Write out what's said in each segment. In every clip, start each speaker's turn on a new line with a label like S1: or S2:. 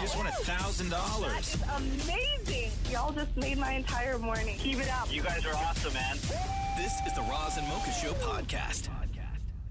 S1: just won a thousand dollars.
S2: It's amazing. Y'all just made my entire morning. Keep it up.
S3: You guys are awesome, man.
S1: This is the Roz and Mocha Show podcast.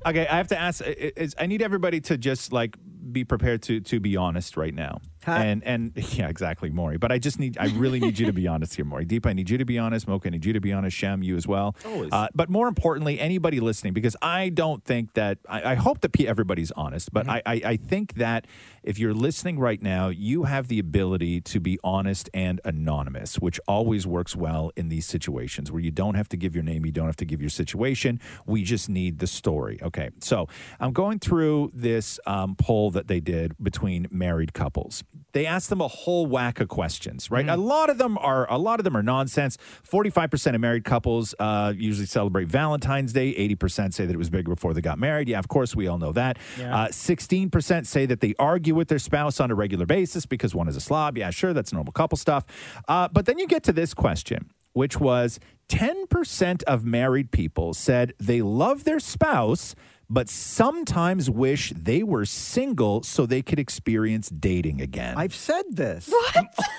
S4: Okay, I have to ask. i- Is, I need everybody to just like be prepared to to be honest right now. And and yeah, exactly, Maury. But I just need, I really need you to be honest here, Maury. Deep, I need you to be honest. Mocha, I need you to be honest. Shem, you as well. Always. Uh, but more importantly, anybody listening, because I don't think that I, I hope that pe- everybody's honest. But I, I I think that if you're listening right now, you have the ability to be honest and anonymous, which always works well in these situations where you don't have to give your name, you don't have to give your situation. We just need the story. Okay. So I'm going through this um, poll that they did between married couples. They asked them a whole whack of questions, right? A lot of them are a lot of them are nonsense. Forty-five percent of married couples uh, usually celebrate Valentine's Day. Eighty percent say that it was big before they got married. Yeah, of course we all know that. Uh, Sixteen percent say that they argue with their spouse on a regular basis because one is a slob. Yeah, sure, that's normal couple stuff. Uh, but then you get to this question, which was ten percent of married people said they love their spouse. But sometimes wish they were single so they could experience dating again.
S5: I've said this.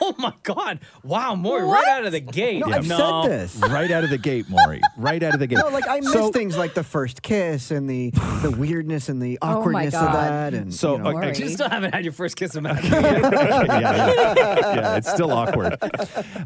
S6: Oh my God! Wow, Maury, right out of the gate.
S5: No, I've said this.
S4: right out of the gate, Maury. Right out of the gate.
S5: No, like I miss
S4: So-
S5: things like the first kiss and the the weirdness and the
S7: Oh my
S5: awkwardness of
S7: God.
S5: that. And
S4: So,
S5: you know,
S4: okay,
S6: You
S7: Maury.
S6: still haven't had your first kiss with Matt.
S4: yeah, yeah. Yeah, it's still awkward.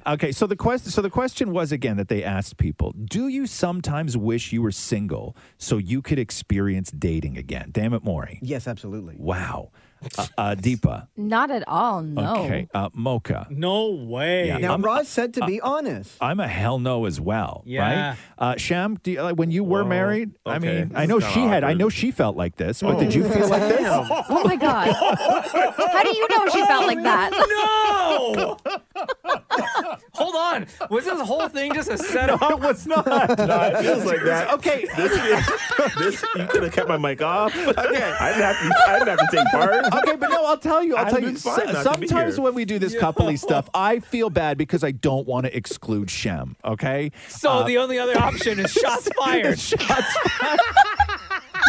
S4: Okay, so the question so the question was again that they asked people, do you sometimes wish you were single so you could experience dating again? Damn it, Maury.
S5: yes, absolutely.
S4: Wow. Uh, uh, Deepa.
S7: Not at all, no.
S4: Okay. Uh, Mocha.
S6: no way.
S4: Yeah.
S5: Now,
S4: I'm- uh,
S5: Roz said to be honest.
S4: I'm a hell no as well,
S6: Yeah.
S4: right? Uh, Sham, do you, like, when you were
S8: Whoa.
S4: married, I
S8: Okay.
S4: mean,
S8: This
S4: I
S8: is
S4: know
S8: kinda
S4: she had, I
S8: awkward.
S4: know she felt like this,
S5: Oh,
S4: but did you feel like this?
S7: Oh my God. How do you know she felt
S9: Oh,
S7: like that?
S6: No! Hold on. Was this whole thing just a setup?
S4: it was not.
S8: no, it feels like that.
S4: Okay,
S8: This, is, this you could have kept my mic off. Okay, I didn't have to, I didn't have to take part.
S4: Okay, but no, I'll tell you. I'll
S8: I've
S4: tell
S8: been
S4: you.
S8: fine
S4: so-
S8: not to be
S4: sometimes
S8: here.
S4: when we do this coupley stuff, I feel bad because I don't want to exclude Shem. Okay. Uh,
S6: So Oh, the only other option is shots fired.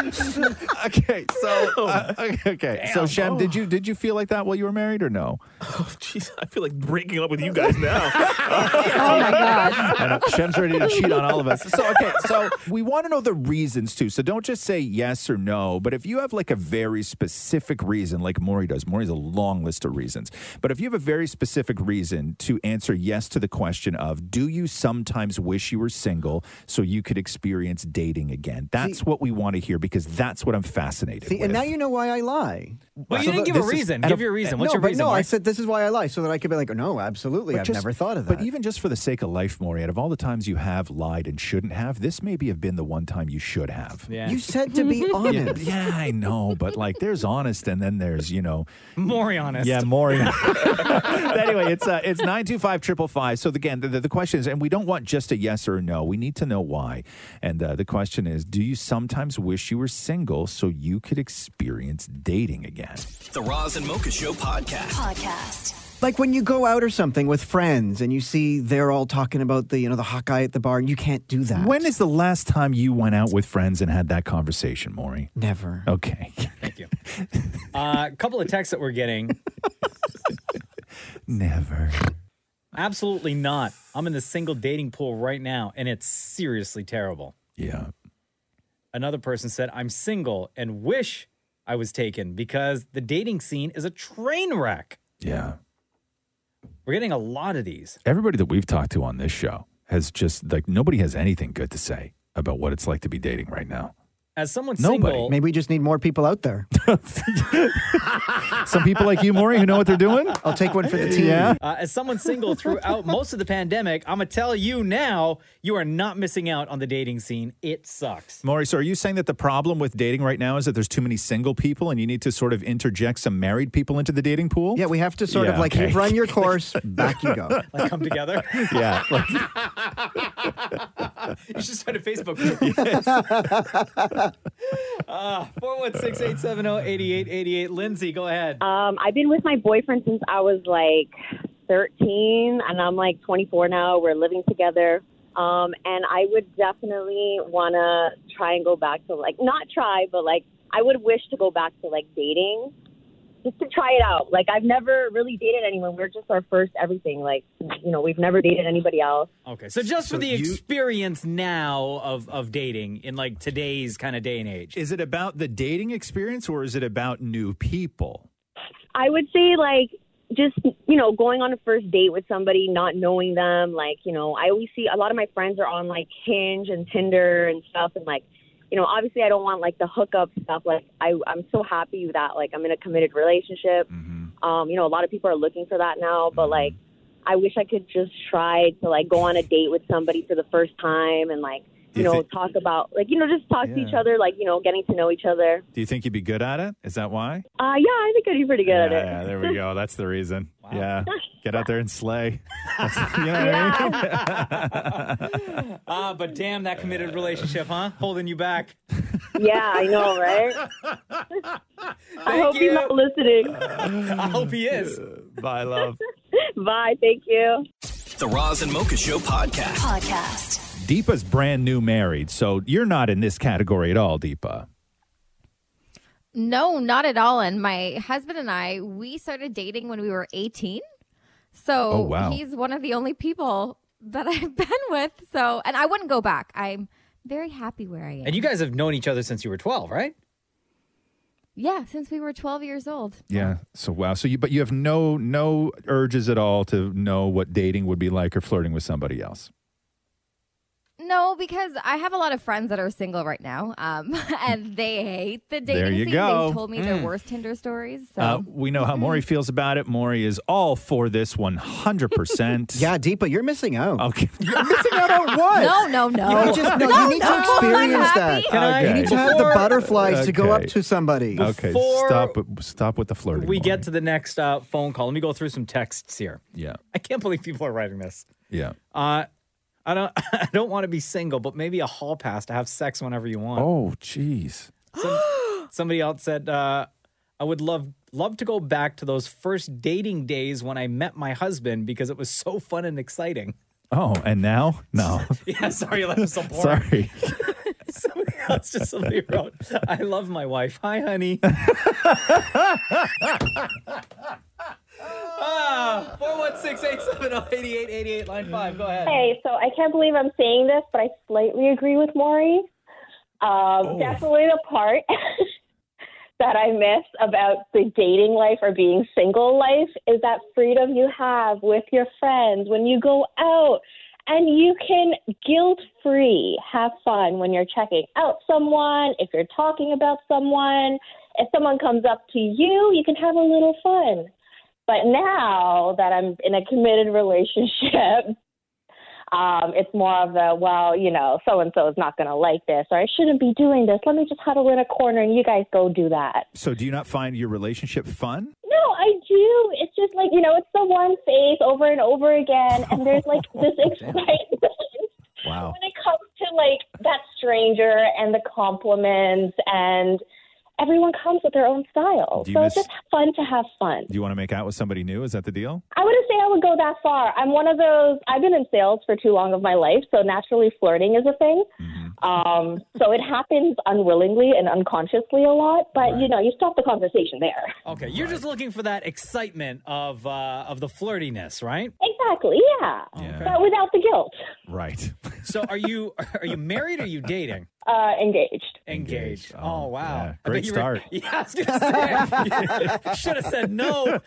S4: Okay. So uh, okay. okay. So Shem, did you did you feel like that while you were married or no?
S8: Jeez, I feel like breaking up with you guys now.
S7: Oh my God.
S4: And, uh, Shem's ready to cheat on all of us. So okay. So we want to know the reasons too. So don't just say yes or no. But if you have like a very specific reason, like Maury does, Maury has a long list of reasons. But if you have a very specific reason to answer yes to the question of do you sometimes wish you were single so you could experience dating again? That's what we want to hear because that's what I'm fascinated
S5: See,
S4: with.
S5: and now you know why I lie.
S6: Well, you
S5: So
S6: didn't
S5: th-
S6: give a
S5: this is- eh,
S6: reason.
S4: and
S6: Give
S4: a-
S6: your reason.
S4: and
S6: What's
S5: no,
S6: your
S5: but
S6: reason?
S5: no, I
S6: Mark?
S5: said this is why I lie, so that I could be like, no, absolutely, I've
S4: just-
S5: never thought of that.
S4: But even just for the sake of life, Maury, out of all the times you have lied and shouldn't have, this maybe have been the one time you should have.
S6: yeah.
S5: you said to be honest.
S4: Yeah, I know, but like there's honest and then there's, you know,
S6: Maury honest.
S4: yeah, more. anyway, it's uh, it's nine two five triple five. So again, the, the, the question is, and we don't want just a yes or a no. We need to know why. And uh, the question is, do you sometimes wish you were single so you could experience dating again?
S1: The Roz and Mocha Show podcast.
S7: Podcast.
S5: Like when you go out or something with friends and you see they're all talking about the you know the hot guy at the bar, and you can't do that.
S4: When is the last time you went out with friends and had that conversation, Maury?
S5: never?
S4: Okay,
S6: Thank you. A uh, couple of texts that we're getting.
S4: never.
S6: Absolutely not. I'm in the single dating pool right now, and it's seriously terrible.
S4: Yeah.
S6: Another person said, I'm single and wish I was taken because the dating scene is a train wreck.
S4: Yeah.
S6: We're getting a lot of these.
S4: Everybody that we've talked to on this show has just like nobody has anything good to say about what it's like to be dating right now.
S6: as someone
S4: Nobody.
S6: single,
S5: Maybe we just need more people out there.
S4: Some people like you, Maury, who know what they're doing.
S5: I'll take one for the team.
S4: Yeah.
S6: uh, as someone single throughout most of the pandemic, I'm gonna tell you now, you are not missing out on the dating scene. It sucks.
S4: Maury, so are you saying that the problem with dating right now is that there's too many single people and you need to sort of interject some married people into the dating pool?
S5: Yeah, we have to sort
S4: Yeah,
S5: of like
S4: okay.
S5: you've run your course, back you go.
S6: Like come together.
S4: yeah. like-
S6: You should start a Facebook group.
S3: Um,
S6: uh, 416-870-8888. Lindsay, go ahead.
S3: Um, I've been with my boyfriend since I was like 13, and I'm like 24 now. We're living together. Um, and I would definitely want to try and go back to like, not try, but like, I would wish to go back to like dating just to try it out. Like, I've never really dated anyone. We're just our first everything. Like, you know, we've never dated anybody else.
S6: Okay, so just for
S4: So
S6: the
S4: you-
S6: experience now of of dating in like today's kind of day and age.
S4: is it about the dating experience or is it about new people?
S3: I would say like just you know going on a first date with somebody not knowing them like you know I always see a lot of my friends are on like Hinge and Tinder and stuff and like you know obviously I don't want like the hookup stuff like I I'm so happy that like I'm in a committed relationship
S4: Mm-hmm.
S3: um you know a lot of people are looking for that now but like I wish I could just try to like go on a date with somebody for the first time and like
S4: Do
S3: you
S4: you
S3: know
S4: think-
S3: talk about like you know just talk to each
S4: Yeah.
S3: other like you know getting to know each other
S4: Do you think you'd be good at it? Is that why?
S3: uh yeah I think I'd be pretty good
S4: yeah,
S3: at it
S4: yeah, there we go. That's the reason. Yeah. Get out there and slay. That's- you know what I mean?
S6: Ah, but damn that committed relationship, huh? Holding you back.
S3: Yeah, I know, right? I hope
S6: you.
S3: you're not listening.
S6: I hope he is.
S4: Bye, love.
S3: Bye. Thank you.
S1: The Roz and Mocha Show podcast.
S10: Podcast.
S4: Deepa's brand new married, so you're not in this category at all, Deepa.
S7: No, not at all. And my husband and I, we started dating when we were 18. So
S4: Oh, wow.
S7: he's one of the only people that I've been with. So, and I wouldn't go back. I'm very happy where I am.
S6: And you guys have known each other since you were 12, right?
S7: yeah, since we were 12 years old.
S4: Yeah. So wow. So you but you have no no urges at all to know what dating would be like or flirting with somebody else.
S7: No, because I have a lot of friends that are single right now, um, and they hate the dating
S4: There you
S7: scene.
S4: go.
S7: They've told me
S6: Hmm.
S7: their worst Tinder stories. So
S6: Oh.
S4: Uh, we know how Maury feels about it. Maury is all for this 100%.
S5: Yeah, Deepa, you're missing out.
S4: Okay.
S5: Missing out on what?
S7: no, no, no.
S5: You just no, you need to
S7: I'm
S5: experience that.
S7: happy.
S6: Can I-
S5: You need to have the
S6: Before-
S5: butterflies to go up
S4: Okay.
S5: to somebody.
S4: Okay.
S6: Before
S4: Stop stop with the flirting.
S6: We
S4: Maury.
S6: get to the next uh, phone call. Let me go through some texts here.
S4: Yeah.
S6: I can't believe people are writing this.
S4: Yeah.
S6: Uh, I don't I don't want to be single, but maybe a hall pass to have sex whenever you want.
S4: Oh, jeez.
S6: Somebody else said, uh, I would love love to go back to those first dating days when I met my husband because it was so fun and exciting.
S4: Oh, and now? No.
S6: Yeah, sorry, that was so boring.
S4: Sorry.
S6: Somebody else just somebody wrote, I love my wife. Hi, honey. ah, 416-870-8888, line five. Go ahead.
S3: Hey, so I can't believe I'm saying this, but I slightly agree with Maury. Um,
S2: Oh.
S3: Definitely the part that I miss about the dating life or being single life is that freedom you have with your friends when you go out and you can guilt free have fun when you're checking out someone, if you're talking about someone. If someone comes up to you, you can have a little fun. But now that I'm in a committed relationship, um, it's more of a well, you know, so and so is not going to like this, or I shouldn't be doing this. Let me just huddle in a corner and you guys go do that.
S4: So do you not find your relationship fun?
S3: No, I do. It's just like you know, it's the one face over and over again, and there's like this excitement
S4: Wow.
S3: when it comes to like that stranger and the compliments and. Everyone comes with their own style.
S4: Do you
S3: So it's
S4: miss-
S3: just fun to have fun.
S4: Do you want to make out with somebody new? Is that the deal?
S3: I wouldn't say I would go that far. I'm one of those. I've been in sales for too long of my life, so naturally flirting is a thing.
S6: Mm-hmm.
S3: Um, so it happens unwillingly and unconsciously a lot. But you know, you stop the conversation there.
S6: Okay, you're just looking for that excitement of uh, of the flirtiness, right?
S3: Exactly. Yeah.
S4: Yeah.
S3: But without the guilt.
S4: Right.
S6: So are you are you married or are you dating?
S3: Uh, engaged.
S6: Engaged.
S4: Engaged.
S6: Oh,
S4: Oh,
S6: wow.
S4: yeah.
S6: I bet
S4: Great
S6: you were-
S4: start.
S6: yeah, I was gonna say. Should have said no.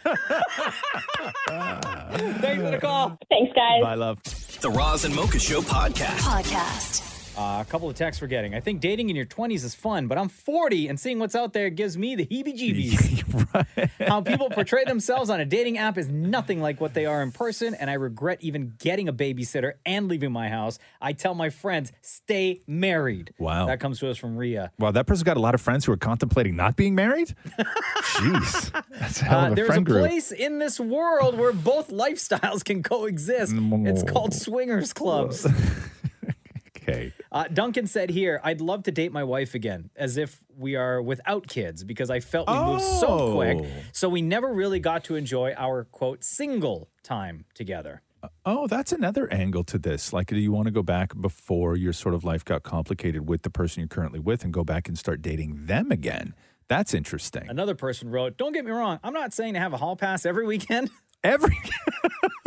S6: Thanks for the call.
S3: Thanks, guys.
S4: Bye, love.
S1: The Roz and Mocha Show podcast.
S10: Podcast.
S6: Uh, a couple of texts we're getting. I think dating in your 20s is fun, but I'm 40 and seeing what's out there gives me the heebie jeebies. How people portray themselves on a dating app is nothing like what they are in person, and I regret even getting a babysitter and leaving my house. I tell my friends, stay married.
S4: Wow.
S6: That comes to us from Rhea.
S4: Wow, that person's got a lot of friends who are contemplating not being married? Jeez. That's a hell
S6: Uh,
S4: of a
S6: there's a
S4: friend group.
S6: place in this world where both lifestyles can coexist. It's called swingers clubs.
S4: okay.
S6: Uh, Duncan said here, I'd love to date my wife again, as if we are without kids, because I felt we moved so quick.
S4: Oh.
S6: So we never really got to enjoy our quote single time together.
S4: Oh, that's another angle to this. Like, do you want to go back before your sort of life got complicated with the person you're currently with and go back and start dating them again? That's interesting.
S6: Another person wrote, Don't get me wrong, I'm not saying to have a hall pass every weekend.
S4: Every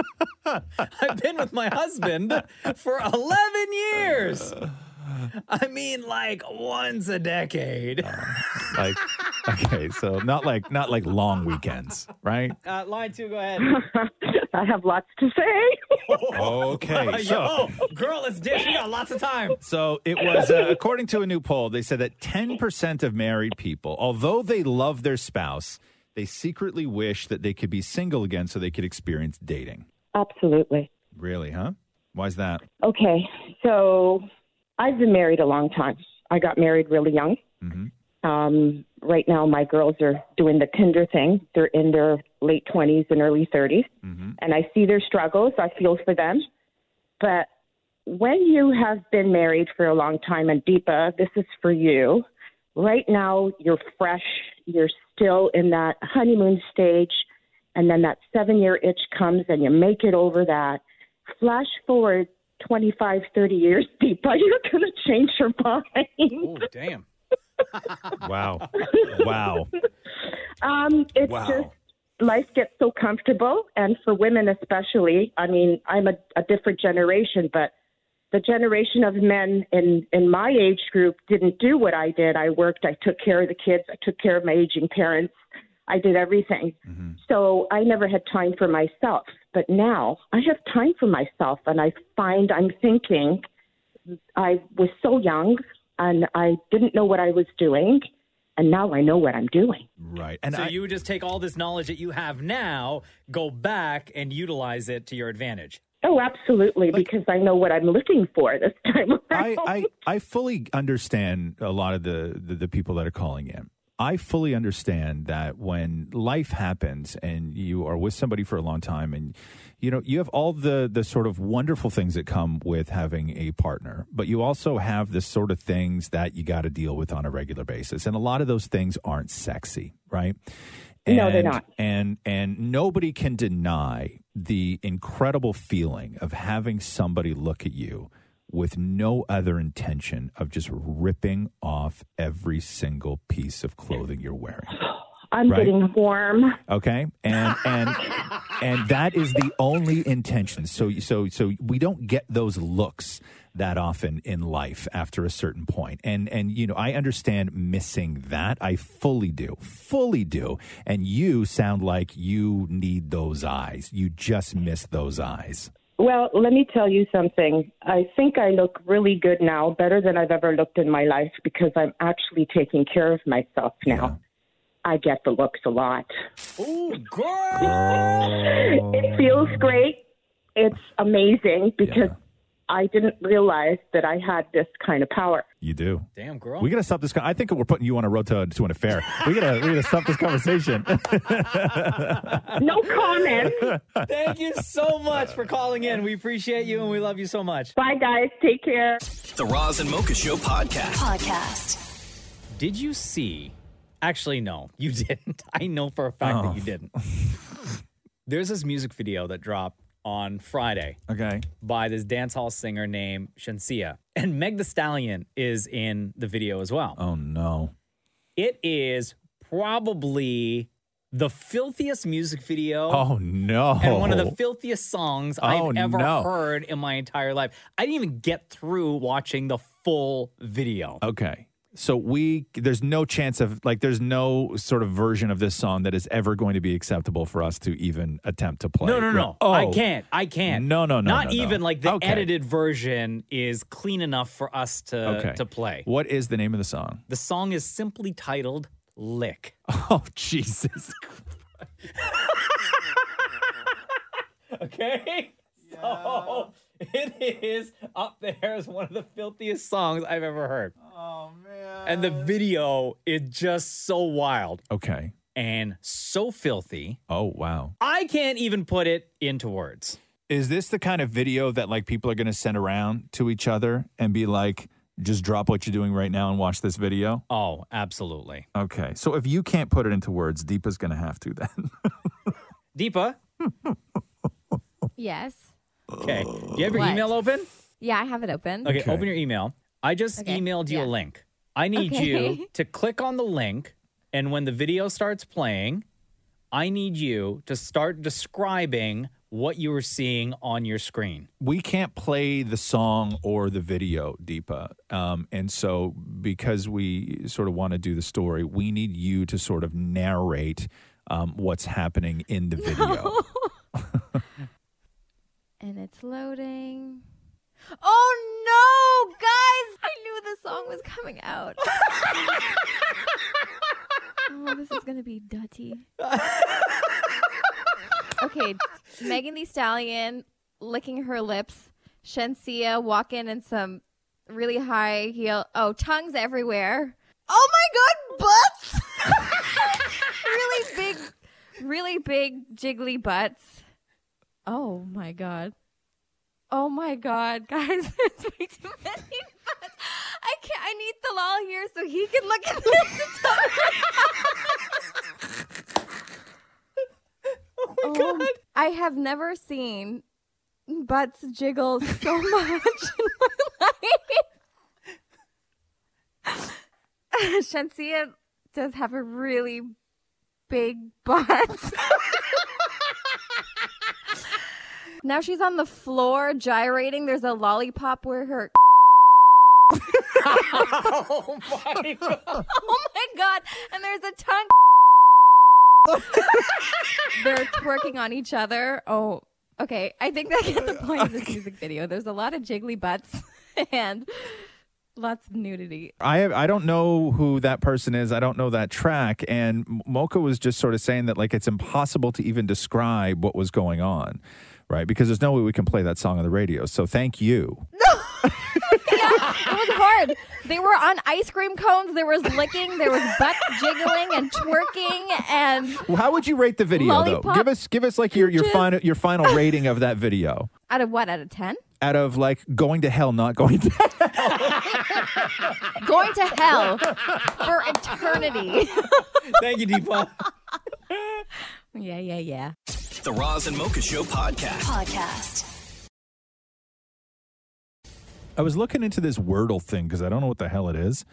S6: I've been with my husband for 11 years. I mean, like once a decade.
S4: Uh-huh. Like, okay, so not like not like long weekends, right?
S6: Uh, line two, go ahead.
S11: I have lots to say.
S4: Okay, so
S6: Oh, Yo, girl, it's dish. We got lots of time.
S4: so it was uh, according to a new poll, they said that 10% of married people, although they love their spouse, they secretly wish that they could be single again so they could experience dating.
S11: Absolutely.
S4: Really, huh? Why's that?
S11: Okay, so I've been married a long time. I got married really young. Um, right now, my girls are doing the kinder thing. They're in their late 20s and early 30s.
S10: Mm-hmm.
S11: And I see their struggles. I feel for them. But when you have been married for a long time, and Deepa, this is for you. Right now, you're fresh. You're still in that honeymoon stage. And then that seven year itch comes, and you make it over that. Flash forward 25, 30 years, Deepa, you're going to change your mind.
S6: Oh, damn.
S4: Wow. Wow.
S11: Um, it's
S4: Wow.
S11: just life gets so comfortable, and for women especially. I mean, I'm a, a different generation, but the generation of men in in my age group didn't do what I did. I worked, I took care of the kids, I took care of my aging parents, I did everything. So I never had time for myself. But now I have time for myself, and I find I'm thinking. I was so young, and I didn't know what I was doing, and now I know what I'm doing.
S4: Right. And
S6: so
S4: I,
S6: you would just take all this knowledge that you have now, go back and utilize it to your advantage.
S11: Oh, absolutely, because I know what I'm looking for this time around.
S4: I, I, I fully understand a lot of the, the, the people that are calling in. I fully understand that when life happens and you are with somebody for a long time and you know you have all the the sort of wonderful things that come with having a partner, but you also have the sort of things that you got to deal with on a regular basis. And a lot of those things aren't sexy, right?
S11: No, they're not.
S4: and and nobody can deny the incredible feeling of having somebody look at you with no other intention of just ripping off every single piece of clothing you're wearing
S11: I'm
S4: right.
S11: getting warm.
S4: okay and and and that is the only intention so so so we don't get those looks that often in life after a certain point and and you know i understand missing that i fully do fully do and you sound like you need those eyes you just miss those eyes
S11: Well, let me tell you something. I think I look really good now, better than I've ever looked in my life, because I'm actually taking care of myself now. I get the looks a lot.
S6: Ooh, girl.
S11: It feels great. It's amazing because I didn't realize that I had this kind of power.
S4: you do
S6: Damn, girl.
S4: we gotta stop this con- i think we're putting you on a road to, to an affair we gotta we gotta stop this conversation
S11: No comment.
S6: Thank you so much for calling in. We appreciate you and we love you so much.
S11: Bye, guys. Take care.
S1: The Roz and Mocha Show podcast.
S10: Podcast.
S6: Did you see? Actually, no, you didn't. I know for a fact
S4: Oh.
S6: that you didn't. There's this music video that dropped on Friday
S4: okay
S6: by this dance hall singer named Shansia. And Meg the Stallion is in the video as well.
S4: oh no
S6: It is probably the filthiest music video
S4: oh no
S6: and one of the filthiest songs
S4: Oh,
S6: I've ever
S4: no.
S6: heard in my entire life. I didn't even get through watching the full video.
S4: Okay. So we there's no chance of like there's no sort of version of this song that is ever going to be acceptable for us to even attempt to play.
S6: No, no, no.
S4: Oh.
S6: I can't. I can't.
S4: No, no, no,
S6: Not
S4: no, no.
S6: even like the
S4: Okay.
S6: edited version is clean enough for us to
S4: Okay.
S6: to play.
S4: What is the name of the song?
S6: The song is simply titled "Lick."
S4: Oh Jesus.
S6: Okay. So it is up there as one of the filthiest songs I've ever heard. Oh man. And the video is just so wild
S4: Okay.
S6: and so filthy.
S4: Oh wow.
S6: I can't even put it into words.
S4: Is this the kind of video that like people are going to send around to each other and be like just drop what you're doing right now and watch this video?
S6: Oh, absolutely.
S4: Okay. So if you can't put it into words, Deepa's going to have to then.
S6: Deepa,
S7: Yes.
S6: okay. You have your
S7: What?
S6: email open?
S7: Yeah, I have it open.
S6: Okay, open your email. I just emailed you a link. I need
S7: Okay.
S6: you to click on the link, and when the video starts playing, I need you to start describing what you were seeing on your screen.
S4: we can't play the song or the video, Deepa. Um, and so, because we sort of want to do the story, we need you to sort of narrate um, what's happening in the video.
S7: And it's loading. Oh no, guys! I knew this song was coming out. oh, this is gonna be dirty. okay, Megan Thee Stallion licking her lips. Shensia walking in some really high heel. Oh, tongues everywhere. Oh my god, butts! really big, really big jiggly butts. Oh my god. Oh my god, guys, there's way too many butts. I can't. I need the lol here so he can look at this. and tell me- oh my god! I have never seen butts jiggle so much in my life. Shensia does have a really big butt. Now she's on the floor gyrating. There's a lollipop where her.
S6: oh my god.
S7: Oh my god! And there's a tongue. They're twerking on each other. Oh, okay. I think that gets the point of this music video. There's a lot of jiggly butts and lots of nudity.
S4: I I don't know who that person is. I don't know that track. And M- Mocha was just sort of saying that like it's impossible to even describe what was going on, right? Because there's no way we can play that song on the radio. So thank you.
S7: It was hard. They were on ice cream cones. There was licking. There was butts jiggling and twerking and.
S4: Well, how would you rate the video though?
S7: Lollipop
S4: Give us give us like your your
S7: peaches.
S4: final your final rating of that video
S7: Out of what? Out of 10?
S4: out of like going to hell, not going to hell.
S7: Going to hell for eternity.
S6: Thank you, Deepa.
S7: yeah, yeah, yeah.
S1: The Roz and Mocha Show podcast.
S10: Podcast.
S4: I was looking into this Wordle thing because I don't know what the hell it is.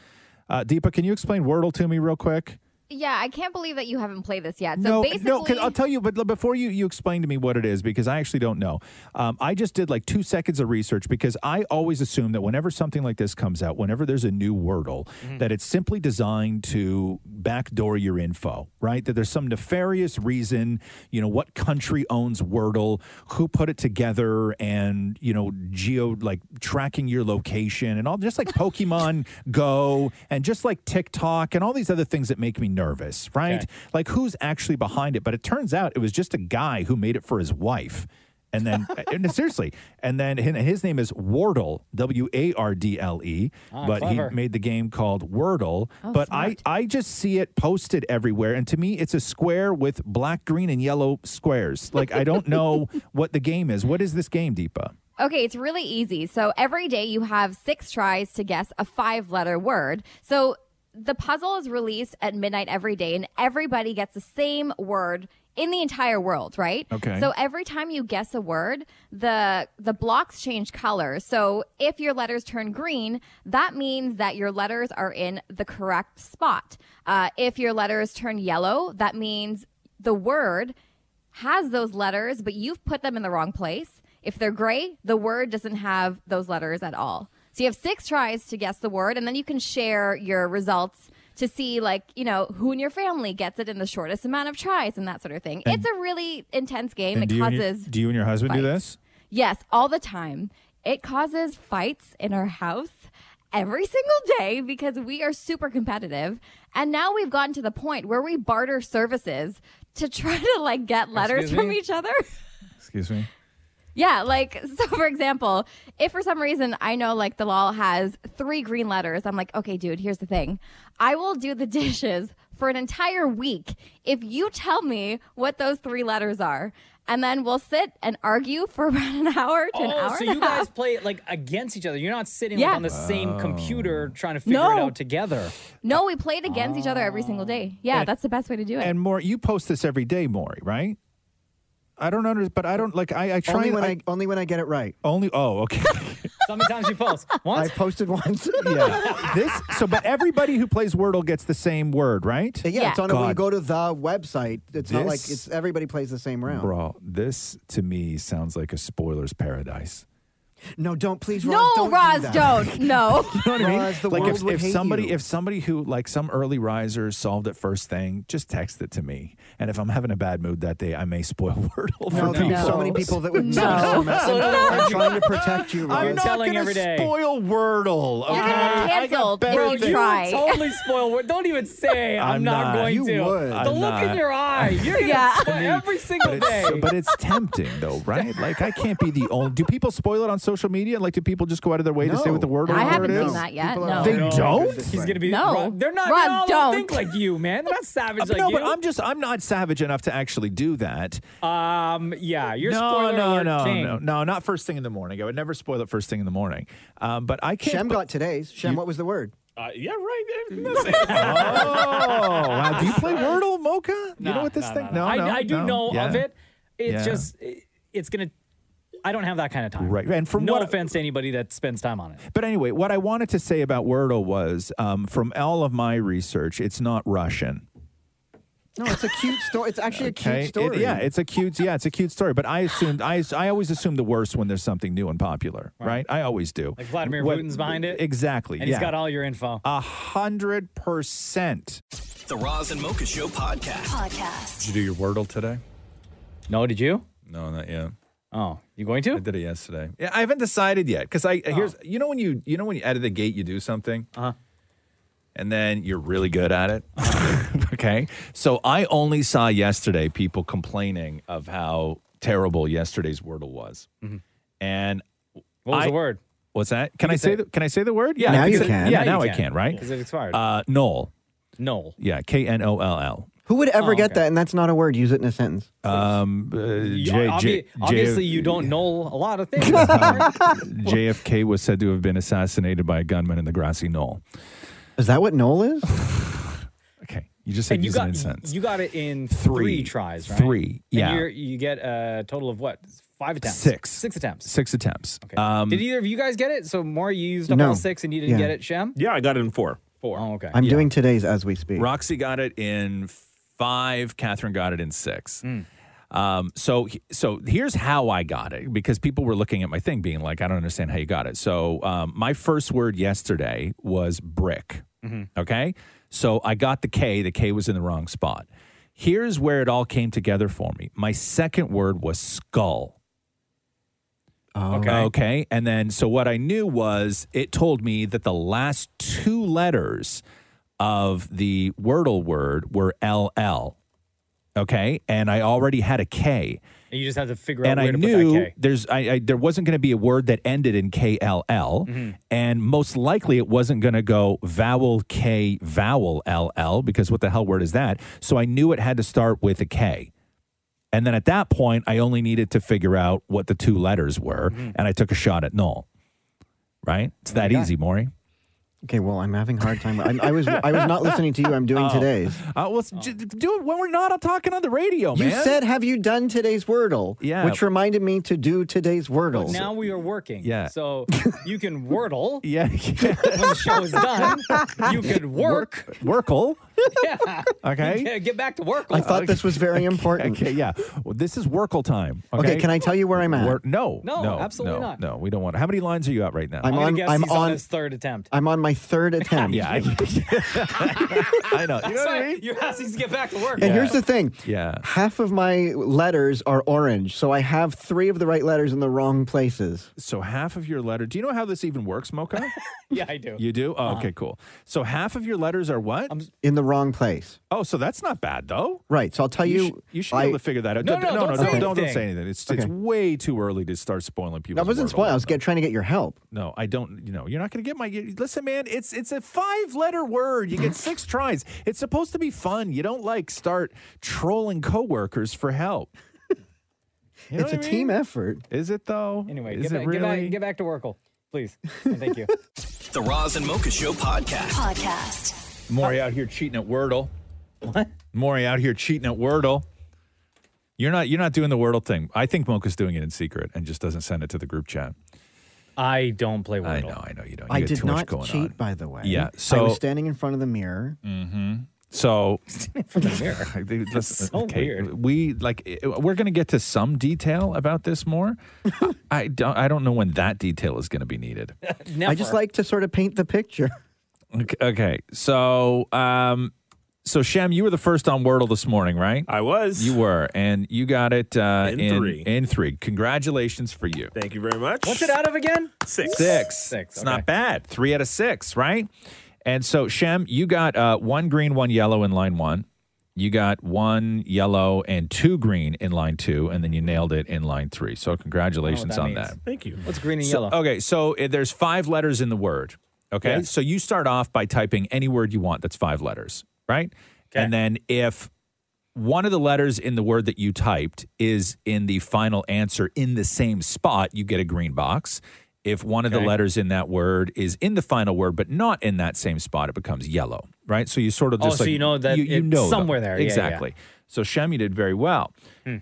S4: Uh, Deepa, can you explain Wordle to me real quick?
S7: Yeah, I can't believe that you haven't played this yet. So
S4: no,
S7: basically,
S4: no, 'cause I'll tell you, but l- before you, you explain to me what it is, because I actually don't know. Um, I just did like two seconds of research because I always assume that whenever something like this comes out, whenever there's a new Wordle, that it's simply designed to backdoor your info, right? That there's some nefarious reason, you know, what country owns Wordle, who put it together, and, you know, geo like tracking your location and all just like Pokemon Go and just like TikTok and all these other things that make me nervous, right?
S6: Okay.
S4: like who's actually behind it but it turns out it was just a guy who made it for his wife and then and seriously and then hi- his name is wardle w-a-r-d-l-e
S6: Ah,
S4: E, but
S6: clever.
S4: he made the game called wordle
S7: Oh,
S4: but i i just see it posted everywhere and to me it's a square with black green and yellow squares like i don't know what the game is what is this game deepa
S7: Okay, it's really easy. So every day you have six tries to guess a five letter word. So the puzzle is released at midnight every day, and everybody gets the same word in the entire world, right?
S4: Okay.
S7: So every time you guess a word, the the blocks change color. So if your letters turn green, that means that your letters are in the correct spot. Uh, if your letters turn yellow, that means the word has those letters, but you've put them in the wrong place. If they're gray, the word doesn't have those letters at all. So you have six tries to guess the word, and then you can share your results to see, like, you know, who in your family gets it in the shortest amount of tries and that sort of thing.
S4: And-
S7: it's a really intense game.
S4: And
S7: it
S4: do, you and your,
S7: causes.
S4: do you and your husband do
S7: fights.
S4: this?
S7: Yes, all the time. It causes fights in our house every single day because we are super competitive. And now we've gotten to the point where we barter services to try to like get letters
S4: Excuse
S7: from
S4: me?
S7: each other.
S4: Excuse me.
S7: yeah, like so for example, if for some reason I know like the law has 3 green letters, I'm like, "Okay, dude, here's the thing. I will do the dishes for an entire week if you tell me what those 3 letters are." And then we'll sit and argue for about an hour to an
S6: Oh,
S7: hour.
S6: so
S7: and a
S6: you
S7: half.
S6: guys play it like against each other. You're not sitting
S7: Yeah.
S6: like, on the same computer trying to figure it
S7: No.
S6: out together.
S7: No, we played against each other every single
S6: Oh.
S7: day. Yeah,
S4: And-
S7: that's the best way to do it.
S4: And more, you post this every day, Maury, right? I don't understand, but I don't like. I, I try
S5: Only when I,
S4: I
S5: only when I get it right.
S4: only. Oh, okay.
S6: So many times you post? Once?
S5: I posted once.
S4: yeah. This. So, but everybody who plays Wordle gets the same word, right?
S5: Yeah, it's on. A, when you
S4: God,
S5: go to the website, it's not like
S4: This-
S5: it's everybody plays the same round.
S4: bro. This to me sounds like a spoilers paradise.
S5: No, don't please. Roz,
S7: no,
S5: don't do
S7: Roz,
S5: that.
S7: don't. No.
S4: You know what I mean?
S5: Roz, the
S4: like
S5: world
S4: if,
S5: would
S4: if
S5: hate
S4: somebody
S5: you.
S4: if somebody who like some early riser solved it first thing, just text it to me. And if I'm having a bad mood that day, I may spoil Wordle for
S5: No, there'd be
S4: people.
S5: so many people that would
S4: No.
S5: no.
S4: No.
S5: I'm trying to protect you. Roz.
S4: I'm not gonna spoil Wordle.
S7: You're
S4: okay?
S7: gonna
S4: I got
S7: cancel
S4: better
S7: if you
S4: things.
S7: try.
S6: Totally spoil. word. Don't even say I'm,
S4: I'm
S6: not,
S4: not.
S6: going
S4: You
S6: to.
S4: would.
S6: The
S4: I'm
S6: look in
S4: not.
S6: your eye. You're gonna
S7: Yeah.
S6: spoil every
S4: But
S6: single day.
S4: it's, but it's tempting though, right? Like I can't be the only. Do people spoil it on social media? Like, do people just go out of their way to say what the word
S7: I
S4: or whatever
S7: haven't
S4: it
S7: seen
S4: is?
S7: that yet.
S5: People are
S7: No.
S4: They
S6: No,
S4: don't.
S6: He's "Oh, gonna be
S7: No.
S6: Rob, They're not.
S7: Rob,
S6: they all don't
S7: don't.
S6: think like you, man. They're not savage like
S4: Uh, no,
S6: you.
S4: but I'm just I'm not savage enough to actually do that.
S6: Um, yeah, you're
S4: no,
S6: spoiler
S4: no,
S6: alert
S4: no,
S6: king.
S4: no, no, not first thing in the morning. I would never spoil it first thing in the morning. Um, but I
S5: Shem
S4: can't.
S5: got today's. Shem, what was the word?
S8: Uh, yeah, right. eh, that's it.
S4: oh, wow. Do you play Wordle, Mocha? you know
S6: Nah,
S4: what this
S6: nah,
S4: thing?
S6: nah, nah.
S4: No, no,
S6: I, I do
S4: no.
S6: know
S4: Yeah.
S6: of it.
S4: Yeah.
S6: It's just it- it's gonna. I don't have that kind of time.
S4: Right, and from
S6: no
S4: what-
S6: offense to anybody that spends time on it.
S4: But anyway, what I wanted to say about Wordle was, um, from all of my research, it's not Russian.
S5: No, it's a cute story. It's actually a
S4: Okay?
S5: cute
S4: It-
S5: story.
S4: yeah, it's a cute. Yeah, it's a cute story. But I assumed I, I always assume the worst when there's something new and popular, right? I always do.
S6: Like Vladimir Putin's behind it?
S4: Exactly.
S6: And
S4: yeah.
S6: he's got all your info.
S4: a hundred percent.
S1: The Roz and Mocha Show podcast.
S10: Podcast.
S12: Did you do your Wordle today?
S6: No, did you?
S12: No, not yet.
S6: Oh, you going to? Oh.
S12: I did it yesterday. Yeah, I haven't decided yet because I here's you know when you you know when you out of the gate you do something, uh-huh. and then you're really good at it. okay, so I only saw yesterday people complaining of how terrible yesterday's Wordle was,
S13: Mm-hmm.
S12: and
S6: What was
S12: I-
S6: the word?
S12: What's that? Can, I
S6: can
S12: say?
S6: say it.
S12: the, can I say the word?
S5: Now
S12: I
S5: you
S12: say-
S5: can.
S12: Yeah,
S6: Now
S12: now,
S6: you
S12: I
S6: can,
S12: can. Right?
S6: because it expired.
S12: Uh, Noel.
S6: no.
S12: Yeah, K N O L L.
S5: Who would ever
S6: Oh,
S5: get
S6: okay.
S5: that? And that's not a word. Use it in a sentence.
S12: Um, uh,
S6: You-
S12: J-
S6: obvi-
S12: J- J-
S6: obviously, you don't know a lot of things. Sorry.
S12: JFK was said to have been assassinated by a gunman in the grassy knoll.
S5: Is that what Noel is?
S12: Okay, you just said
S6: and you
S12: use it
S6: got
S12: in a sentence.
S6: you got it in three,
S12: Three.
S6: tries, right?
S12: Three, yeah.
S6: And you're, you get a total of what? Five attempts.
S12: Six.
S6: Six attempts.
S12: Six attempts.
S6: Okay.
S12: Um,
S6: Did either of you guys get it? So more you used up
S5: No.
S6: all six and you didn't
S5: Yeah.
S6: get it, Shem?
S8: yeah, I got it in four.
S6: Four. Oh, okay.
S5: I'm doing today's as we speak.
S12: Roxy got it in five. Catherine got it in six.
S6: Hmm.
S12: Um, so, so here's how I got it because people were looking at my thing, being like, "I don't understand how you got it." So, um, my first word yesterday was brick.
S6: Mm-hmm.
S12: Okay, so I got the K. The K was in the wrong spot. Here's where it all came together for me. My second word was skull.
S5: Oh.
S6: Okay.
S12: Okay. And then, so what I knew was it told me that the last two letters of the Wordle word were LL. Okay. And I already had a K.
S6: And you just have to figure out
S12: And
S6: where
S12: I
S6: to put that
S12: knew
S6: K.
S12: there's I, I there wasn't going to be a word that ended in KLL,
S6: Mm-hmm.
S12: and most likely it wasn't going to go vowel K vowel LL because what the hell word is that? So I knew it had to start with a K. And then at that point, I only needed to figure out what the two letters were,
S6: Mm-hmm.
S12: and I took a shot at null. Right? It's that easy, Maury.
S5: Okay. Well, I'm having a hard time. I, I was I was not listening to you. I'm doing today's.
S12: Uh, well, j- do it when we're not talking on the
S4: Oh,
S12: radio,
S5: You
S12: man.
S5: said, "Have you done today's Wordle?"
S12: Yeah.
S5: Which reminded me to do today's Wordle.
S6: But now we are working.
S12: Yeah.
S6: So you can wordle
S12: yeah,
S6: when the show is done. You can work.
S12: Workle.
S4: Okay.
S6: Yeah, Get back to work.
S5: I thought this was very important.
S4: Okay, yeah. Well, this is Workle time.
S5: Okay,
S4: Okay,
S5: can I tell you where I'm at?
S4: Work- no,
S5: No,
S4: no,
S5: absolutely
S4: no,
S5: not.
S4: No, we don't want. How many lines are you at right now?
S5: I'm on. I'm on,
S6: third attempt.
S5: I'm on my third attempt.
S4: yeah, I, I know. You know what I mean?
S6: You're asking to get back to work.
S5: And here's the thing.
S4: Yeah.
S5: Half of my letters are orange, so I have three of the right letters in the wrong places.
S4: So half of your letter. Do you know how this even works, Mocha?
S6: yeah, I do.
S4: You do? Oh, okay, cool. So half of your letters are what?
S5: in the wrong place.
S4: Oh, so that's not bad though.
S5: Right. So I'll tell you.
S4: sh- you should be able to figure that out.
S5: No, no, don't say
S4: don't, don't,
S5: anything.
S4: say anything. It's it's
S5: Okay.
S4: way too early to start spoiling people.
S5: I wasn't spoiled. I was get, trying to get your help.
S4: No, I don't. You know, you're not going to get my. you- Listen, man, it's it's a five letter word. You get six tries. It's supposed to be fun. You don't like start trolling coworkers for help. You know
S5: it's a
S4: what I
S5: team
S4: mean?
S5: effort.
S4: Is it though?
S6: Anyway,
S4: is
S6: get, back,
S4: it really?
S6: get, back, get back to Workle, please. And thank you.
S1: The Roz and Mocha Show podcast.
S10: Podcast.
S4: Maury out here cheating at Wordle. What? Maury out here cheating at Wordle. You're not you're not doing the Wordle thing. I think Mocha's doing it in secret and just doesn't send it to the group chat.
S6: I don't play Wordle.
S4: I know, I know you don't. You
S5: I
S4: got
S5: did
S4: too much
S5: not
S4: going
S5: cheat,
S4: on.
S5: by the way.
S4: Yeah,
S5: I
S4: so-
S5: was standing in front of the mirror.
S4: Mm-hmm. So Dude, listen,
S5: so weird.
S4: We like i- we're going to get to some detail about this more. I- I don't I don't know when that detail is going to be needed.
S5: I just like to sort of paint the picture.
S4: Okay, okay. so um, so Shem, you were the first on Wordle this morning, right? I was. You were, and you got it uh,
S8: In three.
S4: In three. Congratulations for you. Thank you very much.
S6: What's it out of again?
S4: Six. Six.
S6: Six.
S4: It's not bad. Three out of six, right? And so Shem, you got uh, one green, one yellow in line one. You got one yellow and two green in line two, and then you nailed it in line three. So
S9: Oh,
S4: congratulations on that.
S8: Thank you.
S6: What's green and
S4: So-
S6: yellow?
S4: Okay, so uh, there's five letters in the word. Okay,
S6: Yeah.
S4: so you start off by typing any word you want that's five letters, right? And then if one of the letters in the word that you typed is in the final answer in the same spot, you get a green box. If one of the
S12: Okay.
S4: letters in that word is in the final word but not in that same spot, it becomes yellow, right? So you sort of
S6: Oh,
S4: just
S6: so
S4: like
S6: you know that
S4: you, you
S6: it's
S4: know them.
S6: somewhere there. Yeah, yeah, yeah.
S4: exactly. So Shem, you did very well,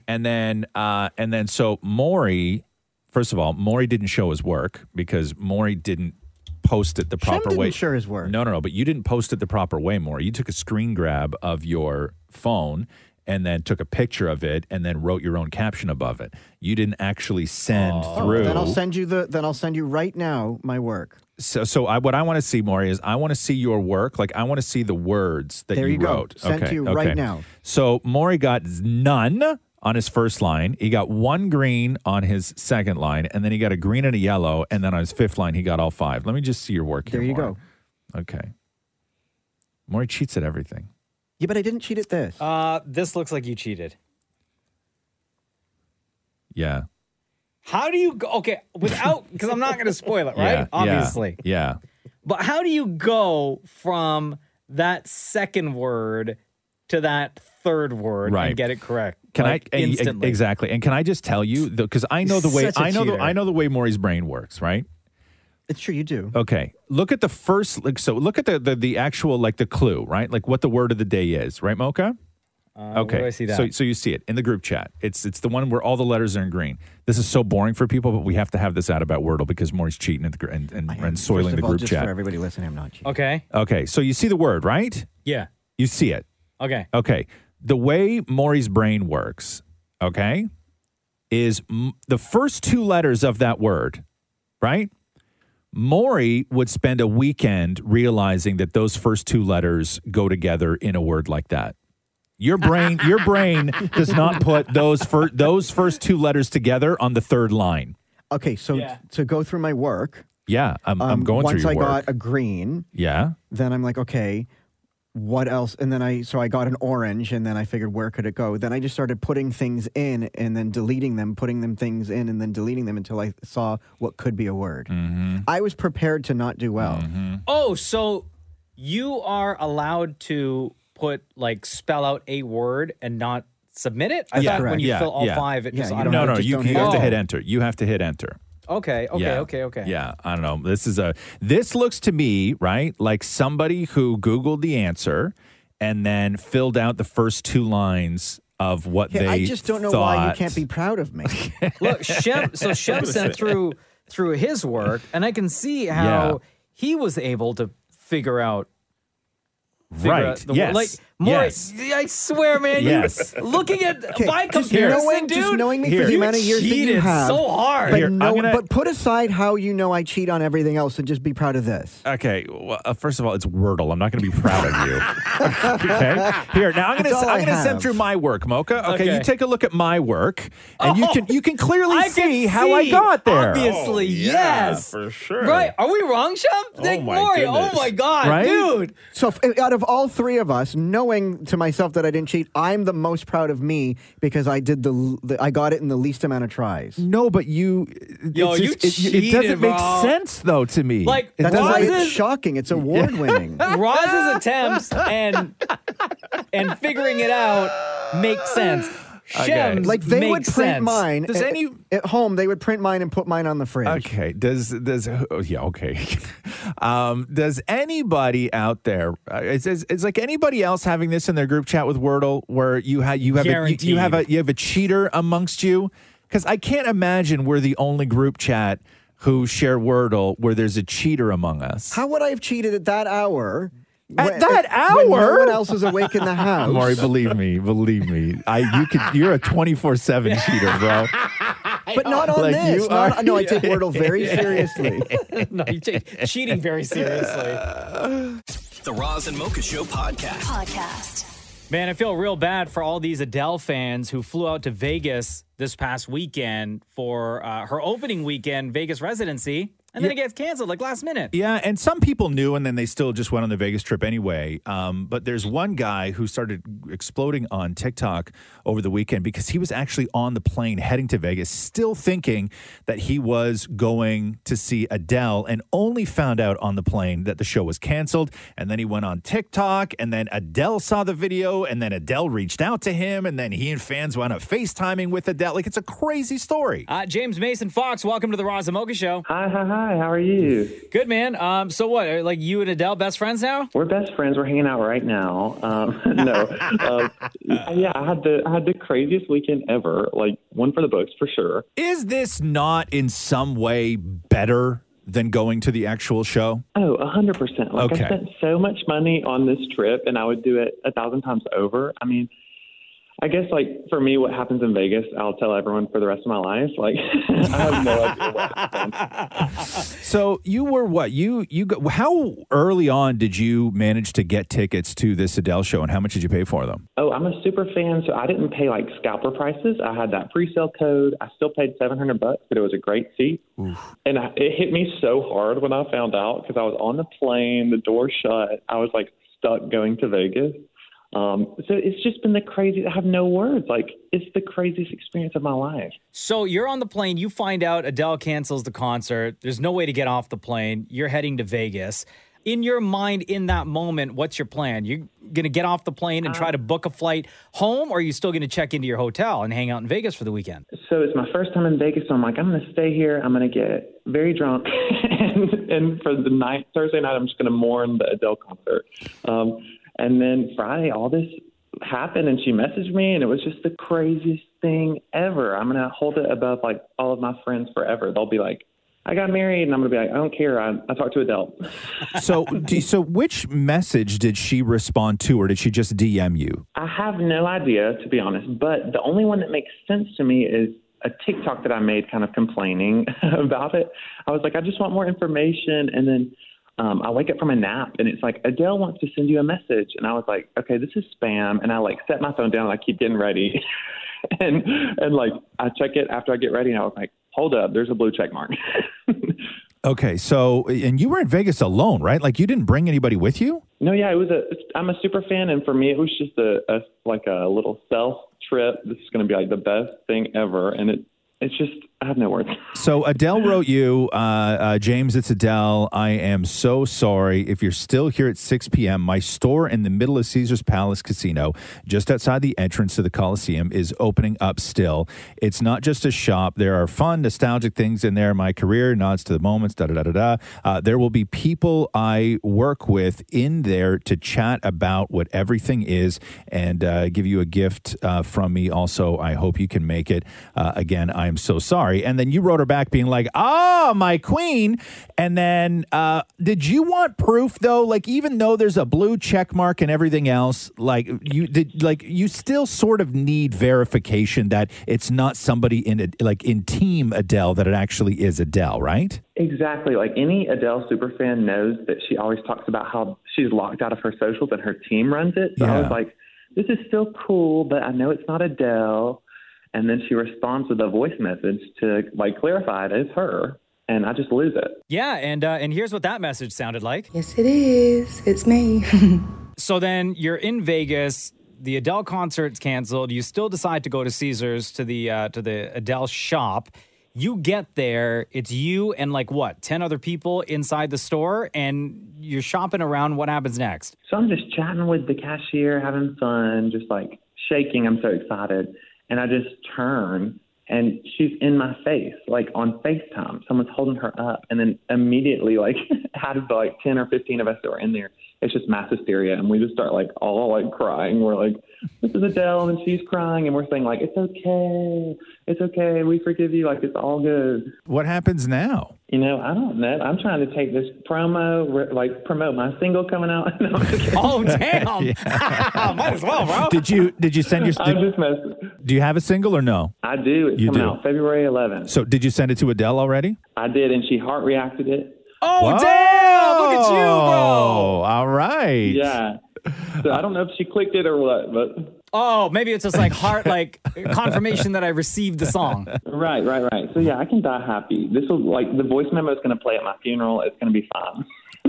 S4: and then uh, and then so Maury First of all, Maury didn't show his work because Maury didn't post it the proper
S5: didn't
S4: way.
S5: share his work.
S4: No, no, no. But you didn't post it the proper way, Maury. You took a screen grab of your phone and then took a picture of it and then wrote your own caption above it. You didn't actually send
S5: Oh.
S4: through.
S5: Then I'll send you the. Then I'll send you right now my work.
S4: so, so I, what I want to see, Maury, is I want to see your work. Like I want to see the words that
S5: There you go.
S4: wrote.
S5: Sent to you right now.
S4: So Maury got none on his first line. He got one green on his second line, and then he got a green and a yellow, and then on his fifth line he got all five. Let me just see your work here.
S5: There you
S4: Maury. Okay. Maury cheats at everything.
S5: Yeah, but I didn't cheat at this.
S6: Uh, this looks like you cheated.
S4: Yeah.
S6: How do you go? Okay, without because I'm not going to spoil it,
S4: Yeah,
S6: right?
S4: yeah,
S6: Obviously.
S4: Yeah.
S6: But how do you go from that second word to that third word
S4: Right.
S6: and get it correct?
S4: Can
S6: like,
S4: I and- and-
S6: instantly?
S4: exactly? And can I just tell you because I know the
S6: He's
S4: way
S6: such a
S4: I know the,
S6: cheater.
S4: I know the way Maury's brain works, right?
S5: It's true you do.
S4: Okay. Look at the first like so look at the, the the actual like the clue, right? Like what the word of the day is, right, Mocha?
S6: Uh, where do I see that?
S4: So so you see it in the group chat. It's it's the one where all the letters are in green. This is so boring for people, but we have to have this out about Wordle because Maury's cheating at the, gr- and, and, and soiling
S5: First of
S4: the
S5: all,
S4: group
S5: just
S4: chat.
S5: for everybody listening, I'm not cheating.
S6: okay.
S4: Okay. So you see the word, right?
S6: Yeah.
S4: You see it.
S6: Okay.
S4: Okay. The way Maury's brain works, okay, is m- the first two letters of that word, right? Maury would spend a weekend realizing that those first two letters go together in a word like that. Your brain, your brain does not put those fir- those first two letters together on the third line.
S5: Okay, so to go through my work.
S4: Yeah, I'm, I'm
S5: um,
S4: going
S5: once
S4: through your
S5: I
S4: work.
S5: got a green,
S4: yeah.
S5: then I'm like, okay, what else? And then I so I got an orange, and then I figured where could it go? Then I just started putting things in and then deleting them, putting them things in and then deleting them until I saw what could be a word.
S4: Mm-hmm.
S5: I was prepared to not do well.
S6: Oh, so you are allowed to put like spell out a word and not submit it? I thought when you fill all five, it just
S4: no, no.
S6: automatically.
S4: You, you
S6: Oh,
S4: have to hit enter. You have to hit enter.
S6: Okay. Okay.
S4: Yeah.
S6: Okay. Okay.
S4: Yeah, I don't know. This is a this looks to me, right, like somebody who googled the answer and then filled out the first two lines of what
S5: Okay,
S4: they
S5: I just don't know why you
S4: thought.
S5: can't be proud of me.
S6: Look, Shem. So Shem sent through through his work, and I can see how
S4: Yeah.
S6: he was able to figure out figure
S4: Right.
S6: out the
S4: Yes.
S6: like more
S4: Yes.
S6: I swear, man.
S4: Yes.
S6: You, looking at
S5: Okay,
S6: by
S5: just
S6: comparison,
S5: knowing,
S6: dude,
S5: just knowing me
S6: Here.
S5: for the
S6: you
S5: amount of years that you
S6: cheated
S5: have.
S6: so hard.
S5: But,
S4: Here, I'm
S5: no,
S4: gonna-
S5: but put aside how you know I cheat on everything else and just be proud of this.
S4: Okay. Well, uh, first of all, it's Wordle. I'm not going to be proud of you. okay. Here now, I'm going
S5: It's
S4: to
S5: all I
S4: I'm going to
S5: have.
S4: send through my work, Mocha. Okay,
S5: Okay.
S4: You take a look at my work, and you
S6: Oh,
S4: can you can clearly
S6: I can
S4: see how I
S6: see,
S4: got there. Oh,
S6: Obviously, yes,
S14: sure.
S6: Right? Are we wrong, Chef? Nick
S5: my
S6: Mori,
S5: goodness.
S6: Oh my god,
S5: Right?
S6: dude.
S5: So, if, out of all three of us, knowing to myself that I didn't cheat, I'm the most proud of me because I did the, l- the I got it in the least amount of tries.
S15: No, but you, uh,
S6: Yo,
S15: it's
S6: you
S15: just- it- it,
S6: cheated,
S15: doesn't make
S6: bro.
S15: sense though to me.
S6: Like,
S15: It
S5: that's
S15: doesn't
S5: why
S15: make-
S5: it's shocking. It's award winning.
S6: Roz's attempts and and figuring it out makes sense. Shem's
S5: Like they would print
S6: makes sense.
S5: mine. at, at home? They would print mine and put mine on the fridge.
S4: Okay. Does does oh, yeah? Okay. um, does anybody out there? Uh, is, is, is like anybody else having this in their group chat with Wordle, where you have you have a, you, you have a you have a cheater amongst you? Because I can't imagine we're the only group chat who share Wordle where there's a cheater among us.
S5: How would I have cheated at that hour?
S4: At
S5: when-
S4: that
S5: when no
S4: hour?
S5: one else is awake in the house.
S4: Maury, believe me, believe me. I you could you're a twenty four seven cheater, bro.
S5: but not on
S4: Like,
S5: this.
S4: you
S5: Not,
S4: are-
S5: no, I take Wordle very seriously.
S6: no, you take cheating very seriously.
S1: The Roz and Mocha Show podcast.
S16: Podcast.
S6: Man, I feel real bad for all these Adele fans who flew out to Vegas this past weekend for uh, her opening weekend Vegas residency, and then it gets canceled like last minute.
S4: Yeah, and some people knew, and then they still just went on the Vegas trip anyway. Um, but there's one guy who started exploding on TikTok over the weekend because he was actually on the plane heading to Vegas, still thinking that he was going to see Adele, and only found out on the plane that the show was canceled. And then he went on TikTok, and then Adele saw the video, and then Adele reached out to him, and then he and fans wound up FaceTiming with Adele. Like, it's a crazy story.
S6: Uh, James Mason Fox, welcome to the Roz and Mocha Show.
S17: Hi, hi, hi. How are you?
S6: Good man. Um, so what? are, Like you and Adele, best friends now?
S17: We're best friends. We're hanging out right now. Um, no, uh, yeah, I had the I had the craziest weekend ever. Like one for the books for sure.
S4: Is this not in some way better than going to the actual show?
S17: Oh, a hundred percent. Like
S4: Okay.
S17: I spent so much money on this trip, and I would do it a thousand times over. I mean, I guess like for me, what happens in Vegas, I'll tell everyone for the rest of my life. Like I have no idea.
S4: So you were what you you go, how early on did you manage to get tickets to this Adele show and how much did you pay for them?
S17: Oh, I'm a super fan, so I didn't pay like scalper prices. I had that pre-sale code. I still paid 700 bucks, but it was a great seat. And I, it hit me so hard when I found out because I was on the plane, the door shut. I was like stuck going to Vegas. Um, so it's just been the craziest. I have no words. Like it's the craziest experience of my life.
S6: So you're on the plane. You find out Adele cancels the concert. There's no way to get off the plane. You're heading to Vegas. In your mind, in that moment, what's your plan? You're gonna get off the plane and try
S17: Uh,
S6: to book a flight home, or are you still gonna check into your hotel and hang out in Vegas for the weekend?
S17: So it's my first time in Vegas, so I'm like, I'm gonna stay here. I'm gonna get very drunk, and, and for the night Thursday night, I'm just gonna mourn the Adele concert. Um, and then Friday, all this happened, and she messaged me, and it was just the craziest thing ever. I'm gonna hold it above like all of my friends forever. They'll be like, I got married, and I'm gonna be like, I don't care. I, I talked to Adele.
S4: So do, so which message did she respond to or did she just DM you?
S17: I have no idea, to be honest. But the only one that makes sense to me is a TikTok that I made, kind of complaining about it. I was like, I just want more information, and then um, I wake up from a nap, and it's like Adele wants to send you a message, and I was like, okay, this is spam, and I like set my phone down, and I keep getting ready, and and like I check it after I get ready, and I was like, hold up, there's a blue check mark.
S4: Okay, so and you were in Vegas alone, right? Like you didn't bring anybody with you?
S17: No, yeah, it was a. I'm a super fan, and for me, it was just a, a like a little self trip. This is going to be like the best thing ever, and it it's just I have no words.
S4: So Adele wrote you, uh, uh, James. It's Adele. I am so sorry if you're still here at 6 p.m. My store in the middle of Caesar's Palace Casino, just outside the entrance to the Coliseum, is opening up still. It's not just a shop. There are fun, nostalgic things in there. My career nods to the moments. Da da da da da. Uh, there will be people I work with in there to chat about what everything is and uh, give you a gift uh, from me. Also, I hope you can make it. Uh, again, I am so sorry. sorry. And then you wrote her back being like, ah, my queen. And then uh, did you want proof though? Like, even though there's a blue check mark and everything else, like you did, like you still sort of need verification that it's not somebody in a, like in team Adele that it actually is Adele, right?
S17: Exactly. Like any Adele superfan knows that she always talks about how she's locked out of her socials and her team runs it. So I
S4: Yeah.
S17: was like, this is still cool, but I know it's not Adele. And then she responds with a voice message to like clarify it is her. And I just lose it.
S6: Yeah, and uh, and here's what that message sounded like.
S18: Yes, it is. It's me.
S6: So then you're in Vegas. The Adele concert's canceled. You still decide to go to Caesars to the uh, to the Adele shop. You get there. It's you and like what ten other people inside the store, and you're shopping around. What happens next?
S17: So I'm just chatting with the cashier, having fun, just like shaking. I'm so excited. And I just turn and she's in my face, like on FaceTime. Someone's holding her up. And then immediately, like, out of like 10 or 15 of us that were in there, it's just mass hysteria. And we just start like all like crying. We're like, this is Adele. And she's crying. And we're saying, like, it's okay. It's okay. We forgive you. Like, it's all good.
S4: What happens now?
S17: You know, I don't know. I'm trying to take this promo, re- like, promote my single coming out.
S6: oh, damn. Might as well, bro.
S4: Did you did you send your?
S17: I'm
S4: did-
S17: just messing.
S4: do you have a single or no?
S17: I do. It's
S4: You
S17: coming
S4: do.
S17: out February 11th.
S4: So did you send it to Adele already?
S17: I did, and she heart reacted it.
S6: Oh
S4: damn! Look at you, bro. All right.
S17: Yeah. So I don't know if she clicked it or what, but
S6: Oh, maybe it's just like heart, like confirmation that I received the song.
S17: right, right, right. So yeah, I can die happy. This will like the voice memo is going to play at my funeral. It's going to be fine.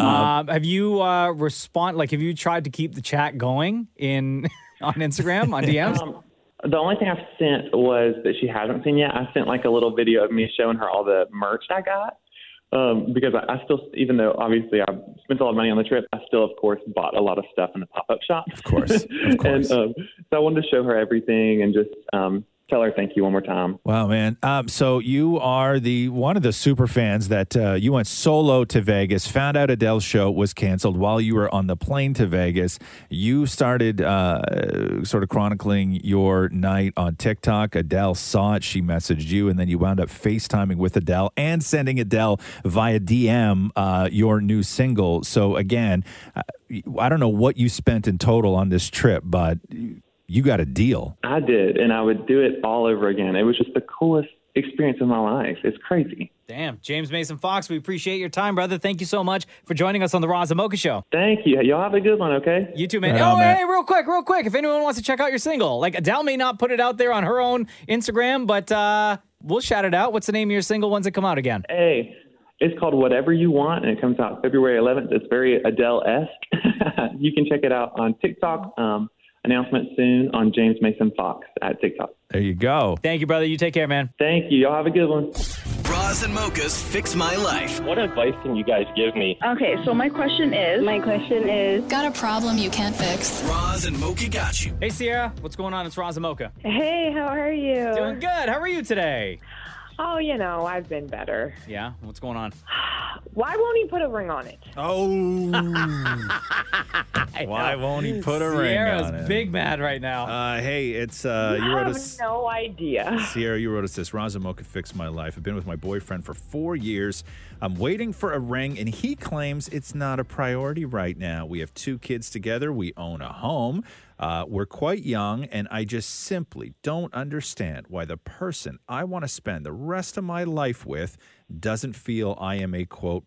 S6: Um, have you uh, respond like have you tried to keep the chat going in on Instagram on DMs?
S17: Um, the only thing I've sent was that she hasn't seen yet. I sent like a little video of me showing her all the merch I got. Um, because I, I still, even though obviously I spent a lot of money on the trip, I still, of course, bought a lot of stuff in the pop up shop. Of
S4: course,
S17: of course. and um, so I wanted to show her everything and just um, tell her thank you one more time.
S4: Wow, man. Um, so you are the one of the super fans that uh, you went solo to Vegas, found out Adele's show was canceled while you were on the plane to Vegas. You started uh, sort of chronicling your night on TikTok. Adele saw it. She messaged you, and then you wound up FaceTiming with Adele and sending Adele via DM uh, your new single. So again, I- I don't know what you spent in total on this trip, but you got a deal.
S17: I did, and I would do it all over again. It was just the coolest experience of my life. It's crazy.
S6: Damn, James Mason Fox, we appreciate your time, brother. Thank you so much for joining us on the Roz and Mocha Show.
S17: Thank you. Y'all have a good one, okay?
S6: You too, man.
S17: Right
S6: oh,
S17: on, man.
S6: hey, real quick, real quick. If anyone wants to check out your single, like Adele may not put it out there on her own Instagram, but uh, we'll shout it out. What's the name of your single once it come out again?
S17: Hey, it's called Whatever You Want, and it comes out February 11th. It's very Adele esque. you can check it out on TikTok. Um, announcement soon on James Mason Fox at TikTok.
S4: There you go.
S6: Thank you, brother. You take care, man.
S17: Thank you. Y'all have a good one.
S1: Bras and mochas fix my life.
S19: What advice can you guys give me?
S2: Okay, so my question is. My question is. Got a problem you can't fix.
S1: Bras and mocha got you.
S6: Hey, Sierra, what's going on? It's Roz and Mocha.
S20: Hey, how are you?
S6: Doing good. How are you today?
S20: Oh, you know, I've been better.
S6: Yeah, what's going on?
S20: Why won't he put a ring on it?
S4: Oh.
S6: Hmm.
S4: Why won't he put a ring
S6: Sierra's
S4: on it?
S6: big mad right now.
S4: Uh, hey, it's uh, you wrote
S20: I have
S4: us.
S20: no idea.
S4: Sierra, you wrote us this. Raza Mocha fixed my life. I've been with my boyfriend for four years. I'm waiting for a ring, and he claims it's not a priority right now. We have two kids together. We own a home. Uh, we're quite young, and I just simply don't understand why the person I want to spend the rest of my life with doesn't feel I am a quote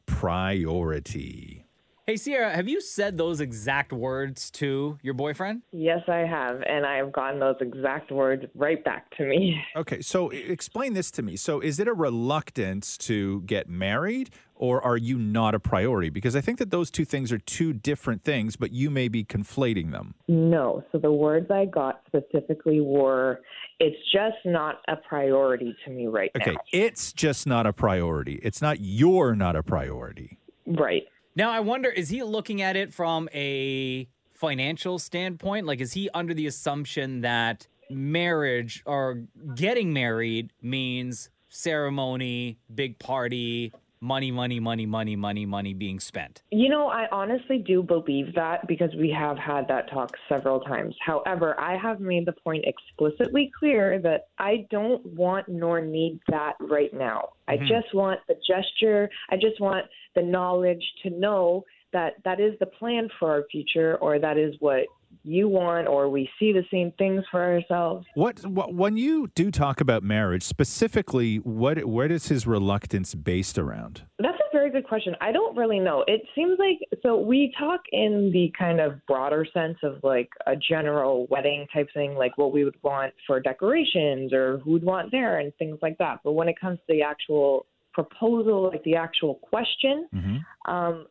S4: priority.
S6: Hey, Sierra, have you said those exact words to your boyfriend?
S20: Yes, I have, and I have gotten those exact words right back to me.
S4: Okay, so e- explain this to me. So, is it a reluctance to get married, or are you not a priority? Because I think that those two things are two different things, but you may be conflating them.
S20: No, so the words I got specifically were, "It's just not a priority to me right
S4: Okay, it's just not a priority. It's not you're not a priority.
S20: now." Right.
S6: Now, I wonder, is he looking at it from a financial standpoint? Like, is he under the assumption that marriage or getting married means ceremony, big party, money, money, money, money, money, money being spent.
S20: You know, I honestly do believe that because we have had that talk several times. However, I have made the point explicitly clear that I don't want nor need that right now. I
S21: Mhm.
S20: just want the gesture, I just want the knowledge to know that that is the plan for our future or that is what you want or we see the same things for ourselves.
S4: What, what when you do talk about marriage specifically, what where is his reluctance based around?
S20: That's a very good question. I don't really know. It seems like so we talk in the kind of broader sense of like a general wedding type thing, like what we would want for decorations or who'd want there and things like that. But when it comes to the actual proposal, like the actual question,
S11: Mm-hmm.
S20: um,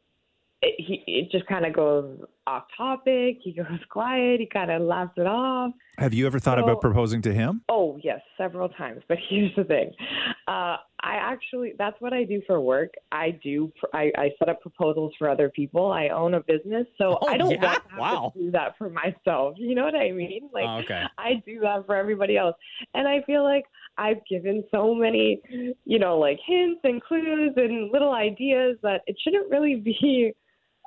S20: it, he it just kind of goes off topic. He goes quiet. He kind of laughs it off.
S4: Have you ever thought
S20: So-
S4: about proposing to him?
S20: Oh, yes, several times. But here's the thing. Uh, I actually, that's what I do for work. I do, pr- I, I set up proposals for other people. I own a business. So
S21: Oh,
S20: I don't
S21: yeah?
S20: want to have
S21: Wow.
S20: to do that for myself. You know what I mean? Like,
S21: Oh, okay.
S20: I do that for everybody else. And I feel like I've given so many, you know, like hints and clues and little ideas that it shouldn't really be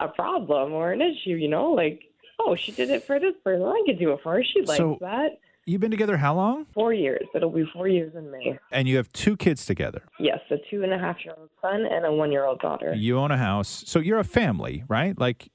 S20: a problem or an issue, you know? Like, oh, she did it for this person. I could do it for her. She likes
S4: So-
S20: that.
S4: You've been together how long?
S20: Four years. It'll be four years in May.
S4: And you have two kids together.
S20: Yes, a two and a half year old son and a one year old daughter.
S4: You own a house, so you're a family, right? Like,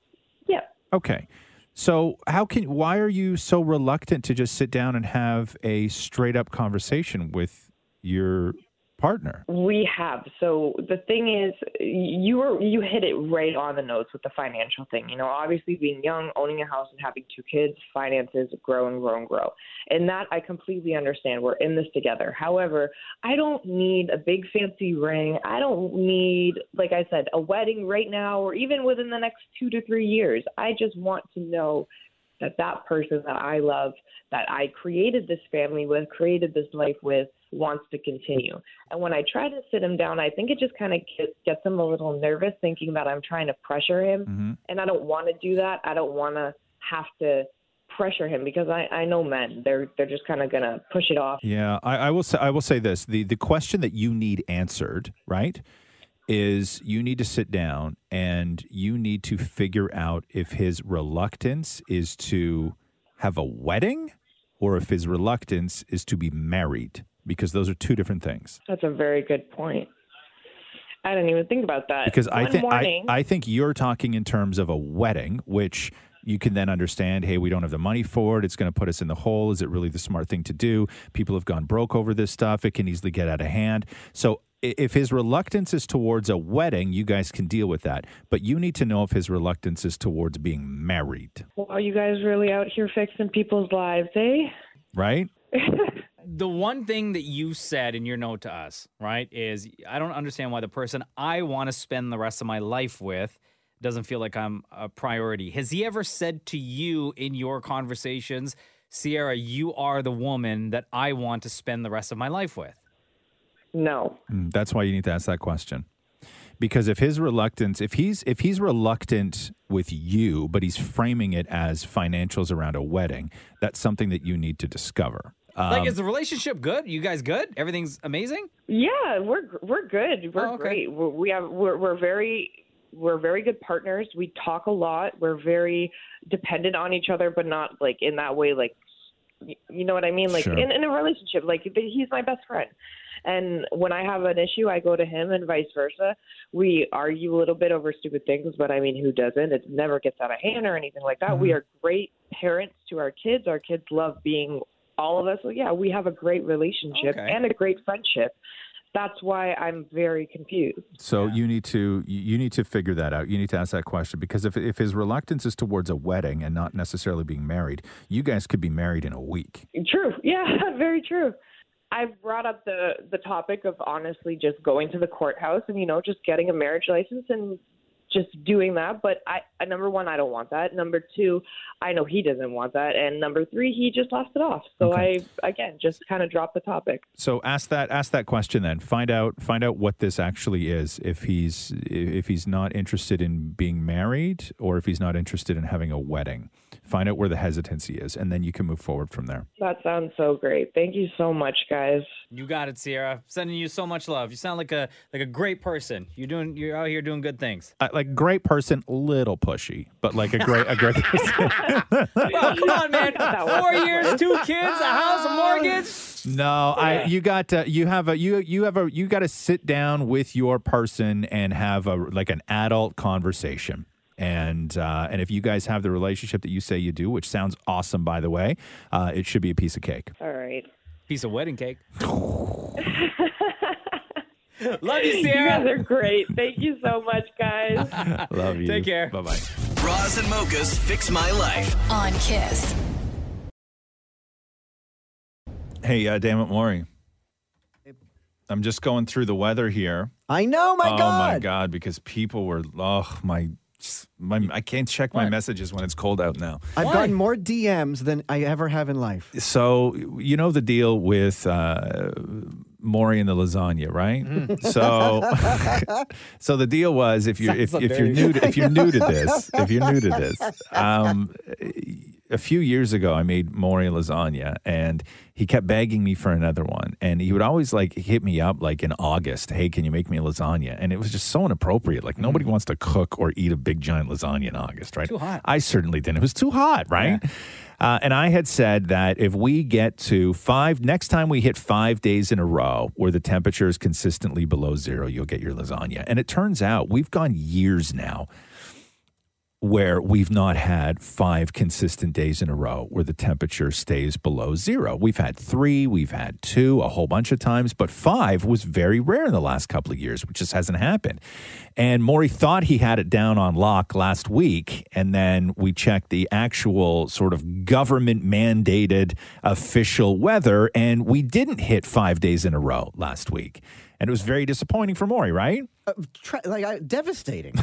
S20: Yeah.
S4: okay. So how can why are you so reluctant to just sit down and have a straight up conversation with your partner?
S20: We have. So the thing is, you were you hit it right on the nose with the financial thing. You know, obviously being young, owning a house, and having two kids, finances grow and grow and grow. And that I completely understand. We're in this together. However, I don't need a big fancy ring. I don't need, like I said, a wedding right now or even within the next two to three years. I just want to know that that person that I love, that I created this family with, created this life with, wants to continue. And when I try to sit him down, I think it just kind of gets, gets him a little nervous, thinking that I'm trying to pressure him. And I don't want to do that. I don't want to have to pressure him because I, I know men, they're, they're just kind of going to push it off.
S4: Yeah, I, I will say I will say this. The the question that you need answered, right? Is you need to sit down and you need to figure out if his reluctance is to have a wedding or if his reluctance is to be married, because those are two different things.
S20: That's a very good point. I didn't even think about that.
S4: Because I
S20: Uh, One
S4: think I,
S20: morning,
S4: I think you're talking in terms of a wedding, which you can then understand, hey, we don't have the money for it. It's going to put us in the hole. Is it really the smart thing to do? People have gone broke over this stuff. It can easily get out of hand. So i- if his reluctance is towards a wedding, you guys can deal with that. But you need to know if his reluctance is towards being married,
S20: well, are you guys really out here fixing people's lives, eh?
S4: right?
S6: the one thing that you said in your note to us, right, is I don't understand why the person I want to spend the rest of my life with doesn't feel like I'm a priority. Has he ever said to you in your conversations, Sierra, you are the woman that I want to spend the rest of my life with?
S20: No.
S4: Mm, That's why you need to ask that question. Because if his reluctance, if he's if he's reluctant with you, but he's framing it as financials around a wedding, that's something that you need to discover. Um,
S6: like, is the relationship good? You guys good? Everything's amazing?
S20: Yeah, we're we're good. We're
S6: Oh, okay.
S20: great. We're, we have we're we're very we're very good partners. We talk a lot. We're very dependent on each other, but not like in that way. Like y- you know what I mean? Like
S21: Sure.
S20: in in a relationship, like th- he's my best friend. And when I have an issue, I go to him, and vice versa. We argue a little bit over stupid things, but I mean, who doesn't? It never gets out of hand or anything like that. We
S21: Mhm.
S20: are great parents to our kids. Our kids love being all of us. So yeah, we have a great relationship
S4: Okay.
S20: and a great friendship. That's why I'm very confused.
S4: so you need to you you need to figure that out. You need to ask that question because if if his reluctance is towards a wedding and not necessarily being married, you guys could be married in a week.
S20: True. Yeah, very true. I brought up the the topic of honestly just going to the courthouse and you know just getting a marriage license and just doing that. But I uh, number one, I don't want that. Number two, I know he doesn't want that. And number three, he just lost it off. So I again just kind of dropped the topic.
S4: So ask that ask that question then. Find out find out what this actually is. If he's if he's not interested in being married or if he's not interested in having a wedding. Find out where the hesitancy is and then you can move forward from there.
S20: That sounds so great. Thank you so much, guys.
S6: You got it, Sierra. Sending you so much love. You sound like a like a great person. You're doing you're out here doing good things.
S4: Uh, like great person, little pushy, but like a great a great person.
S6: Well, come on, man. Four years, two kids, a house, a
S5: Oh.
S6: mortgage.
S4: No, I
S6: Yeah.
S4: you got to, you have a you you have a you got to sit down with your person and have a like an adult conversation. And uh, and if you guys have the relationship that you say you do, which sounds awesome by the way, uh, it should be a piece of cake.
S20: All right.
S6: Piece of wedding cake.
S20: Love
S6: you, Sarah.
S20: You guys are great. Thank you so much, guys.
S4: Love you.
S6: Take care. Bye
S4: bye.
S1: Bras and mochas fix my life.
S10: On Kiss.
S4: Hey, uh, damn it, Maury. I'm just going through the weather here.
S5: I know, my
S4: oh
S5: God.
S4: my God, because people were, oh, my, my I can't check my messages when it's cold out now.
S5: I've gotten more DMs than I ever have in life.
S4: So, you know the deal with uh, Maury and the lasagna, right? So, so the deal was if you're, if,
S9: Sounds
S4: if you're
S9: very-
S4: new, to, if you're new to this, if you're new to this, um, a few years ago, I made Maury lasagna, and he kept begging me for another one. And he would always like hit me up like in August, "Hey, can you make me lasagna?" And it was just so inappropriate. Like nobody wants to cook or eat a big giant lasagna in August, right?
S9: Mm. Too hot.
S4: I certainly didn't. It was too hot, right? Uh, and I had said that if we get to five, next time we hit five days in a row where the temperature is consistently below zero, you'll get your lasagna. And it turns out we've gone years now where we've not had five consistent days in a row where the temperature stays below zero. We've had three, we've had two, a whole bunch of times, but five was very rare in the last couple of years, which just hasn't happened. And Maury thought he had it down on lock last week, and then we checked the actual sort of government mandated official weather, and we didn't hit five days in a row last week. And it was very disappointing for Maury, right?
S5: Tra- like I, devastating.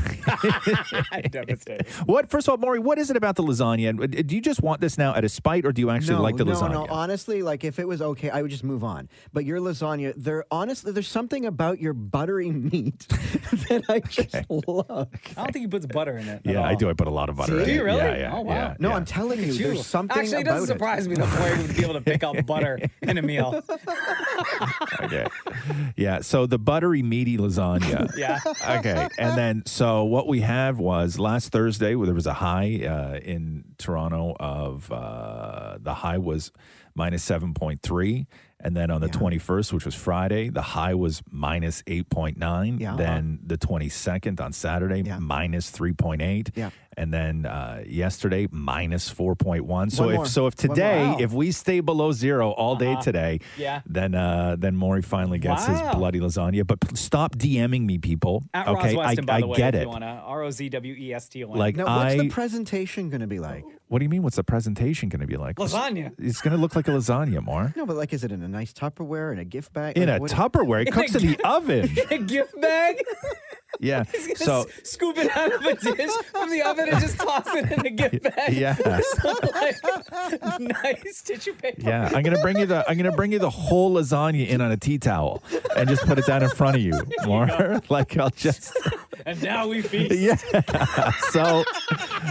S6: Devastating.
S4: What? First of all, Maury, what is it about the lasagna? And, uh, Do you just want this now out of spite, or do you actually
S5: no,
S4: like the
S5: no,
S4: lasagna?
S5: No, honestly, like if it was okay, I would just move on. But your lasagna, there honestly, there's something about your buttery meat that I just love.
S6: I don't think he puts butter in it. at
S4: Yeah, I
S6: all.
S4: do. I put a lot of butter.
S6: See?
S4: in
S6: Do
S4: it.
S6: you really?
S4: Yeah, yeah,
S6: Oh, wow.
S4: yeah,
S5: No,
S4: yeah.
S5: I'm telling you,
S6: Look at you.
S5: there's something
S6: Actually, it
S5: about
S6: doesn't surprise me that Flair would be able to pick out butter in a meal.
S4: okay. Yeah. So the buttery meaty lasagna.
S6: Yeah.
S4: Okay. And then so what we have was last Thursday where there was a high uh, in Toronto of uh, the high was minus seven point three. And then on the twenty first, which was Friday, the high was minus eight point nine.
S9: Yeah.
S4: Then the twenty second on Saturday, minus three point eight.
S9: Yeah.
S4: And then uh, yesterday, minus four point one. So
S9: One
S4: if
S9: more.
S4: so if
S9: One more.
S4: today,
S9: Wow.
S4: if we stay below zero all day
S9: Uh-huh.
S4: today,
S9: Yeah.
S4: then uh, then Maury finally gets
S6: Wow.
S4: his bloody lasagna. But p- stop DMing me, people.
S6: At
S4: okay,
S6: Roz
S4: I,
S6: Weston, by
S4: I
S6: the way,
S4: get
S6: if
S4: it.
S6: you want to R O Z W E S T O N.
S4: Like,
S5: Now, what's
S4: I-
S5: the presentation going to be like?
S4: What do you mean? What's the presentation going to be like?
S5: Lasagna.
S4: It's going to look like a lasagna, Mar.
S5: No, but like, is it in a nice Tupperware and a gift bag?
S4: In
S5: Like,
S4: a
S5: what-
S4: Tupperware, it cooks in the oven.
S6: a gift bag.
S4: Yeah.
S6: He's
S4: So
S6: gonna s- scoop it out of a dish from the oven and just toss it in the gift bag.
S4: yeah.
S6: So, like, nice tissue paper.
S4: yeah, I'm going to bring you the I'm going to bring you the whole lasagna in on a tea towel and just put it down in front of you, Mar. like I'll just
S6: And now we feast.
S4: Yeah. so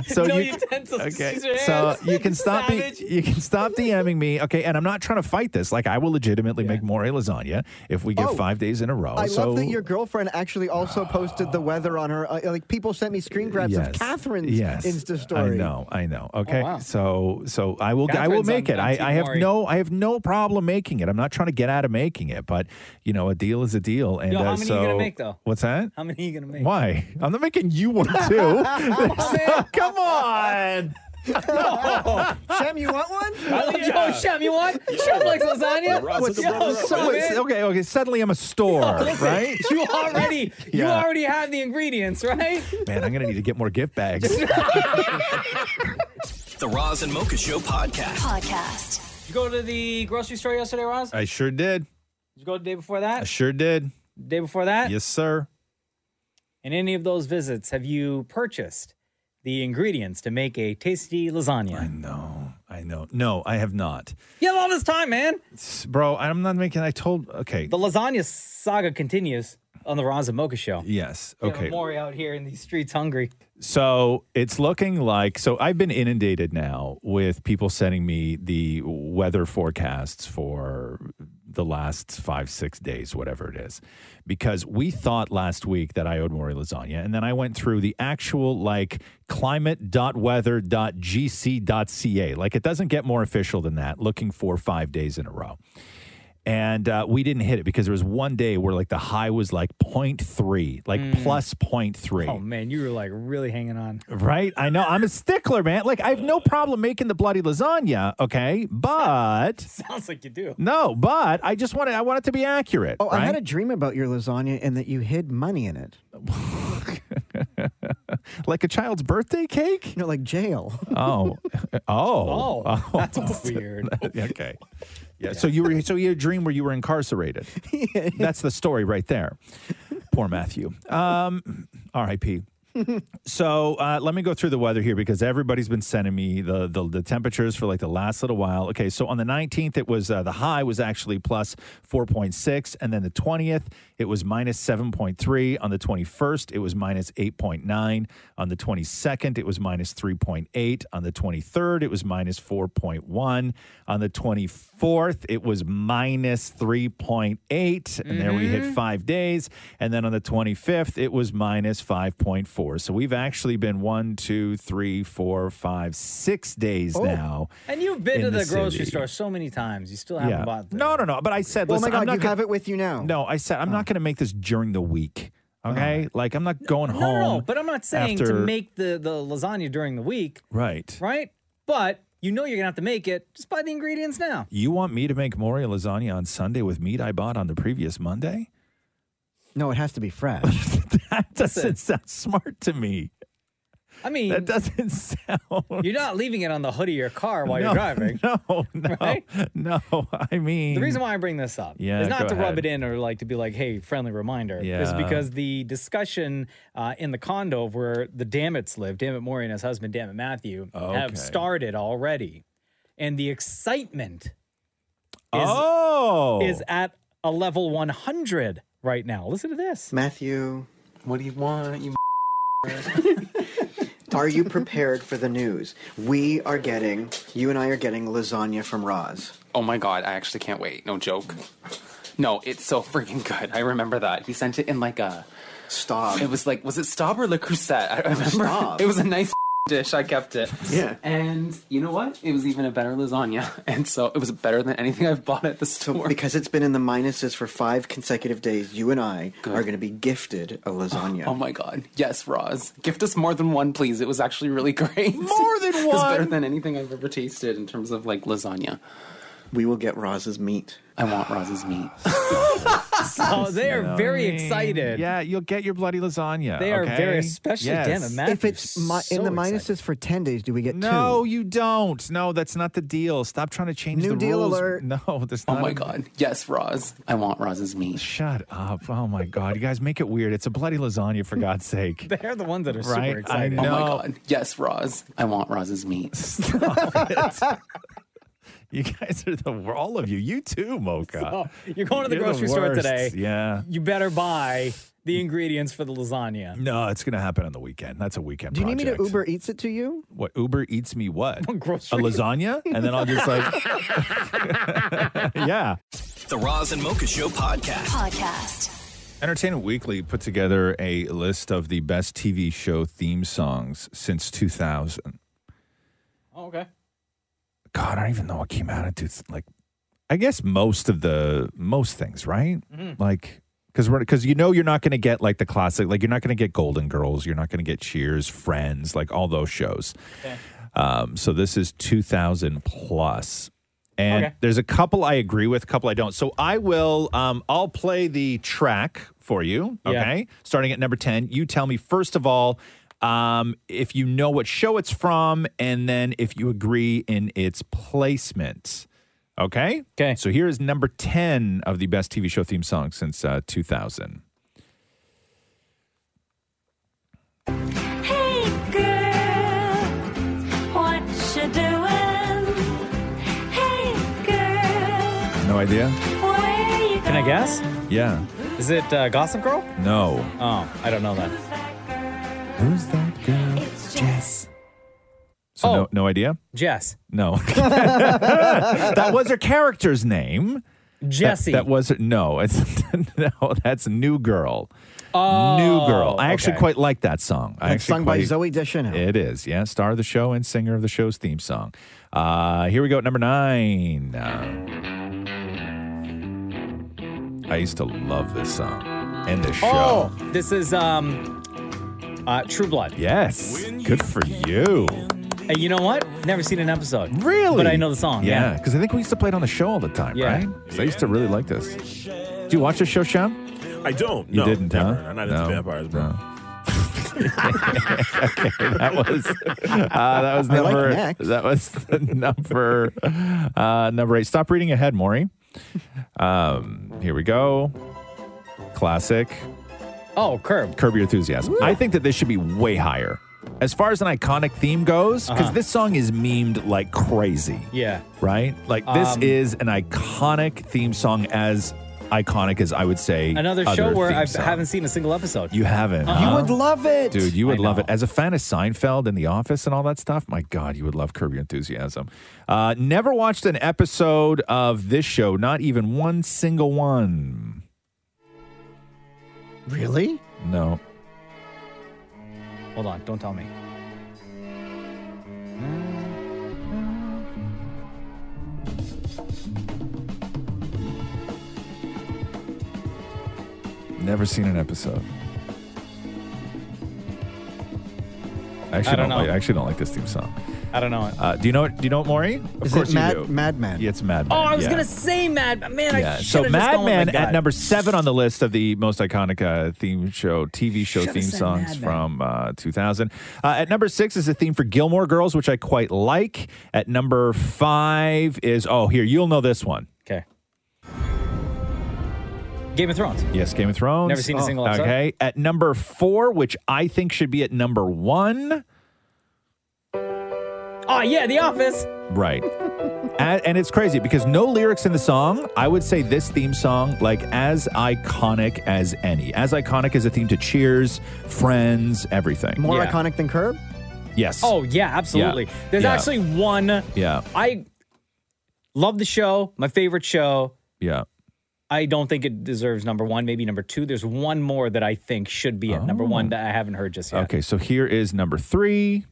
S4: so
S6: No
S4: you,
S6: utensils, just
S4: okay.
S6: use your
S4: So
S6: hands.
S4: you can stop me,
S6: Savage.
S4: you can stop DMing me. Okay, and I'm not trying to fight this. Like I will legitimately make more lasagna if we get
S5: Oh.
S4: 5 days in a row.
S5: I
S4: so
S5: love that your girlfriend actually also posted the weather on her. Uh, like people sent me screen grabs of Catherine's
S4: yes.
S5: Insta story.
S4: I know, I know.
S6: Oh,
S4: Okay,
S5: wow.
S4: so so I will I will
S5: Catherine's
S4: make
S5: on-
S4: it.
S5: on
S4: I,
S5: Team
S4: I have
S5: Maury.
S4: no I have no problem making it. I'm not trying to get out of making it, but you know a deal is a deal. And
S6: Yo, how
S4: uh,
S6: many
S4: so
S6: you gonna make, though?
S4: what's that?
S6: How many are you gonna make?
S4: Why? I'm not making you one too. Come on.
S6: No.
S5: Shem, you want one?
S6: I love Yo, Oh, Shem, you want? Shem likes lasagna.
S4: What's-
S6: Yo, what's up,
S4: what's-
S6: man?
S4: okay, okay. Suddenly I'm a store,
S6: Listen,
S4: right?
S6: You already, you
S4: Yeah.
S6: already have the ingredients, right?
S4: Man, I'm gonna need to get more gift bags.
S1: The Roz and Mocha Show podcast.
S6: Podcast. Did you go to the grocery store yesterday, Roz?
S4: I sure did.
S6: Did you go the day before that?
S4: Uh, I sure did.
S6: Day before that?
S4: Yes, sir.
S6: In any of those visits, have you purchased the ingredients to make a tasty lasagna? I
S4: know. I know. No, I have not.
S6: You have all this time, man.
S4: Bro, I'm not making. I told. Okay.
S6: The lasagna saga continues on the Roz and Mocha show.
S4: Yes.
S6: We have
S4: Okay.
S6: Maury out here in these streets hungry.
S4: So it's looking like so I've been inundated now with people sending me the weather forecasts for the last five, six days, whatever it is. Because we thought last week that I owed Maury lasagna. And then I went through the actual like climate.weather.gc.ca. Like it doesn't get more official than that, looking for five days in a row. And uh, we didn't hit it because there was one day where like the high was like 0.3, like plus 0.3.
S6: Oh man, you were like really hanging on.
S4: Right? I know. I'm a stickler, man. Like, I have no problem making the bloody lasagna, okay? But.
S6: Sounds like you do.
S4: No, but I just want it. I want it to be accurate.
S5: Oh, I had a
S4: right?
S5: dream about your lasagna and that you hid money in it.
S4: like a child's birthday cake?
S5: No, like jail.
S4: Oh, oh,
S5: Oh, that's
S6: weird.
S4: okay. Yeah. So you were. So you had a dream where you were incarcerated. That's the story right there. Poor Matthew. Um, R.I.P. So uh, let me go through the weather here because everybody's been sending me the, the the temperatures for like the last little while. Okay, so on the 19th it was uh, the high was actually plus 4.6, and then the 20th it was minus 7.3. On the 21st it was minus 8.9. On the 22nd it was minus 3.8. On the 23rd it was minus 4.1. On the 24th it was minus 3.8, and there we hit
S9: Mhm.
S4: five five days. And then on the 25th, it was minus 5.4. So we've actually been one, two, three, four, five, six days
S6: Oh.
S4: now.
S6: And you've been
S4: in
S6: to the,
S4: the
S6: grocery
S4: city.
S6: store so many times. You still haven't bought
S4: No, no, no. But I said,
S6: Oh my
S4: listen,
S6: God,
S4: I'm not
S6: you
S4: gonna,
S6: have
S5: it with you now.
S4: No, I said, I'm not going to make this during the week. Okay. Like, I'm not going
S6: No,
S4: home.
S6: no, no, but I'm not saying to
S4: after-
S6: make the, the lasagna during the week,
S4: Right.
S6: right? But you know you're gonna have to make it. Just buy the ingredients now.
S4: You want me to make Moria lasagna on Sunday with meat I bought on the previous Monday?
S5: No, it has to be fresh.
S4: That doesn't sound smart to me.
S6: I mean,
S4: that doesn't sound.
S6: You're not leaving it on the hood of your car while
S4: No,
S6: you're driving.
S4: No, no, no. I mean,
S6: The reason why I bring this up
S4: Yeah,
S6: is not
S4: go
S6: to rub
S4: ahead.
S6: it in or like to be like, hey, friendly reminder. Is
S4: Yeah.
S6: because the discussion uh, in the condo of where the Dammits live, Dammit Maury and his husband, Dammit Matthew,
S4: Okay.
S6: have started already. And the excitement is,
S4: Oh.
S6: is at a level 100 right now. Listen to this.
S5: Matthew, what do you want? You Are you prepared for the news? We are getting, you and I are getting lasagna from Roz.
S13: Oh my god, I actually can't wait. No joke. No, it's so freaking good. I remember that. He sent it in like a
S5: stop.
S13: It was like was it stop or Le Creuset? I remember.
S22: Staub.
S13: It was a nice dish. I kept it.
S22: Yeah.
S13: And you know what? It was even a better lasagna. And so it was better than anything I've bought at the store.
S5: Because it's been in the minuses for five consecutive days, you and I are going to be gifted a lasagna.
S13: Oh my god. Yes, Roz. Gift us more than one, please. It was actually really great.
S5: More than
S13: It was better
S5: one?
S13: than anything I've ever tasted in terms of like lasagna.
S5: We will get Roz's meat.
S13: I want Roz's meat.
S6: So they are very excited.
S4: Yeah, you'll get your bloody lasagna.
S6: They are
S4: okay?
S6: very- especially Dammit Matthew,
S5: If it's mi- in
S6: so
S5: the minuses for 10 days, do we get
S4: No, you don't. No, that's not the deal. Stop trying to change
S5: New
S4: the
S5: deal
S4: rules.
S5: alert.
S4: No, that's
S13: Oh
S4: not.
S13: my
S4: a-
S13: god. Yes, Roz. I want Roz's meat.
S4: Shut up. Oh my god, you guys make it weird. It's a bloody lasagna for God's sake.
S6: They're the ones that are
S4: Right?
S6: super excited.
S4: I know.
S13: Oh my god. Yes, Roz. I want Roz's meat.
S4: You guys are the wor- all of you. You too, Mocha.
S6: So, you're going to the
S4: You're
S6: grocery store
S4: worst.
S6: today.
S4: Yeah.
S6: You better buy the ingredients for the lasagna.
S4: No, it's gonna happen on the weekend. That's a weekend.
S5: Do you need me
S4: project.
S5: to Uber Eats it to you?
S4: What Uber eats me? What
S6: grocery?
S4: A lasagna, and then I'll just like, yeah.
S1: The Roz and Mocha Show podcast.
S23: Podcast.
S4: Entertainment Weekly put together a list of the best TV show theme songs since 2000.
S6: Oh, okay.
S4: God, I don't even know what came out in two, like I guess most of the most things, right?
S6: Mhm.
S4: Like because we're because you know you're not going to get like the classic, like you're not going to get Golden Girls, you're not going to get Cheers, Friends, like all those shows. Um, so this is 2000 plus. And
S9: Okay.
S4: there's a couple I agree with, a couple I don't. So I will, um, I'll play the track for you.
S9: Yeah.
S4: Okay. Starting at number 10. You tell me, first of all, um, if you know what show it's from, and then if you agree in its placement. Okay. Okay. So here is number 10 of the best TV show theme songs since uh, 2000.
S9: Hey girl, what you doing? Hey girl,
S4: No idea?
S9: where you
S6: Can I guess?
S4: Yeah.
S6: Is it uh, Gossip Girl?
S4: No.
S6: Oh, I don't know that.
S4: Who's that girl? It's Jess. So no, no idea?
S6: Jess.
S4: No. that was her character's name.
S6: Jesse.
S4: That, that wasn't no. It's no. That's New Girl.
S6: Oh,
S4: New Girl. I actually
S6: okay.
S4: quite like that song. I
S5: That's
S4: actually
S5: sung by
S4: quite-
S5: Zoe Deschanel.
S4: It is, yeah. Star of the show and singer of the show's theme song. Uh, here we go at number nine. Uh, I used to love this song and this show.
S6: Oh, this is um, uh, True Blood.
S4: Yes. Good for you.
S6: And you know what? Never seen an episode.
S4: Really?
S6: But I know the song.
S4: Yeah,
S6: Yeah.
S4: because I think we used to play it on the show all the time,
S6: Yeah.
S4: right? 'Cause I used to really like this. Do you watch the show, Sham?
S24: I don't.
S4: You
S24: no,
S4: didn't,
S24: never.
S4: huh?
S24: I'm not into
S4: No,
S24: vampires, bro.
S4: okay, that was uh, that was
S24: I like
S4: number
S24: next.
S4: that was number uh, number eight. Stop reading ahead, Maury. Um, here we go. Classic.
S6: Oh, Curb.
S4: Curb Your Enthusiasm. I think that this should be way higher as far as an iconic theme goes, because
S6: Uh-huh.
S4: this song is memed like crazy,
S6: Yeah.
S4: right? Like this
S6: Um,
S4: is an iconic theme song, as iconic as I would say
S6: Another show
S4: other
S6: where
S4: theme
S6: I
S4: songs.
S6: haven't seen a single episode.
S4: You haven't.
S6: Uh-uh.
S4: huh?
S6: You would love it.
S4: Dude, you would
S6: I
S4: love it. As a fan of Seinfeld and The Office and all that stuff, my God, you would love Curb Your Enthusiasm. Uh, never watched an episode of this show, not even one single one.
S5: Really?
S4: No.
S6: Hold on. Don't tell me.
S4: Never seen an episode. I actually
S6: I don't
S4: don't, like,
S6: know.
S4: I actually don't like this theme song.
S6: I don't know it.
S4: Uh, do you know it? Do you know it, Maury? Of
S5: Is it
S4: course
S5: Mad-
S4: you do. Madman. Yeah, it's Madman.
S6: Oh, I was
S4: yeah.
S6: gonna say Mad Man. I
S4: yeah.
S6: should
S4: So
S6: have just gone with
S4: Madman
S6: my
S4: at
S6: gut.
S4: number seven on the list of the most iconic uh, theme show, TV show
S6: Should've
S4: theme
S6: said
S4: songs
S6: Mad Men.
S4: from uh, 2000. Uh, at number six is a theme for Gilmore Girls, which I quite like. At number five is, oh, here, you'll know this one.
S6: Okay. Game of Thrones.
S4: Yes, Game of Thrones. Oh,
S6: Never seen a single episode.
S4: Okay. At number four, which I think should be at number one.
S6: Oh yeah, The Office.
S4: Right. and, and it's crazy because no lyrics in the song. I would say this theme song, like as iconic as any, as iconic as a theme to Cheers, Friends, everything.
S5: More iconic than Curb?
S4: Yes.
S6: Oh yeah, absolutely. There's
S4: Yeah.
S6: actually one.
S4: Yeah.
S6: I love the show. My favorite show.
S4: Yeah.
S6: I don't think it deserves number one. Maybe number two. There's one more that I think should be at number one that I haven't heard just yet.
S4: Okay. So here is number three.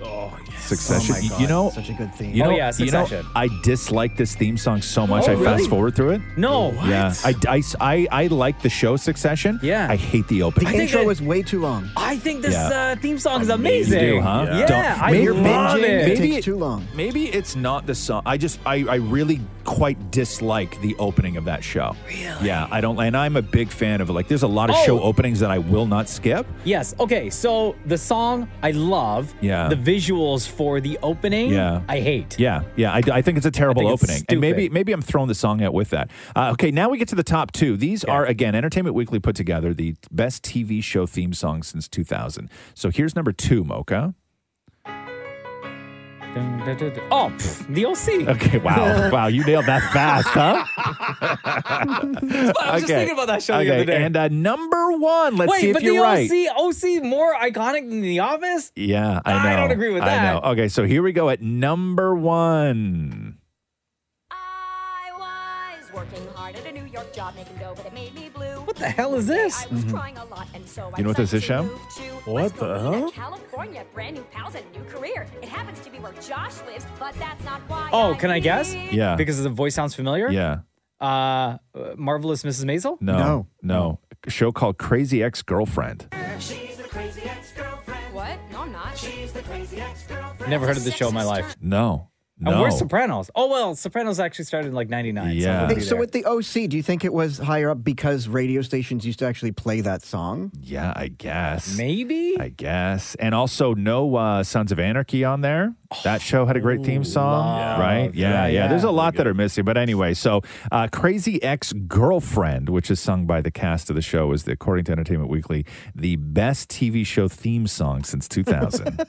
S4: Oh, Succession.
S5: Oh my
S4: You-
S5: God,
S4: you know,
S5: such a good theme.
S4: You know,
S5: Oh, yeah,
S4: you know,
S5: Succession.
S4: I dislike this theme song so much.
S5: Oh,
S4: I
S5: really?
S4: fast forward through it.
S6: No.
S4: Yeah. I, I, I, I like the show Succession. Yeah. I hate the
S5: The
S4: opening.
S5: intro was way too long.
S6: I think this
S4: Oh. Yeah.
S6: uh, theme song is
S4: You
S6: amazing.
S4: do, huh?
S6: Yeah,
S4: Don't-
S6: I
S4: Maybe-
S6: love
S4: maybe-
S6: it.
S4: Maybe
S5: Takes too long.
S4: Maybe it's not the song. I just I, I really quite dislike the opening of that show. Really? Yeah, I don't and I'm a big fan of like there's a lot of
S6: Oh.
S4: show openings that I will not skip.
S6: Yes. Okay. So the song I love.
S4: Yeah.
S6: The visuals for the opening.
S4: Yeah.
S6: I hate.
S4: Yeah, yeah. I, I think it's a terrible
S6: I think it's
S4: opening, and maybe maybe I'm throwing the song out with that. Uh, okay, now we get to the top two. These are again Entertainment Weekly put together the best TV show theme song since 2000. So here's number two, Mocha.
S6: Oh, pff, the OC.
S4: Okay, wow, wow, you nailed that fast, huh?
S6: I was just thinking about that show the
S4: okay,
S6: other day.
S4: And uh, number one, let's
S6: Wait,
S4: see if
S6: but
S4: you're
S6: the
S4: right.
S6: OC, OC more iconic than The Office?
S4: Yeah, I know.
S6: I don't agree with
S4: I
S6: that.
S4: know. Okay, so here we go at number one.
S25: was working hard at a New York job, making dough, but it made me blue. What
S6: the hell is this?
S25: I was
S4: Mhm.
S25: trying a lot, and so
S4: You know what this is, Sham?
S25: What the hell? California, brand new pals and new career. It happens to be where Josh lives, but that's not why.
S6: Oh, can I guess?
S4: Yeah.
S6: Because the voice sounds familiar?
S4: Yeah.
S6: Uh, uh, Marvelous Mrs. Maisel?
S4: No, no, A show called Crazy Ex Girlfriend.
S25: She's the crazy ex-girlfriend. What? No, I'm not. She's the crazy ex-girlfriend.
S6: Never heard of the show in my life.
S4: No.
S6: And
S4: No.
S6: where's Sopranos? Oh, well, Sopranos actually started in like 99. So, it would
S5: Hey,
S6: be
S5: so
S6: there.
S5: with the OC, do you think it was higher up because radio stations used to actually play that song?
S4: Yeah, I guess.
S6: Maybe.
S4: I guess. And also, no uh, Sons of Anarchy on there. That show had a great theme song, right? Yeah, yeah,
S9: Yeah, yeah.
S4: There's a lot that are missing. But anyway, so uh, Crazy Ex Girlfriend, which is sung by the cast of the show, is, the, according to Entertainment Weekly, the best TV show theme song since 2000.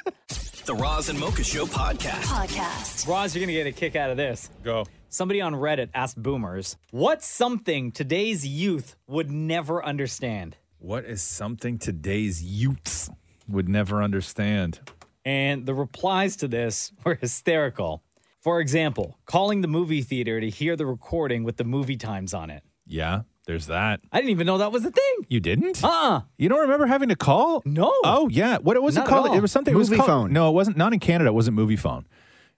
S1: The Roz and Mocha Show podcast.
S6: podcast. Roz, you're going to get a kick out of this. Go. Somebody on Reddit asked boomers, what's something today's youth would never understand?
S4: what is something today's youths would never understand?
S6: And the replies to this were hysterical. For example, calling the movie theater to hear the recording with the movie times on it.
S4: Yeah, there's that.
S6: I didn't even know that was a thing.
S4: You didn't?
S6: Uh-uh.
S4: You don't remember having to call?
S6: No.
S4: Oh yeah. What it was
S6: Not
S4: it
S6: at
S4: called?
S6: all.
S4: It was something. it was
S6: Movie
S4: called-
S6: phone.
S4: No, it wasn't. Not in Canada. It wasn't movie phone.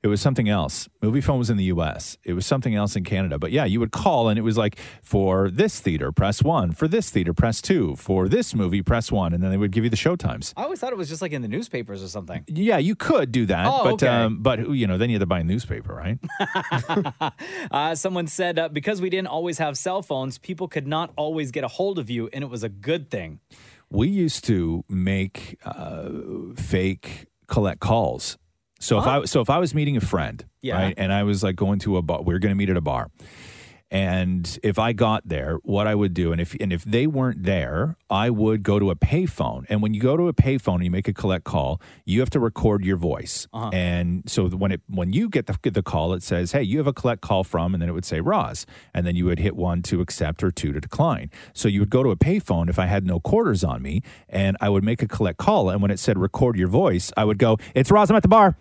S4: It was something else. Movie phone was in the U.S. It was something else in Canada. But yeah, you would call and it was like for this theater press one, for this theater press two, for this movie press one, and then they would give you the show times.
S6: I always thought it was just like in the newspapers or something.
S4: Yeah, you could do that,
S6: Oh,
S4: but
S6: okay.
S4: um, but you know, then you had to buy a newspaper, right?
S6: Uh, someone said uh, because we didn't always have cell phones, people could not always get a hold of you, and it was a good thing.
S4: we used to make uh, fake collect calls. So if I so if I was meeting a friend,
S6: Uh-huh. Yeah.
S4: right, and I was like going to a bar, we were going to meet at a bar, and if I got there, what I would do, and if and if they weren't there, I would go to a payphone. And when you go to a payphone and you make a collect call, you have to record your voice. And so when it when you get the get the call, it says, "Hey, you have a collect call from," and then it would say Roz, and then you would hit one to accept or two to decline. So you would go to a payphone if I had no quarters on me, and I would make a collect call. And when it said record your voice, I would go, "It's Roz, I'm at the bar."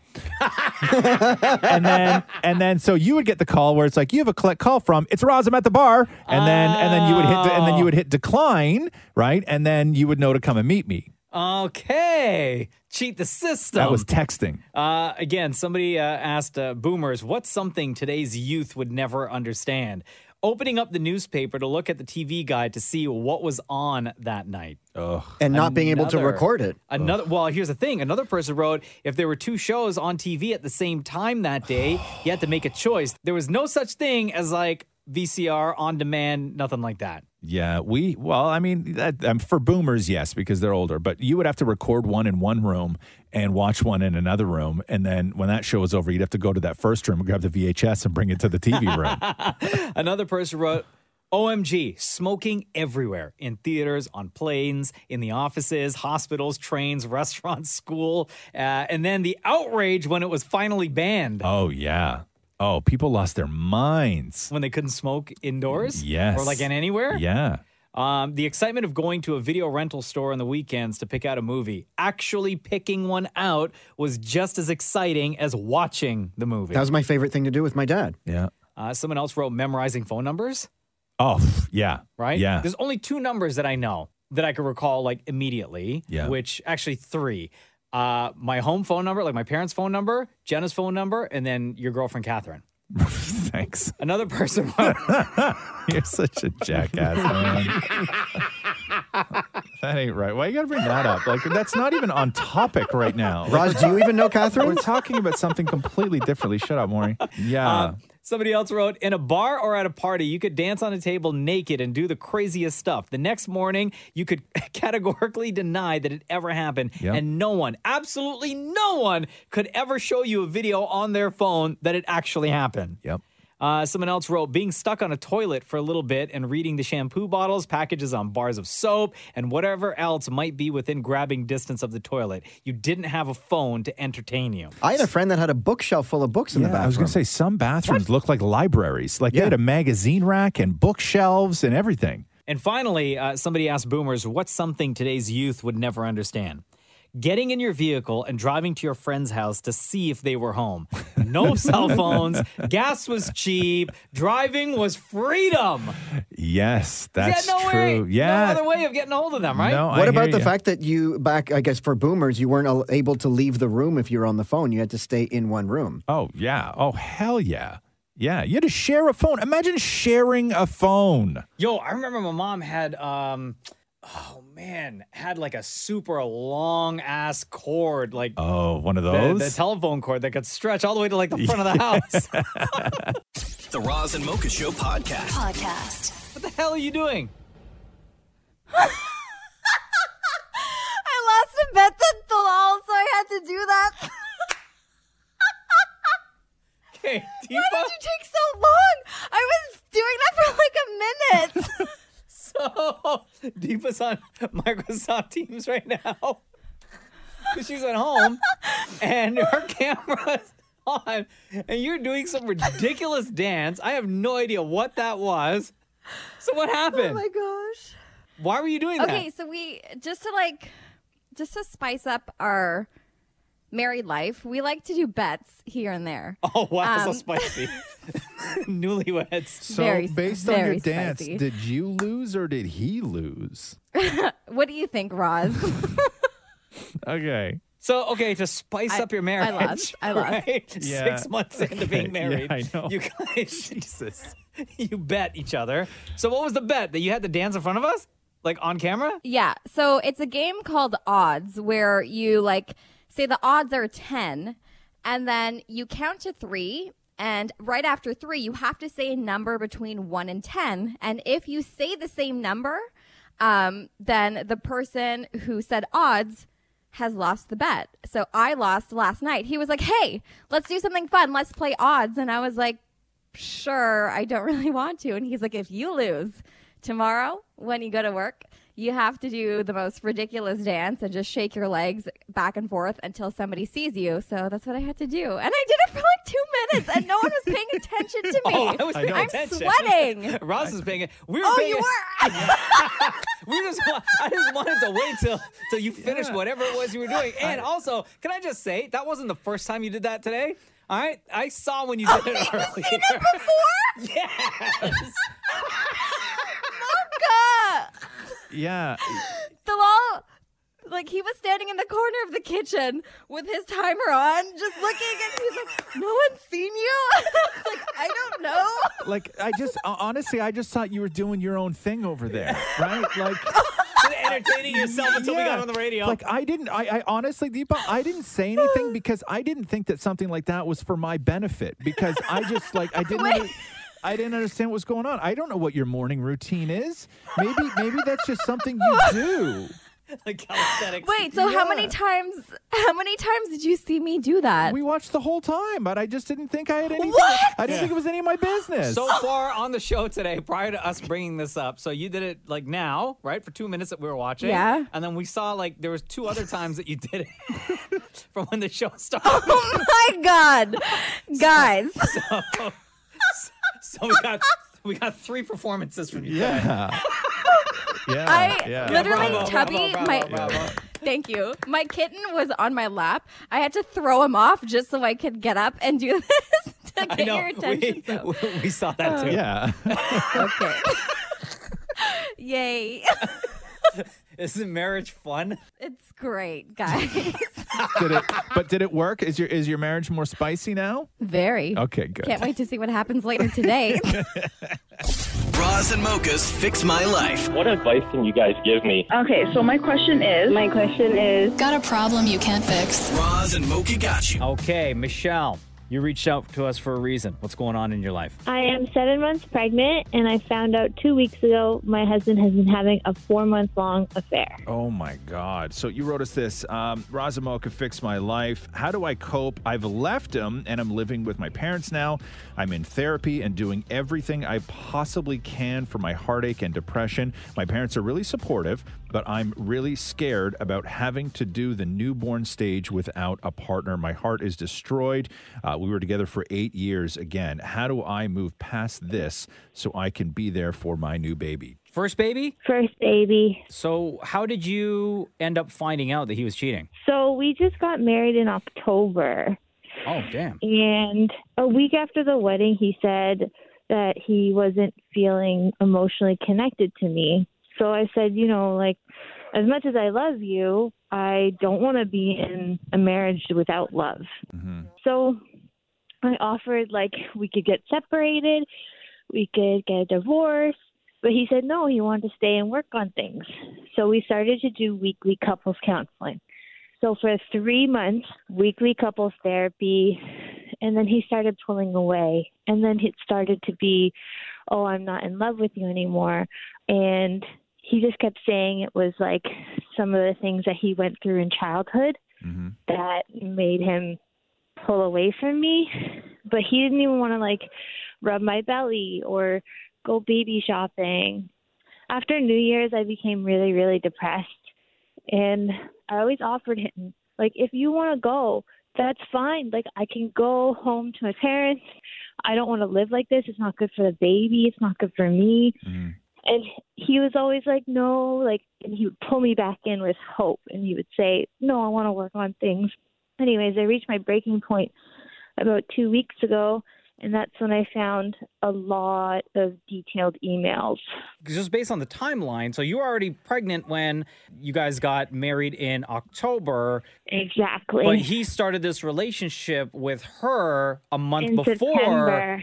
S4: and then and then so you would get the call where it's like you have a collect call from it's Roz I'm at the bar and then and then you would hit de- and then you would hit decline right and then you would know to come and meet me.
S6: Okay, cheat the system.
S4: That was texting.
S6: Uh, again, somebody uh, asked uh, boomers, what's something today's youth would never understand? Opening up the newspaper to look at the TV guide to see what was on that night.
S4: Ugh.
S5: And not being able to record it.
S6: Another well, here's the thing. Another person wrote, if there were two shows on TV at the same time that day, you had to make a choice. There was no such thing as like VCR on demand, nothing like that.
S4: Yeah, we well, I mean, that, um, for boomers, yes, because they're older. But you would have to record one in one room and watch one in another room, and then when that show was over, you'd have to go to that first room, grab the VHS, and bring it to the TV room.
S6: Another person wrote, OMG, smoking everywhere in theaters, on planes, in the offices, hospitals, trains, restaurants, school. Uh, and then the outrage when it was finally banned.
S4: Oh yeah. Oh, people lost their minds.
S6: When they couldn't smoke indoors?
S4: Yes.
S6: Or like in anywhere?
S4: Yeah.
S6: Um, the excitement of going to a video rental store on the weekends to pick out a movie. Actually picking one out was just as exciting as watching the movie.
S5: That was my favorite thing to do with my dad.
S4: Yeah.
S6: uh, someone else wrote memorizing phone numbers.
S4: Oh yeah.
S6: right?
S4: Yeah.
S6: There's only two numbers that I know that I could recall like immediately.
S4: Yeah.
S6: Which actually three. Uh, my home phone number, like my parents' phone number, Jenna's phone number, and then your girlfriend Catherine.
S4: Thanks.
S6: Another person. wrote-
S4: You're such a jackass, man. that ain't right. Why you gotta bring that up? Like that's not even on topic right now.
S5: Roz, do you even know Catherine?
S4: We're talking about something completely differently. Shut up, Maury. Yeah.
S6: Uh, Somebody else wrote, in a bar or at a party, you could dance on a table naked and do the craziest stuff. The next morning, you could categorically deny that it ever happened.
S26: Yeah.
S6: And no one, absolutely no one, could ever show you a video on their phone that it actually happened.
S4: Yep.
S6: Uh, someone else wrote, being stuck on a toilet for a little bit and reading the shampoo bottles, packages on bars of soap, and whatever else might be within grabbing distance of the toilet. You didn't have a phone to entertain you.
S5: I had a friend that had a bookshelf full of books in the
S4: Yeah,
S5: bathroom.
S4: I was going to say some bathrooms look like libraries. Like they
S5: Yeah.
S4: had a magazine rack and bookshelves and everything.
S6: And finally, uh, somebody asked boomers, what's something today's youth would never understand? Getting in your vehicle and driving to your friend's house to see if they were home. No cell phones, gas was cheap, driving was freedom.
S4: Yes, that's
S6: yeah, no
S4: true.
S6: Way,
S4: yeah.
S6: No other way of getting a hold of them, right?
S5: what about the fact that you back? I guess for boomers, you weren't al- able to leave the room if you were on the phone. You had to stay in one room.
S4: Oh yeah. Oh hell yeah. Yeah. You had to share a phone. Imagine sharing a phone.
S6: Yo, I remember my mom had um oh man, had like a super long ass cord, like
S4: Oh, one of
S6: the,
S4: those.
S6: the telephone cord that could stretch all the way to like the front of the house.
S1: The Roz and Mocha Show podcast.
S9: Podcast.
S6: What the hell are you doing?
S7: I lost a bet that the lol, so I had to do that.
S6: Okay,
S7: Why did you take so long? I was doing that for like a minute.
S6: so Deepa's on Microsoft Teams right now. 'Cause she's at home and her camera's on, and you're doing some ridiculous dance. I have no idea what that was. So what happened?
S7: Oh my gosh.
S6: Why were you doing that?
S7: Okay, so we just to like just to spice up our married life, we like to do bets here and there.
S6: Oh wow, so
S7: Um,
S6: spicy. Newlyweds.
S4: So
S7: Very-
S4: based on
S7: very
S4: your dance,
S7: spicy.
S4: did you lose or did he lose?
S7: what do you think, Roz?
S4: Okay.
S6: So okay, to spice
S7: I-
S6: up your marriage.
S7: I lost. I lost.
S6: right?
S4: Yeah.
S6: Six months into
S4: Okay.
S6: being married.
S4: Yeah, I know.
S6: You guys Jesus. You bet each other. So what was the bet? That you had to dance in front of us? Like on camera?
S7: Yeah. So it's a game called odds where you like say the odds are 10 and then you count to 3 and right after 3 you have to say a number between 1 and 10 and if you say the same number um, then the person who said odds has lost the bet. So I lost last night. He was like, "Hey, let's do something fun. Let's play odds." And I was like, sure, I don't really want to. And he's like, if you lose tomorrow when you go to work, you have to do the most ridiculous dance and just shake your legs back and forth until somebody sees you. So that's what I had to do. And I did it for like two minutes and no one was paying attention to me.
S6: Oh, I was paying
S7: am
S6: attention.
S7: sweating.
S6: Ross is paying it. We were
S7: Oh,
S6: paying
S7: you
S6: were. we just. wa- I just wanted to wait till till you finished whatever it was you were doing. And also, can I just say that wasn't the first time you did that today. All right, I saw when you did it earlier. before? Yes.
S7: Mocha!
S4: Yeah.
S7: The law. Like he was standing in the corner of the kitchen with his timer on, just looking, and he was like, "No one's seen you." I was like, "I don't know."
S4: Like I just uh, honestly, I just thought you were doing your own thing over there, right? Like
S6: entertaining yourself until we
S4: Yeah.
S6: got on the radio.
S4: Like I didn't. I, I honestly, Deepa, I didn't say anything because I didn't think that something like that was for my benefit. Because I just like I didn't. under- I didn't understand what's going on. I don't know what your morning routine is. Maybe maybe that's just something you do.
S6: like calisthenics.
S7: Wait, so how many times? How many times did you see me do that?
S4: We watched the whole time, but I just didn't think I had anything.
S7: What?
S4: I didn't think it was any of my business.
S6: So far on the show today, prior to us bringing this up, so you did it like now, right? For two minutes that we were watching.
S7: Yeah.
S6: And then we saw like there was two other times that you did it from when the show started.
S7: Oh my god, guys!
S6: So, so we got we got three performances from you.
S4: Yeah. yeah.
S7: I literally,
S6: Bravo,
S7: Tubby,
S6: bravo,
S7: my
S6: bravo, bravo.
S7: thank you. My kitten was on my lap. I had to throw him off just so I could get up and do this to
S6: I
S7: get
S6: know,
S7: your attention.
S6: we, we, we saw that too.
S4: Yeah.
S7: okay. Yay!
S6: Isn't marriage fun?
S7: It's great, guys.
S4: did it, but did it work? Is your is your marriage more spicy now?
S7: Very.
S4: Okay, good.
S7: Can't wait to see what happens later today.
S1: Bras and mochas fix my life.
S19: What advice can you guys give me?
S2: Okay, so my question is. My question is. Got a problem you can't fix?
S1: Bras and mocha got you.
S6: Okay, Michelle, you reached out to us for a reason. What's going on in your life?
S27: I am seven months pregnant, and I found out two weeks ago my husband has been having a four month long affair.
S4: Oh my God. So you wrote us this um, Razumoka fixed my life. How do I cope? I've left him and I'm living with my parents now. I'm in therapy and doing everything I possibly can for my heartache and depression. My parents are really supportive, but I'm really scared about having to do the newborn stage without a partner. My heart is destroyed. Uh, we were together for eight years again. How do I move past this so I can be there for my new baby?
S6: First baby?
S27: First baby.
S6: So, how did you end up finding out that he was cheating?
S27: So we just got married in October.
S6: Oh, damn.
S27: And a week after the wedding, he said that he wasn't feeling emotionally connected to me. So I said, you know, like, as much as I love you, I don't want to be in a marriage without love.
S6: Mm-hmm.
S27: So I offered, like, we could get separated, we could get a divorce. But he said no, he wanted to stay and work on things. So we started to do weekly couples counseling. So for three months, weekly couples therapy, and then he started pulling away. And then it started to be, oh, I'm not in love with you anymore. And he just kept saying it was like some of the things that he went through in childhood that made him pull away from me. But he didn't even want to like rub my belly or go baby shopping. After New Year's, I became really, really depressed. And I always offered him, like, if you want to go, that's fine. Like, I can go home to my parents. I don't want to live like this. It's not good for the baby. It's not good for me. And he was always like, no, like, and he would pull me back in with hope. And he would say, no, I want to work on things. anyways, I reached my breaking point about two weeks ago, and that's when I found a lot of detailed emails.
S6: just based on the timeline, so you were already pregnant when you guys got married in October.
S27: Exactly.
S6: But he started this relationship with her a month
S27: in
S6: before.
S27: September.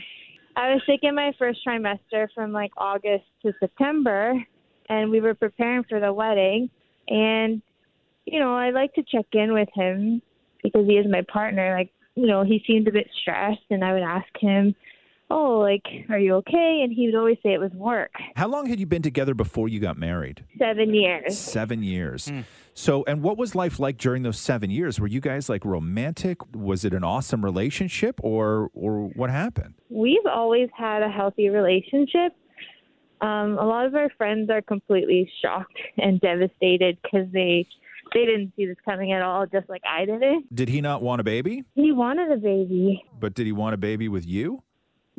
S27: I was taking my first trimester from like August to September, and we were preparing for the wedding. And you know, I like to check in with him because he is my partner. Like, you know, he seemed a bit stressed, and I would ask him, "Oh, like, are you okay?" And he would always say it was work.
S4: How long had you been together before you got married?
S27: Seven years.
S4: Seven years. So, and what was life like during those seven years? Were you guys like romantic? Was it an awesome relationship, or or what happened?
S27: we've always had a healthy relationship. Um, a lot of our friends are completely shocked and devastated because they they didn't see this coming at all, just like I didn't.
S4: Did he not want a baby?
S27: He wanted a baby.
S4: But did he want a baby with you?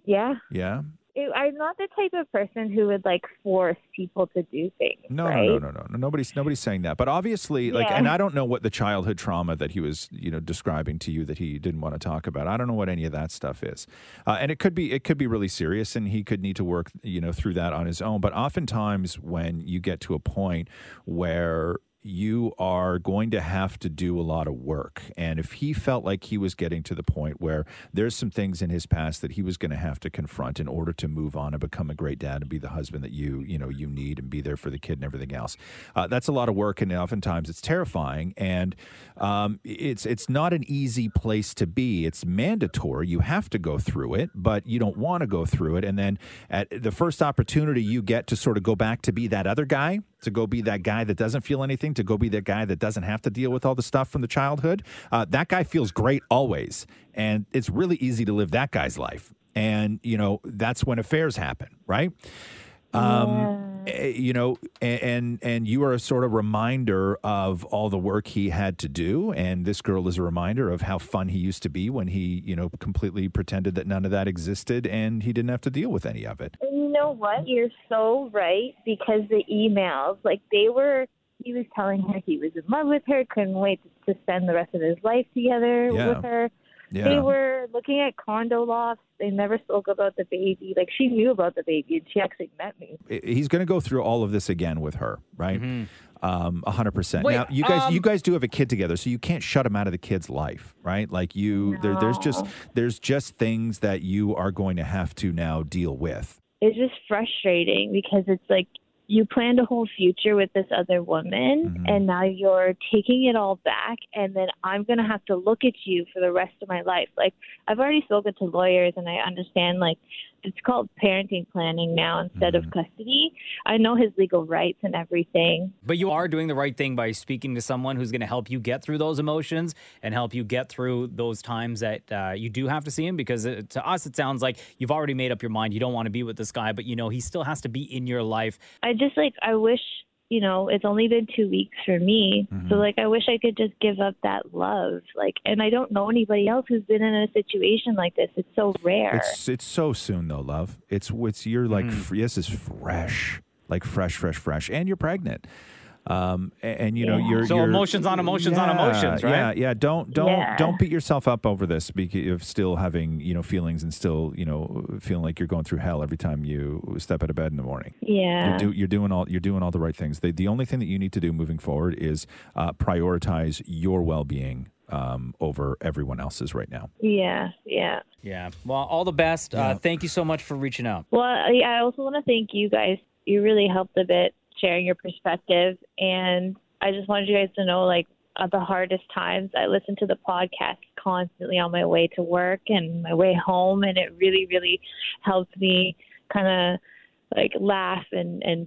S27: Yeah,
S4: Yeah.
S27: it, I'm not the type of person who would like force people to do things.
S4: No,
S27: right?
S4: no, no, no, no, no. Nobody's nobody's saying that. But obviously, like,
S27: Yeah.
S4: and I don't know what the childhood trauma that he was, you know, describing to you that he didn't want to talk about. I don't know what any of that stuff is, uh, and it could be it could be really serious, and he could need to work, you know, through that on his own. But oftentimes, when you get to a point where you are going to have to do a lot of work. And if he felt like he was getting to the point where there's some things in his past that he was going to have to confront in order to move on and become a great dad and be the husband that you, you know, you need and be there for the kid and everything else, uh, that's a lot of work. And oftentimes it's terrifying. And um, it's, it's not an easy place to be. It's mandatory. You have to go through it, but you don't want to go through it. And then at the first opportunity you get to sort of go back to be that other guy, to go be that guy that doesn't feel anything, to go be that guy that doesn't have to deal with all the stuff from the childhood, uh, that guy feels great always. And it's really easy to live that guy's life. And, you know, that's when affairs happen, right? um eh, you know a- and and you are a sort of reminder of all the work he had to do and this girl is a reminder of how fun he used to be when he you know completely pretended that none of that existed and he didn't have to deal with any of it
S27: And you know what? You're so right because the emails, like they were, he was telling her he was in love with her, couldn't wait to spend the rest of his life together
S21: Yeah.
S27: with her. They
S21: Yeah.
S27: were looking at condo lofts. They never spoke about the baby. Like she knew about the baby and she actually met me.
S4: I- he's going to go through all of this again with her right um 100%
S27: Wait,
S4: now you guys
S27: um,
S4: you guys do have a kid together so you can't shut him out of the kid's life right like you there, there's just
S27: No.
S4: there's just things that you are going to have to now deal with
S27: It's just frustrating because it's like you planned a whole future with this other woman and now you're taking it all back and then I'm going to have to look at you for the rest of my life. Like I've already spoken to lawyers and I understand like it's called parenting planning now instead of custody. I know his legal rights and everything.
S6: But you are doing the right thing by speaking to someone who's going to help you get through those emotions and help you get through those times that uh, you do have to see him. Because uh to us, it sounds like you've already made up your mind. You don't want to be with this guy, but you know he still has to be in your life.
S27: I just like I wish you know it's only been two weeks for me, so like I wish I could just give up that love. Like, and I don't know anybody else who's been in a situation like this. It's so rare.
S4: It's it's so soon though, love. It's it's you're
S6: Mm.
S4: like fr- this is fresh, like fresh, fresh, fresh, and you're pregnant. Um, a- and, you know
S6: Yeah.
S4: you're
S6: So
S4: you're-
S6: emotions on emotions on emotions, right?
S4: Yeah, yeah. Don't don't
S6: Yeah.
S4: don't beat yourself up over this because of still having you know feelings and still you know feeling like you're going through hell every time you step out of bed in the morning.
S27: Yeah.
S4: You're, do, you're doing all you're doing all the right things. The, the only thing that you need to do moving forward is uh, prioritize your well being um, over everyone else's right now.
S27: yeah, yeah.
S6: Yeah. Well, all the best. Uh, thank you so much for reaching out.
S27: Well, I I also want to thank you guys. You really helped a bit sharing your perspective, and I just wanted you guys to know, like, at the hardest times, I listen to the podcast constantly on my way to work and my way home, and it really, really helped me kind of like laugh and and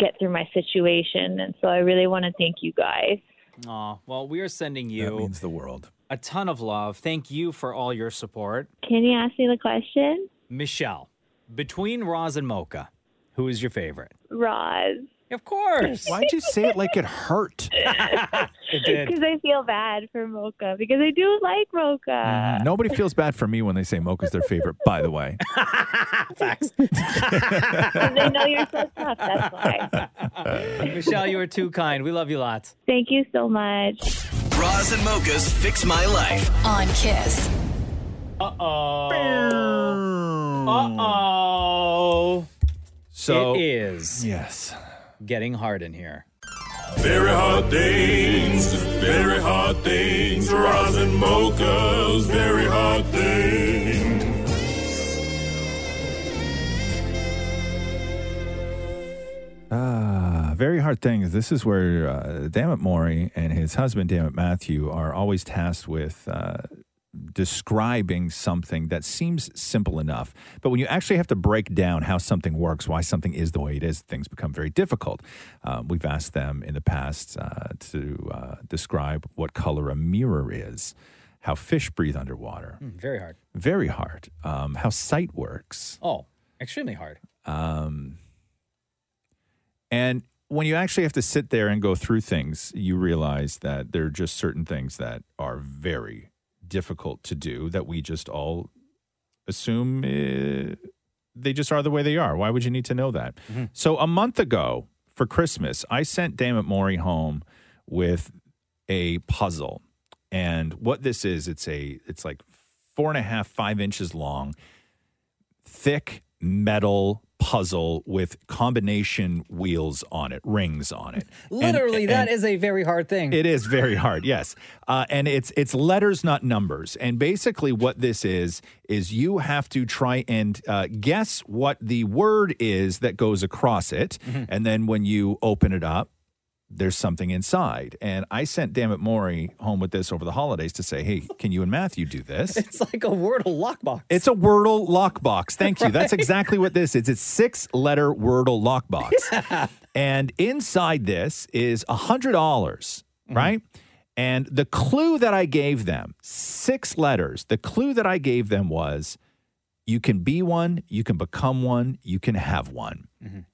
S27: get through my situation. And so I really want to thank you guys.
S6: Aw, well, we are sending you. That means the world. A ton of love. Thank you for all your support,
S27: Can you ask me the question,
S6: Michelle. Between Roz and Mocha, who is your favorite?
S27: Roz?
S6: Of course.
S4: Why'd you say it like it hurt?
S6: It
S27: Because I feel bad for Mocha because I do like Mocha.
S4: Mhm. Nobody feels bad for me when they say mocha's their favorite, by the way.
S6: Facts.
S27: they know you're so tough. That's why.
S6: Michelle, you are too kind. We love you lots.
S27: Thank you so much.
S1: Bras and Mochas Fix My Life.
S2: on Kiss.
S6: Uh oh. Uh oh.
S12: So-
S6: it is.
S12: Yes.
S6: Getting hard in here.
S28: Very hard things, very hard things, Roz and Mocha's very hard things.
S4: Ah, very hard thing. This is where uh, Dammit Maury and his husband, Dammit Matthew, are always tasked with uh, describing something that seems simple enough. But when you actually have to break down how something works, why something is the way it is, things become very difficult. Um, we've asked them in the past uh, to uh, describe what color a mirror is, how fish breathe underwater.
S6: Hmm, very hard.
S4: Very hard. Um, how sight works.
S6: Oh, extremely hard.
S4: Um, and when you actually have to sit there and go through things, you realize that there are just certain things that are very difficult to do that we just all assume eh, they just are the way they are. Why would you need to know that? Mm-hmm. So a month ago for Christmas, I sent Dammit Maury home with a puzzle. And what this is, it's a it's like four and a half, five inches long thick metal puzzle with combination wheels on it, rings on it.
S6: Literally, that is a very hard thing.
S4: It is very hard, yes. Uh, and it's it's letters, not numbers. And basically, what this is is you have to try and uh, guess what the word is that goes across it, and then when you open it up, there's something inside. And I sent Dammit Maury home with this over the holidays to say, hey, can you and Matthew do this?
S6: It's like a Wordle lockbox.
S4: It's a Wordle lockbox. Thank you. That's
S6: Right?
S4: exactly what this is. It's six letter Wordle lockbox. And inside this is a $100, dollars right? And the clue that I gave them, six letters, the clue that I gave them was you can be one, you can become one, you can have one.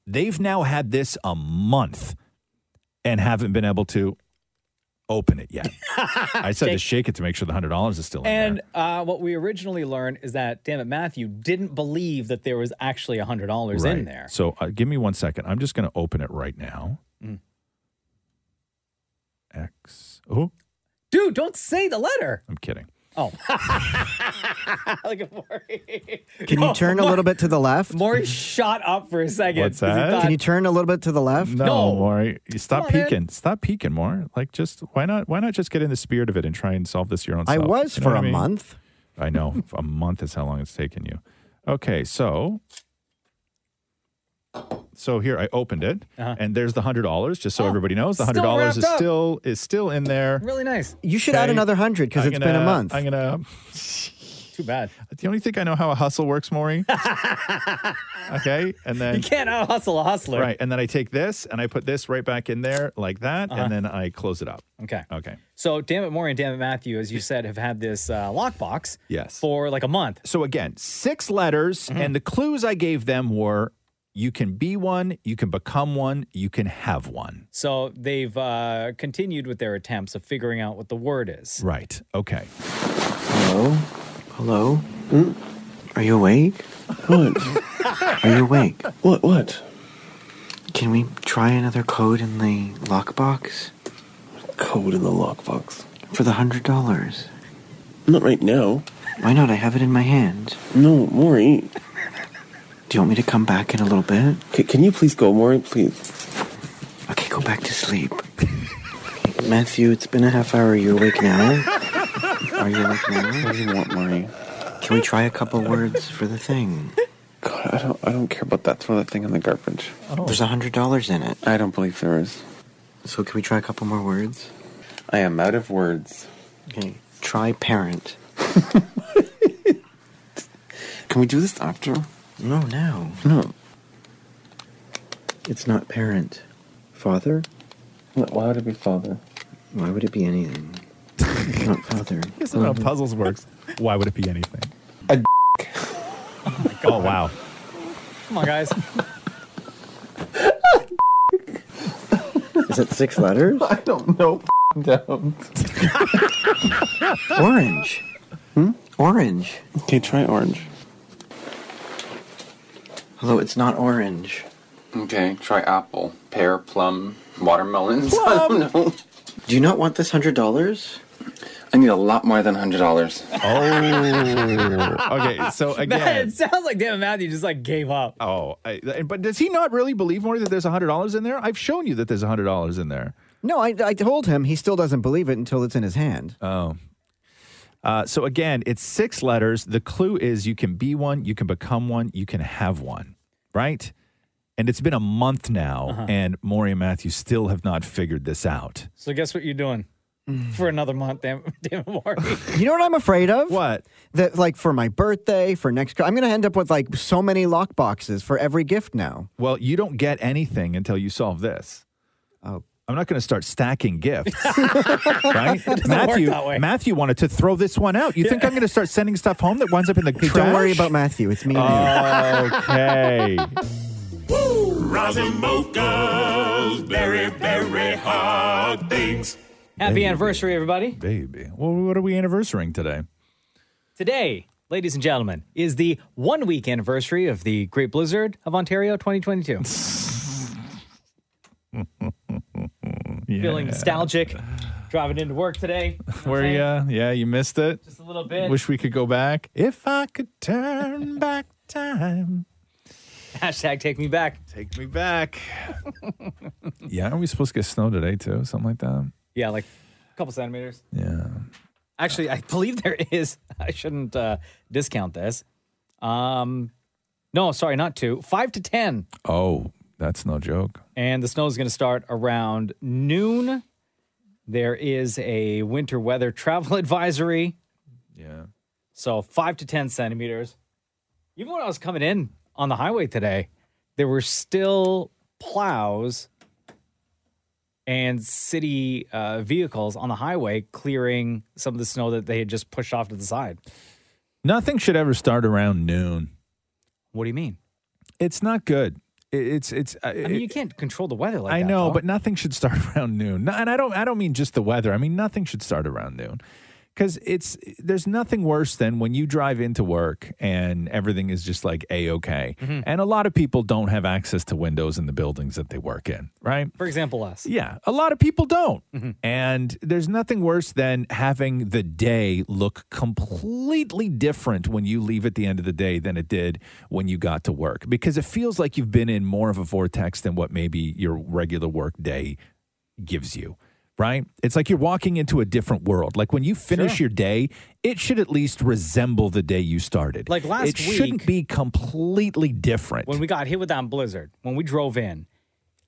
S4: They've now had this a month and haven't been able to open it yet. I said to shake it to make sure the $100 is still in
S6: And uh, what we originally learned is that damn it, Matthew didn't believe that there was actually a hundred dollars in
S4: Right.
S6: there.
S4: So uh, give me one second. I'm just going to open it right now.
S6: Mm.
S4: X. Oh,
S6: Dude, don't say the letter.
S4: I'm kidding.
S6: Oh, look at Maury.
S5: Can you
S4: Oh,
S6: No,
S5: turn a
S6: Maury-
S5: little bit to the left?
S6: Maury shot up for a second. 'cause he thought-
S5: Can you turn a little bit to the left?
S4: No, Maury, you stop
S5: on, man.
S4: peeking. Stop peeking, Maury. Like, just why not? Why not just get in the spirit of it and try and solve this your own
S5: I
S4: self?
S5: was
S4: You know
S5: for
S4: what
S5: a
S4: mean?
S5: month.
S4: I know a month is how long it's taken you. Okay, so so here I opened it, and there's the hundred dollars. Just so everybody knows, the
S5: still
S4: hundred dollars is
S5: wrapped up.
S4: still is still in there.
S6: Really nice.
S5: You should add
S4: Okay.
S5: another hundred because
S4: I'm
S5: it's been a
S4: gonna-
S5: month.
S4: I'm gonna.
S6: Too bad.
S4: Do you only think I know how a hustle works, Maury? okay, and then
S6: you can't out hustle a hustler.
S4: right, and then I take this and I put this right back in there like that,
S6: Uh-huh.
S4: and then I close it up.
S6: Okay.
S4: Okay.
S6: So damn it, Maury and damn it, Matthew, as you said, have had this uh, lockbox.
S4: Yes.
S6: For like a month.
S4: So again, six letters,
S6: Mm-hmm.
S4: and the clues I gave them were: you can be one, you can become one, you can have one.
S6: So they've uh, continued with their attempts of figuring out what the word is.
S4: Right. Okay.
S22: Hello? Hello? Are you awake? What? Are you awake? What? What? Can we try another code in the lockbox? Code in the lockbox? For the hundred dollars. Not right now. Why not? I have it in my hand. No, Maury. Do you want me to come back in a little bit? can you please go, Maury? Please. Okay, go back to sleep. Matthew, it's been a half hour. Are you awake now? Are you awake now? What do you want, Maury? Can we try a couple words for the thing? God, I don't, I don't care about that. Throw that thing in the garbage.
S4: Oh.
S22: There's a hundred dollars in it. I don't believe there is. So can we try a couple more words? I am out of words. Okay. Try parent. can we do this after? No, now. No. It's not parent. Father? Why would it be father? Why would it be anything? It's not father.
S4: This is
S6: Mm-hmm.
S4: how puzzles works. Why would it be anything?
S22: A
S4: Oh wow.
S6: Come on, guys.
S22: Is it six letters? I don't know. Don't. orange. Hmm? Orange. Okay, try orange. Although it's not orange.
S13: Okay, try apple, pear, plum, watermelons.
S22: Plum. Do you not want this hundred dollars?
S13: I need a lot more than hundred dollars.
S4: Oh, okay. So
S6: Matt,
S4: again,
S6: it sounds like Dan Matthew just like gave up.
S4: Oh, I, but does he not really believe more that there's hundred dollars in there? I've shown you that there's hundred dollars in there.
S5: No, I, I told him he still doesn't believe it until it's in his hand.
S4: Oh. Uh, so again, it's six letters. The clue is you can be one, you can become one, you can have one, right? And it's been a month now,
S6: Uh-huh.
S4: and Maury and Matthew still have not figured this out.
S6: So guess what you're doing
S5: Mm.
S6: for another month, Dan, Dan Maury.
S5: You know what I'm afraid of?
S4: What?
S5: That like for my birthday, for next, I'm gonna end up with like so many lock boxes for every gift now.
S4: Well, you don't get anything until you solve this.
S5: Oh.
S4: I'm not going to start stacking gifts,
S6: right?
S4: Matthew, Matthew wanted to throw this one out. You think I'm going to start sending stuff home that winds up in the trash?
S5: Don't worry about Matthew. It's me. and you.
S4: Okay.
S28: Rosin mochas, very, very hard things.
S6: Happy anniversary, everybody.
S4: Baby. Well, what are we anniversarying today?
S6: Today, ladies and gentlemen, is the one week anniversary of the Great Blizzard of Ontario 2022. Feeling nostalgic, driving into work today.
S4: Where you? uh, Yeah, you missed it.
S6: Just a little bit.
S4: Wish we could go back. If I could turn back time.
S6: Hashtag take me back.
S4: Take me back. Yeah, are we supposed to get snow today too? Something like that.
S6: yeah, like a couple centimeters.
S4: Yeah.
S6: Actually, I believe there is. I shouldn't uh, discount this. Um, no, sorry, not two. Five to 10.
S4: Oh, that's no joke.
S6: and the snow is going to start around noon. There is a winter weather travel advisory.
S4: Yeah.
S6: So five to 10 centimeters. Even when I was coming in on the highway today, there were still plows and city uh, vehicles on the highway clearing some of the snow that they had just pushed off to the side.
S4: Nothing should ever start around noon.
S6: What do you mean?
S4: It's not good. It- It's it's. I
S6: I mean, you can't control the weather like
S4: I
S6: that.
S4: know,
S6: though.
S4: but nothing should start around noon. No- And I don't I don't mean just the weather. I mean nothing should start around noon. Cuz it's there's nothing worse than when you drive into work and everything is just like a okay.
S6: Mm-hmm.
S4: And a lot of people don't have access to windows in the buildings that they work in, right?
S6: For example, us. Mm-hmm.
S4: Yeah, a lot of people don't. And there's nothing worse than having the day look completely different when you leave at the end of the day than it did when you got to work because it feels like you've been in more of a vortex than what maybe your regular work day gives you. Right? It's like you're walking into a different world. Like when you finish your day, it should at least resemble the day you started.
S6: Like last
S4: it shouldn't be completely different.
S6: when we got hit with that blizzard, when we drove in,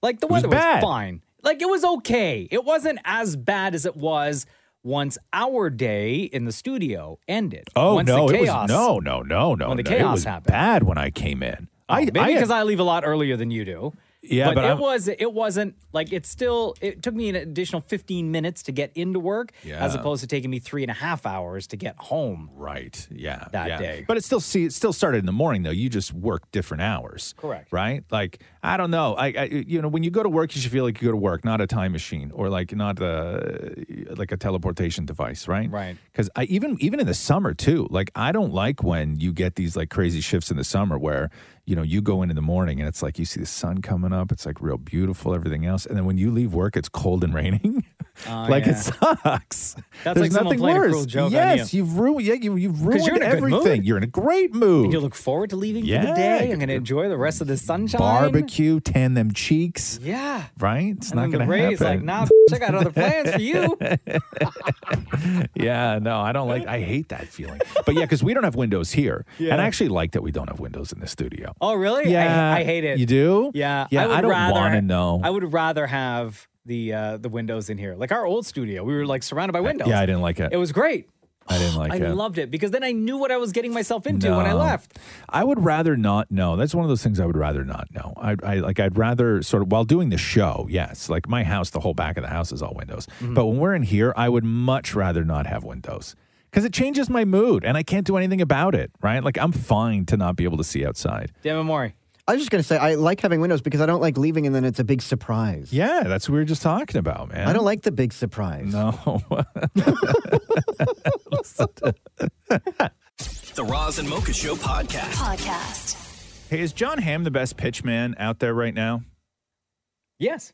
S6: like the
S4: was
S6: weather was,
S4: bad.
S6: fine. Like it was okay. It wasn't as bad as it was once our day in the studio ended.
S4: Oh
S6: Once
S4: no!
S6: the
S4: It was
S6: chaos,
S4: no, no, no, no.
S6: when the
S4: no. it
S6: chaos
S4: was
S6: happened. Oh,
S4: bad when I came in. I
S6: maybe
S4: I had-
S6: because I leave a lot earlier than you do.
S4: Yeah, but
S6: it
S4: I'm-
S6: was it wasn't like it still it took me an additional fifteen minutes to get into work as
S4: Yeah.
S6: opposed to taking me three and a half hours to get home.
S4: Right. Yeah.
S6: That
S4: yeah.
S6: day.
S4: But it still see it still started in the morning though. You just work different hours.
S6: Correct.
S4: Right. Like I don't know. I, I you know when you go to work you should feel like you go to work, not a time machine or like not a like a teleportation device. Right.
S6: Right.
S4: Because I even even in the summer too. Like I don't like when you get these like crazy shifts in the summer where you know you go in in the morning and it's like you see the sun coming up. It's like real beautiful. Everything else, and then when you leave work, it's cold and raining.
S6: Oh,
S4: like
S6: yeah.
S4: it sucks.
S6: That's
S4: There's
S6: like someone
S4: nothing
S6: playing a
S4: worse.
S6: cruel joke on
S4: yes,
S6: you.
S4: have ruined. Yeah, you, you've ruined
S6: 'Cause you're in a good mood.
S4: everything. You're in a great mood.
S6: And you look forward to leaving for
S4: Yeah.
S6: the day. I'm going to enjoy the rest of the sunshine.
S4: Barbecue, tan them cheeks.
S6: Yeah.
S4: Right? It's
S6: And
S4: not
S6: then the
S4: going to
S6: Ray's
S4: happen.
S6: like, nah, I got other plans for you.
S4: yeah, no, I don't like. I hate that feeling. But yeah, because we don't have windows here,
S6: Yeah.
S4: and I actually like that we don't have windows in the studio.
S6: Oh, really?
S4: Yeah.
S6: I, I hate it.
S4: You do?
S6: Yeah.
S4: Yeah,
S6: I, would
S4: I don't
S6: rather,
S4: wanna know.
S6: I would rather have the uh, the windows in here. Like our old studio, we were like surrounded by windows.
S4: Yeah, I didn't like it.
S6: It was great.
S4: I didn't like
S6: I
S4: it.
S6: loved it because then I knew what I was getting myself into when I
S4: No.
S6: left.
S4: I would rather not know. That's one of those things I would rather not know. I, I like I'd rather sort of while doing the show, yes, like my house, the whole back of the house is all windows.
S6: Mm-hmm.
S4: But when we're in here, I would much rather not have windows because it changes my mood and I can't do anything about it. Right? Like I'm fine to not be able to see outside.
S6: Damn Maury.
S5: I was just gonna say I like having windows because I don't like leaving and then it's a big surprise.
S4: Yeah, that's what we were just talking about, man.
S5: I don't like the big surprise.
S4: No.
S1: The Roz and Mocha Show podcast.
S10: Podcast.
S4: Hey, is John Hamm the best pitchman out there right now?
S6: Yes.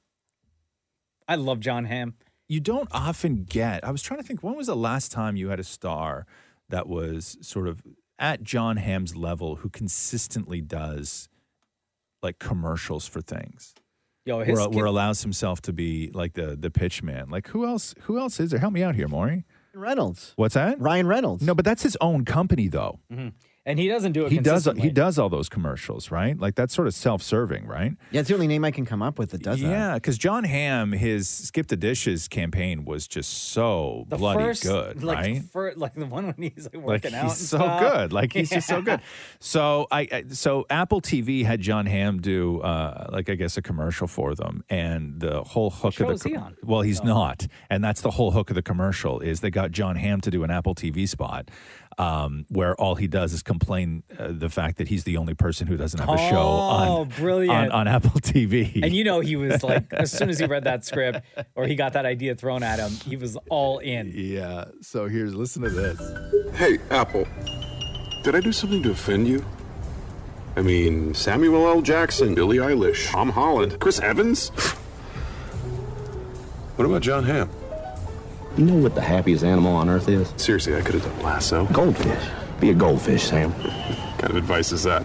S6: I love John Hamm.
S4: You don't often get. I was trying to think when was the last time you had a star that was sort of at John Hamm's level who consistently does like commercials for things.
S6: Yo,
S4: Where,
S6: Oh, his
S4: where allows himself to be like the the pitch man. Like who else who else is there? Help me out here, Maury.
S5: Reynolds.
S4: What's that?
S5: Ryan Reynolds.
S4: No, but that's his own company though.
S6: Mhm. and he doesn't do it.
S4: He does
S6: consistently.
S4: he does all those commercials, right? Like that's sort of self-serving, right?
S5: Yeah, it's the only name I can come up with that does that.
S4: Yeah, because John Hamm, his Skip the Dishes campaign was just so
S6: the
S4: bloody
S6: first,
S4: good,
S6: like,
S4: right?
S6: The fir- like the one when he's like
S4: Like
S6: working
S4: he's
S6: out. and
S4: so
S6: stuff.
S4: good. Like he's just so
S6: Yeah.
S4: good. So I, I so Apple TV had John Hamm do uh, like I guess a commercial for them, and the whole hook
S6: show
S4: of
S6: is
S4: the
S6: he
S4: com-
S6: on?
S4: well he's not, and that's the whole hook of the commercial is they got John Hamm to do an Apple TV spot. Um, where all he does is complain uh, the fact that he's the only person who doesn't have a show
S6: Oh,
S4: on, on,
S6: brilliant.
S4: on Apple TV.
S6: And you know he was like, as soon as he read that script or he got that idea thrown at him, he was all in.
S4: Yeah. So here's listen to this.
S9: Hey, Apple. Did I do something to offend you? I mean, Samuel L. Jackson, Billie Eilish, Tom Holland, Chris Evans? what about John Hamm?
S29: You know what the happiest animal on earth is?
S9: Seriously, I could have done lasso.
S29: Goldfish. Be a goldfish, Sam.
S9: What kind of advice is that?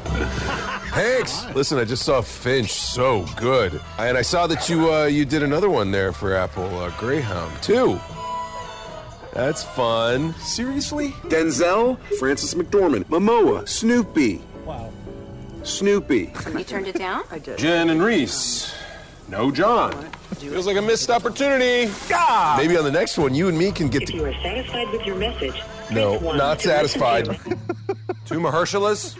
S9: Hanks, listen, I just saw Finch, so good, and I saw that you uh, you did another one there for Apple uh, Greyhound too. That's fun. Seriously, Denzel, Francis McDormand, Momoa, Snoopy.
S6: Wow.
S9: Snoopy.
S30: You turned it down? I did.
S9: Jen and Reese. No John. Feels like a missed opportunity. Maybe on the next one, you and me can get
S11: If you
S9: to.
S11: are satisfied with your message,
S9: No,
S11: press one
S9: not
S11: to listen
S9: satisfied.
S11: to-
S9: Two Mahershalas?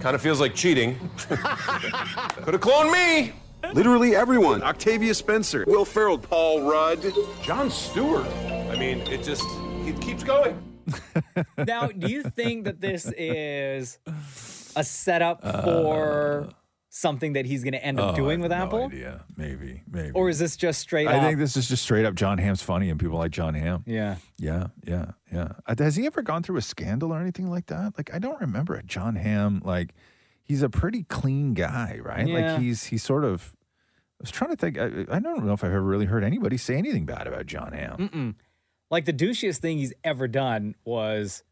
S9: Kind of feels like cheating. Could have cloned me! Literally everyone. Octavia Spencer, Will Ferrell, Paul Rudd, John Stewart. I mean, it just it keeps going.
S6: Now, do you think that this is a setup for something that he's going to end
S4: Uh, oh,
S6: up
S4: I
S6: doing
S4: have
S6: with
S4: no
S6: Apple?
S4: idea. Maybe, maybe.
S6: Or is this just straight
S4: I
S6: off?
S4: think this is just straight up John Hamm's funny and people like John Hamm.
S6: yeah.
S4: Yeah, yeah, yeah. Uh, Has he ever gone through a scandal or anything like that? Like I don't remember a John Hamm like he's a pretty clean guy, right?
S6: Yeah.
S4: Like he's he's sort of I was trying to think I, I don't know if I've ever really heard anybody say anything bad about John Hamm.
S6: Mm-mm. Like the douchiest thing he's ever done was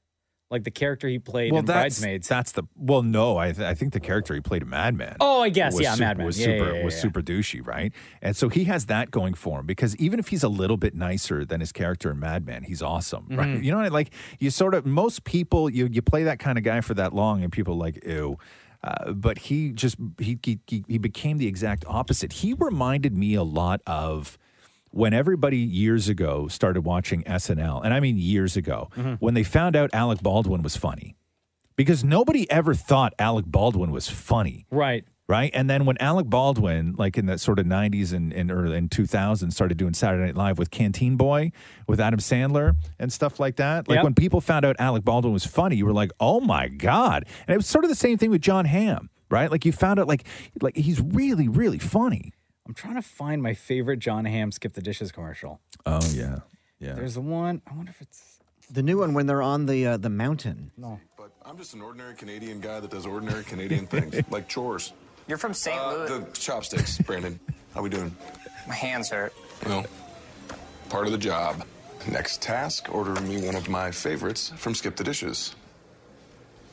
S6: like the character he played in
S4: that's,
S6: Bridesmaids.
S4: That's the well, no, I, th- I think the character he played in Mad Men.
S6: Oh, I guess,
S4: was
S6: yeah,
S4: super,
S6: Mad Men.
S4: was
S6: Yeah,
S4: super
S6: yeah, yeah,
S4: was
S6: yeah.
S4: super douchey, right? And so he has that going for him because even if he's a little bit nicer than his character in Mad Men, he's awesome, right?
S6: Mhm.
S4: You know, like you sort of most people you you play that kind of guy for that long, and people are like ew. Uh, but he just he, he he- he became the exact opposite. He reminded me a lot of when everybody years ago started watching SNL, and I mean years ago,
S6: Mm-hmm.
S4: when they found out Alec Baldwin was funny, because nobody ever thought Alec Baldwin was funny.
S6: Right.
S4: Right. And then when Alec Baldwin, like in that sort of 90s and, and early in 2000, started doing Saturday Night Live with Canteen Boy, with Adam Sandler and stuff like that, like
S6: Yep.
S4: when people found out Alec Baldwin was funny, you were like, oh my God. And it was sort of the same thing with John Hamm, right? Like you found out, like, like he's really, really funny.
S6: I'm trying to find my favorite John Hamm skip the dishes commercial.
S4: Oh, yeah. Yeah.
S6: There's the one. I wonder if it's
S5: The new one when they're on the uh, the mountain.
S6: no.
S9: But I'm just an ordinary Canadian guy that does ordinary Canadian things, like chores. You're from St. Louis. The chopsticks, Brandon. How we doing? My hands hurt. Well, part of the job. Next task, order me one of my favorites from Skip the Dishes.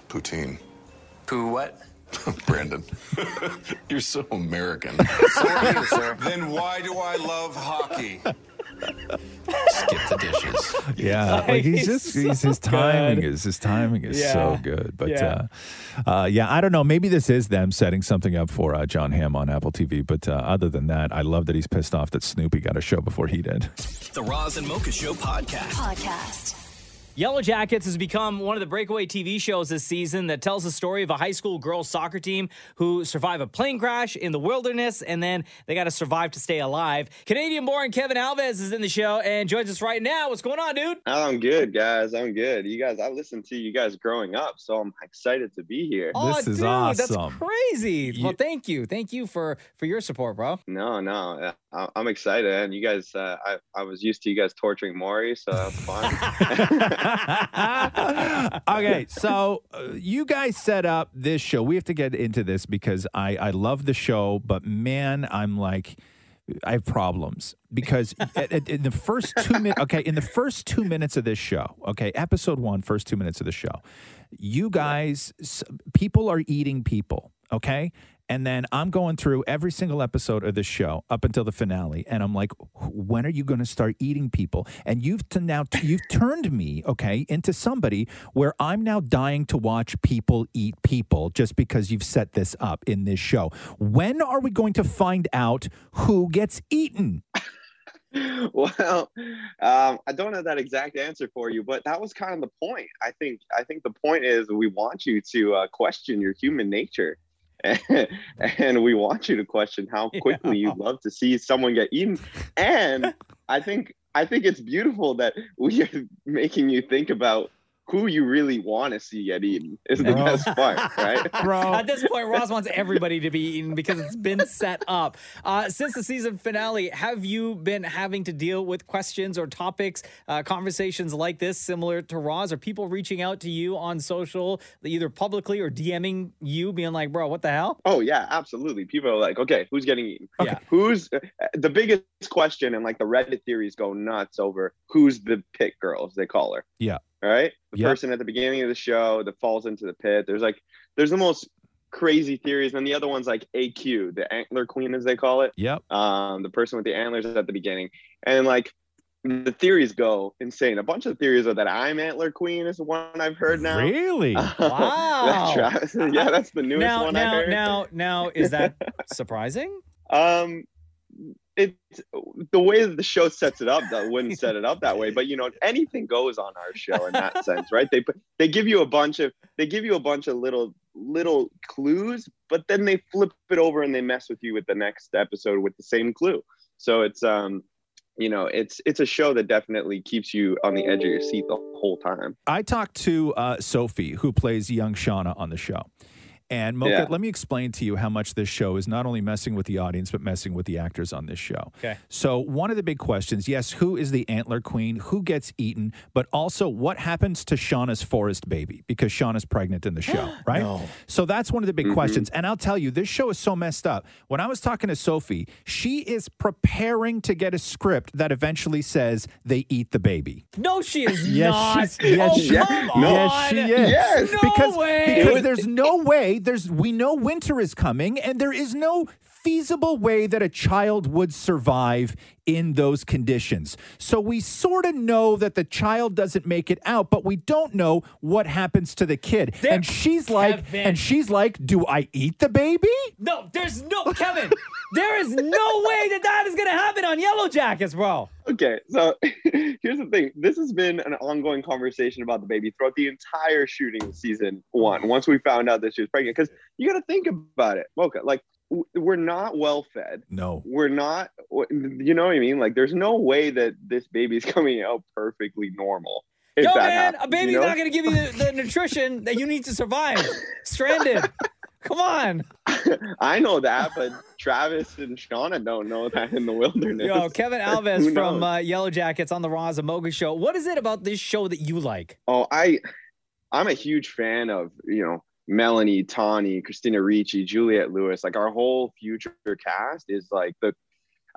S9: Poutine. Poo what? Brandon, you're so American. Then why do I love hockey? Skip the dishes.
S4: Yeah,
S9: Like,
S4: like, he's
S9: he's
S4: just he's, his timing
S9: good.
S4: is his timing is so
S9: Yeah,
S4: good. But
S9: yeah.
S4: Uh, uh, yeah, I don't know. Maybe this is them setting something up for uh, John Hamm on Apple TV. But uh, other than that, I love that he's pissed off that Snoopy got a show before he did.
S1: The Roz and Mocha Show podcast. Podcast.
S6: Yellow Jackets has become one of the breakaway TV shows this season that tells the story of a high school girls soccer team who survive a plane crash in the wilderness and then they got to survive to stay alive. Canadian born Kevin Alves is in the show and joins us right now. What's going on, dude?
S31: I'm good, guys. I'm good. You guys, I listened to you guys growing up, so I'm excited to be here.
S6: Aw, Oh, dude, That's crazy. Well, thank you. Thank you for for your support, bro.
S31: No, no, uh, I, I'm excited, and you guys, uh, I, I was used to you guys torturing Maury, so that's fine.
S4: okay, so uh, you guys set up this show. We have to get into this because I I love the show, but man, I'm like I have problems because at- at- in the first two minutes, okay, in the first two minutes of this show, okay, episode one, first two minutes of the show, you guys, s- people are eating people, okay? And then I'm going through every single episode of this show up until the finale, and I'm like, when are you going to start eating people? And you've to now you've turned me, okay, into somebody where I'm now dying to watch people eat people just because you've set this up in this show. When are we going to find out who gets eaten?
S31: well, um, I don't have that exact answer for you, but that was kind of the point. I think I think the point is we want you to uh, question your human nature, and we want you to question how quickly you'd love to see someone get eaten. And I think I think it's beautiful that we are making you think about who you really want to see get eaten. Is the
S6: Bro.
S31: best part, right?
S6: At this point, Ross wants everybody to be eaten because it's been set up. Uh, since the season finale, have you been having to deal with questions or topics, uh, conversations like this, similar to Ross? Are people reaching out to you on social, either publicly or DMing you, being like, bro, what the hell?
S31: Oh yeah, absolutely. People are like, okay, who's getting eaten? Yeah. Who's uh, the biggest question? And like the Reddit theories go nuts over who's the pit girl, as they call her.
S4: Yeah.
S31: All right, the person at the beginning of the show that falls into the pit. There's like, there's the most crazy theories, and the other one's like AQ, the antler queen, as they call it.
S4: Yep.
S31: Um, the person with the antlers at the beginning, and like the theories go insane. A bunch of theories are that I'm antler queen is the one I've heard now.
S4: Really?
S6: Wow.
S31: That's right. yeah, that's the newest
S6: now,
S31: one I
S6: now,
S31: heard.
S6: now, now, is that surprising?
S31: Um, it's the way that the show sets it up. That wouldn't set it up that way, but you know, anything goes on our show in that sense, right? They put- they give you a bunch of they give you a bunch of little little clues, but then they flip it over and they mess with you with the next episode with the same clue. So it's um, you know, it's it's a show that definitely keeps you on the edge of your seat the whole time.
S4: I talked to uh, Sophie, who plays young Shauna on the show. And Mocha,
S31: Yeah.
S4: let me explain to you how much this show is not only messing with the audience, but messing with the actors on this show.
S6: Okay.
S4: So, one of the big questions yes, who is the antler queen? Who gets eaten? But also, what happens to Shauna's forest baby? Because Shauna's pregnant in the show, right? So, that's one of the big questions. And I'll tell you, this show is so messed up. When I was talking to Sophie, she is preparing to get a script that eventually says they eat the baby.
S6: No, she is
S4: Yes,
S6: not.
S4: she's- yes,
S6: oh,
S4: she-
S6: come on.
S4: no. Yes, she is.
S6: No
S4: because,
S6: way.
S4: because there's no way. There's we know winter is coming, and there is no feasible way that a child would survive in those conditions. So we sort of know that the child doesn't make it out, but we don't know what happens to the kid. and she's like,
S6: Kevin.
S4: and she's like, do I eat the baby?
S6: No, there's no Kevin. there is no way that that is gonna happen on Yellow Jackets, bro.
S31: Okay, so here's the thing. This has been an ongoing conversation about the baby throughout the entire shooting season one. Once we found out that she was pregnant, because you got to think about it, Mocha. Like w- we're not well fed.
S4: No.
S31: We're not. w- You know what I mean? Like there's no way that this baby's coming out perfectly normal. If
S6: Yo,
S31: that
S6: man,
S31: happens,
S6: a baby's
S31: you know?
S6: not gonna give you the, the nutrition that you need to survive. Stranded. Come on.
S31: I know that, but Travis and Shauna don't know that in the wilderness.
S6: Yo, Kevin
S31: Who
S6: Alves from
S31: knows?
S6: uh, Yellow Jackets on the Roz and Moga show. What is it about this show that you like?
S31: Oh, I I'm a huge fan of, you know, Melanie, Tawny, Christina Ricci, Juliette Lewis. Like our whole future cast is like the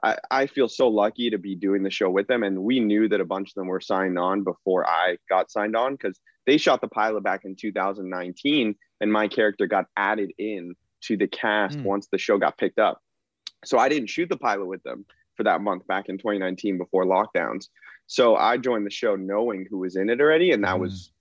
S31: I, I feel so lucky to be doing the show with them. And we knew that a bunch of them were signed on before I got signed on because they shot the pilot back in 2019 and my character got added in to the cast once the show got picked up. So I didn't shoot the pilot with them for that month back in 2019 before lockdowns. So I joined the show knowing who was in it already. And that was,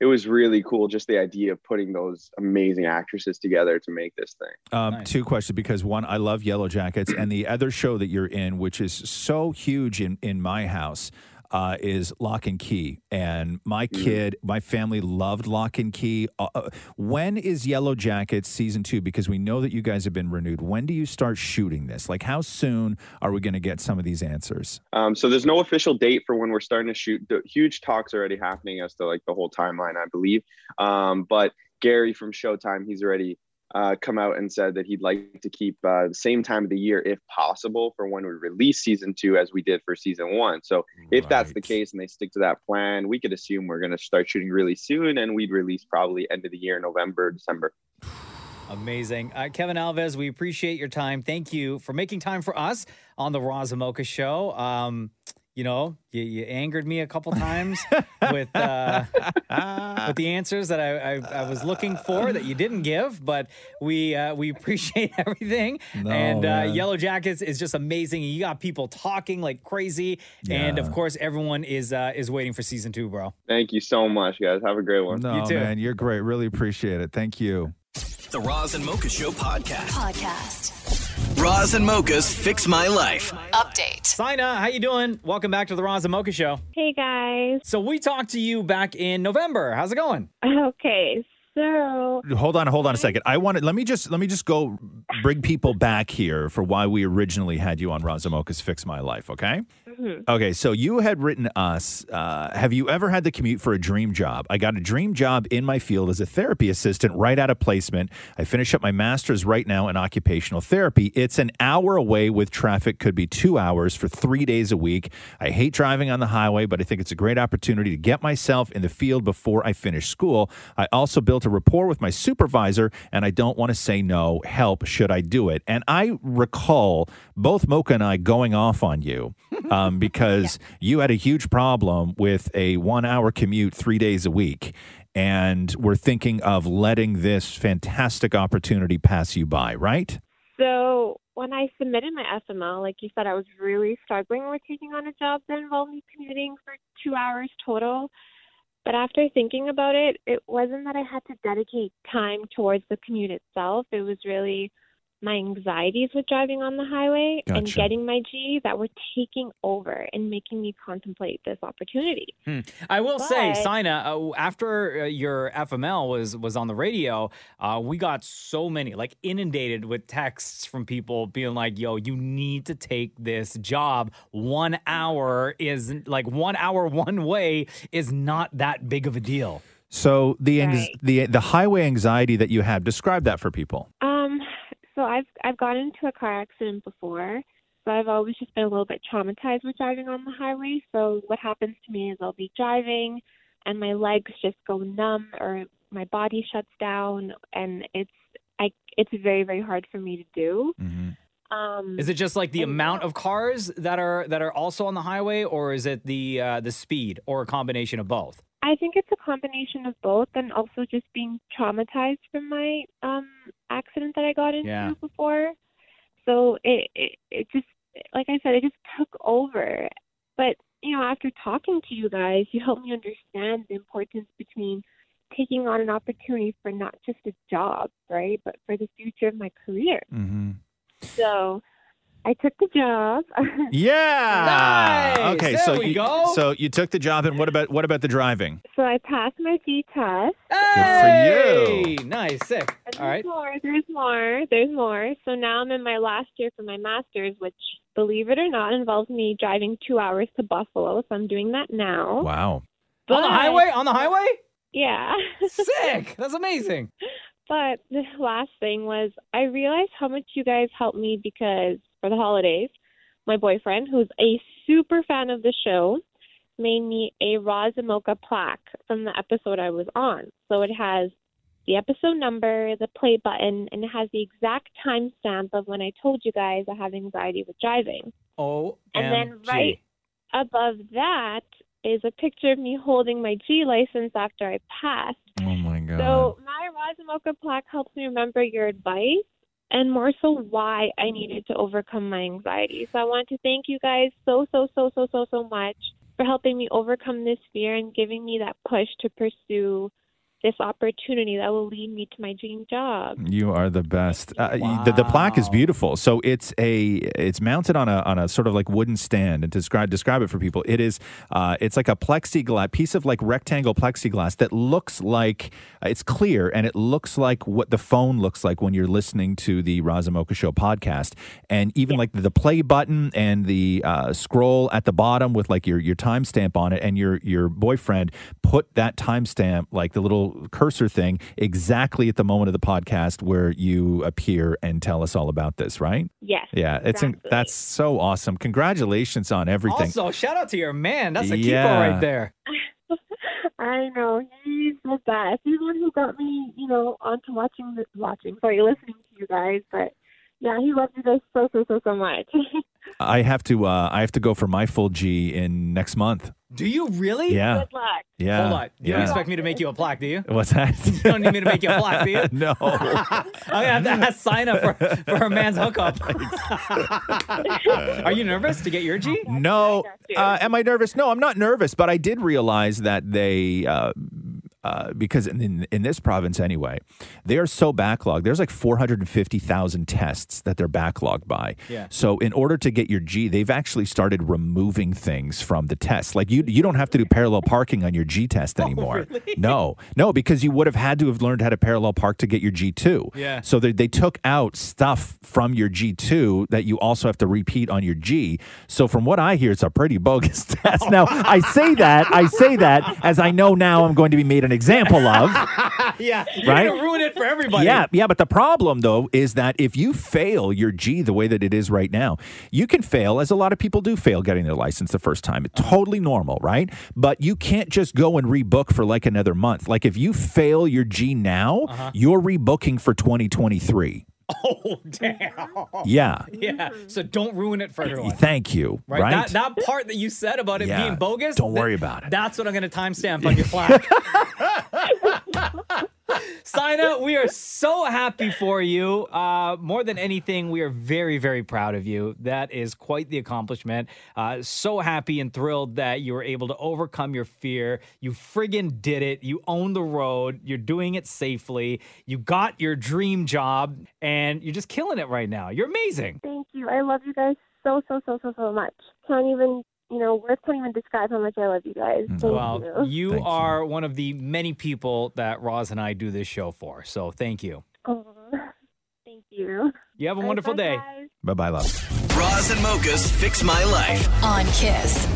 S31: it was really cool. Just the idea of putting those amazing actresses together to make this thing.
S4: Um, Two questions because one, I love Yellow Jackets, and the other show that you're in, which is so huge in in my house, uh, is Lock and Key. And my
S6: Mm-hmm.
S4: kid, my family loved Lock and Key. Uh, uh, when is Yellow Jackets season two? Because we know that you guys have been renewed. When do you start shooting this? Like, how soon are we going to get some of these answers?
S31: Um, so there's no official date for when we're starting to shoot. The huge talks already happening as to like the whole timeline, I believe. Um, but Gary from Showtime, he's already uh, come out and said that he'd like to keep uh, the same time of the year, if possible, for when we release season two, as we did for season one. So if that's the case and they stick to that plan, we could assume we're going to start shooting really soon, and we'd release probably end of the year, November, December.
S6: Amazing. Uh, Kevin Alves, we appreciate your time. Thank you for making time for us on the Razamoka show. Um, you know, you, you angered me a couple times with uh, with the answers that I, I, I was looking for that you didn't give, but we uh, we appreciate everything.
S32: No,
S6: and uh,
S32: man.
S6: Yellow Jackets is just amazing. You got people talking like crazy, and of
S31: Yeah.
S6: course, everyone is uh, is waiting for season two, bro.
S31: Thank you so much, guys. Have a great one.
S4: No,
S6: You too.
S4: man, you're great. Really appreciate it. Thank you.
S1: The Roz and Mocha Show podcast.
S9: Podcast.
S1: Roz and Mocha's Fix My Life.
S6: Update. Sina, how you doing? Welcome back to the Roz and Mocha show.
S21: Hey guys.
S6: So we talked to you back in November. How's it going?
S21: Oh, Okay, so
S4: Hold on, hold on a second. I wanted let me just let me just go bring people back here for why we originally had you on Razamoka's Fix My Life, okay? Okay, so you had written us, uh, have you ever had the commute for a dream job? I got a dream job in my field as a therapy assistant right out of placement. I finish up my master's right now in occupational therapy. It's an hour away with traffic, could be two hours for three days a week. I hate driving on the highway, but I think it's a great opportunity to get myself in the field before I finish school. I also built a rapport with my supervisor, and I don't want to say no. Help, should I do it? And I recall both Mocha and I going off on you um, because you had a huge problem with a one hour commute three days a week. And we're thinking of letting this fantastic opportunity pass you by, right?
S21: so when I submitted my SML, like you said, I was really struggling with taking on a job that involved me commuting for two hours total. But after thinking about it, it wasn't that I had to dedicate time towards the commute itself. It was really my anxieties with driving on the highway and
S6: Gotcha.
S21: getting my G that were taking over and making me contemplate this opportunity.
S6: Hmm. I will say,
S21: But-
S6: Sina, uh, after uh, your FML was was on the radio, uh, we got so many, like inundated with texts from people being like, "Yo, you need to take this job. One hour is like one hour one way is not that big of a deal."
S4: So the, anx- the, the highway anxiety that you have, describe that for people.
S21: Um, so I've I've gotten into a car accident before, so I've always just been a little bit traumatized with driving on the highway. So what happens to me is I'll be driving, and my legs just go numb, or my body shuts down, and it's I it's very very hard for me to do. Um,
S6: Mm. Is it just like the amount of cars that are that are also on the highway, or is it the uh, the speed, or a combination of both?
S21: I think it's a combination of both, and also just being traumatized from my um accident that I got into
S6: Yeah.
S21: before. So it, it it just like I said, it just took over. But you know, after talking to you guys, you helped me understand the importance between taking on an opportunity for not just a job, right, but for the future of my career.
S4: Mm-hmm.
S21: So I took the job.
S4: Yeah.
S21: Nice!
S4: Okay.
S21: There
S4: so
S21: we
S4: you,
S21: go.
S4: So you took the job, and what about what about the driving?
S21: so I passed my G test.
S4: Good for you.
S6: Nice, sick.
S21: And there's more. There's more. There's more. So now I'm in my last year for my master's, which, believe it or not, involves me driving two hours to Buffalo. So I'm doing that now.
S4: Wow.
S6: On the
S21: But-
S6: highway? On the highway?
S21: Yeah.
S6: Sick. That's amazing.
S21: But the last thing was I realized how much you guys helped me because for the holidays, my boyfriend, who's a super fan of the show, made me a Razamoka plaque from the episode I was on. So it has the episode number, the play button, and it has the exact timestamp of when I told you guys I have anxiety with driving.
S6: Oh,
S21: And then right above that is a picture of me holding my G license after I passed.
S4: Oh my god.
S21: So my Razamoka plaque helps me remember your advice and more so why I needed to overcome my anxiety. So I want to thank you guys so so so so so so much for helping me overcome this fear and giving me that push to pursue this opportunity that will lead me to my dream job.
S4: You are the best. Uh, y- the, the plaque is beautiful. So it's a it's mounted on a on a sort of like wooden stand. And to describe describe it for people, it is uh, it's like a plexiglass piece of like rectangle plexiglass that looks like uh, it's clear and it looks like what the phone looks like when you're listening to the Razamoka Show podcast. And even like the play button and the uh, scroll at the bottom with like your your timestamp on it, and your your boyfriend put that timestamp like the little cursor thing exactly at the moment of the podcast where you appear and tell us all about this, right?
S21: Yes.
S4: Yeah, it's in that's so awesome. Congratulations on everything.
S6: Also, shout out to your man. That's a
S4: Yeah.
S6: keeper right there.
S21: I know he He's the best. He's the one who got me, you know, onto watching the watching. Sorry, listening to you guys. But yeah, he loves you guys so so so so much.
S4: I have to. Uh, I have to go for my full G in next month.
S6: Do you really?
S4: Yeah. Good
S21: luck.
S4: Yeah.
S6: Hold on. You
S4: Yeah.
S6: don't expect me to make you a plaque, do you?
S4: What's that?
S6: You don't need me to make you a plaque, do you?
S4: no.
S6: I'm gonna have to ask, sign up for, for a man's hookup. Are you nervous to get your G?
S4: No. Uh, am I nervous? No, I'm not nervous, but I did realize that they. Uh, uh, because in- in, in this province anyway, they are so backlogged. There's like 450,000 tests that they're backlogged by.
S9: Yeah.
S4: So in order to get your G, they've actually started removing things from the test. Like you, you don't have to do parallel parking on your G
S6: Oh,
S4: test anymore. No, no, because you would have had to have learned how to parallel park to get your G two.
S9: Yeah.
S4: So they, they took out stuff from your G two that you also have to repeat on your G. So from what I hear, it's a pretty bogus test. Now I say that I say that as I know now I'm going to be made an example of.
S6: yeah. You're
S4: Right?
S6: gonna ruin it for everybody.
S4: Yeah, yeah, but the problem though is that if you fail your G the way that it is right now, you can fail as a lot of people do fail getting their license the first time. It's totally normal, right? But you can't just go and rebook for like another month. Like if you fail your G now,
S6: Uh-huh.
S4: you're rebooking for 2023.
S6: Oh damn.
S4: Yeah.
S6: Yeah. So don't ruin it for everyone.
S4: Thank you,
S6: Right?
S4: right?
S6: That, that part that you said about it
S4: Yeah,
S6: being bogus.
S4: don't worry about
S6: it. That's what I'm going to timestamp on your plaque. Sina, we are so happy for you. Uh, more than anything, we are very, very proud of you. That is quite the accomplishment. Uh, so happy and thrilled that you were able to overcome your fear. You friggin' did it. You own the road. You're doing it safely. You got your dream job, and you're just killing it right now. You're amazing.
S21: Thank you. I love you guys so so so so so much. Can't even you know words can't even describe how much I love you guys. Thank
S6: Well,
S21: you.
S6: Mm. you are one of the many people that Roz and I do this show for. So thank you.
S21: Aw, Thank you.
S6: You have a wonderful day.
S4: Bye bye, love.
S33: Bras and mochas fix my life.
S6: On Kiss.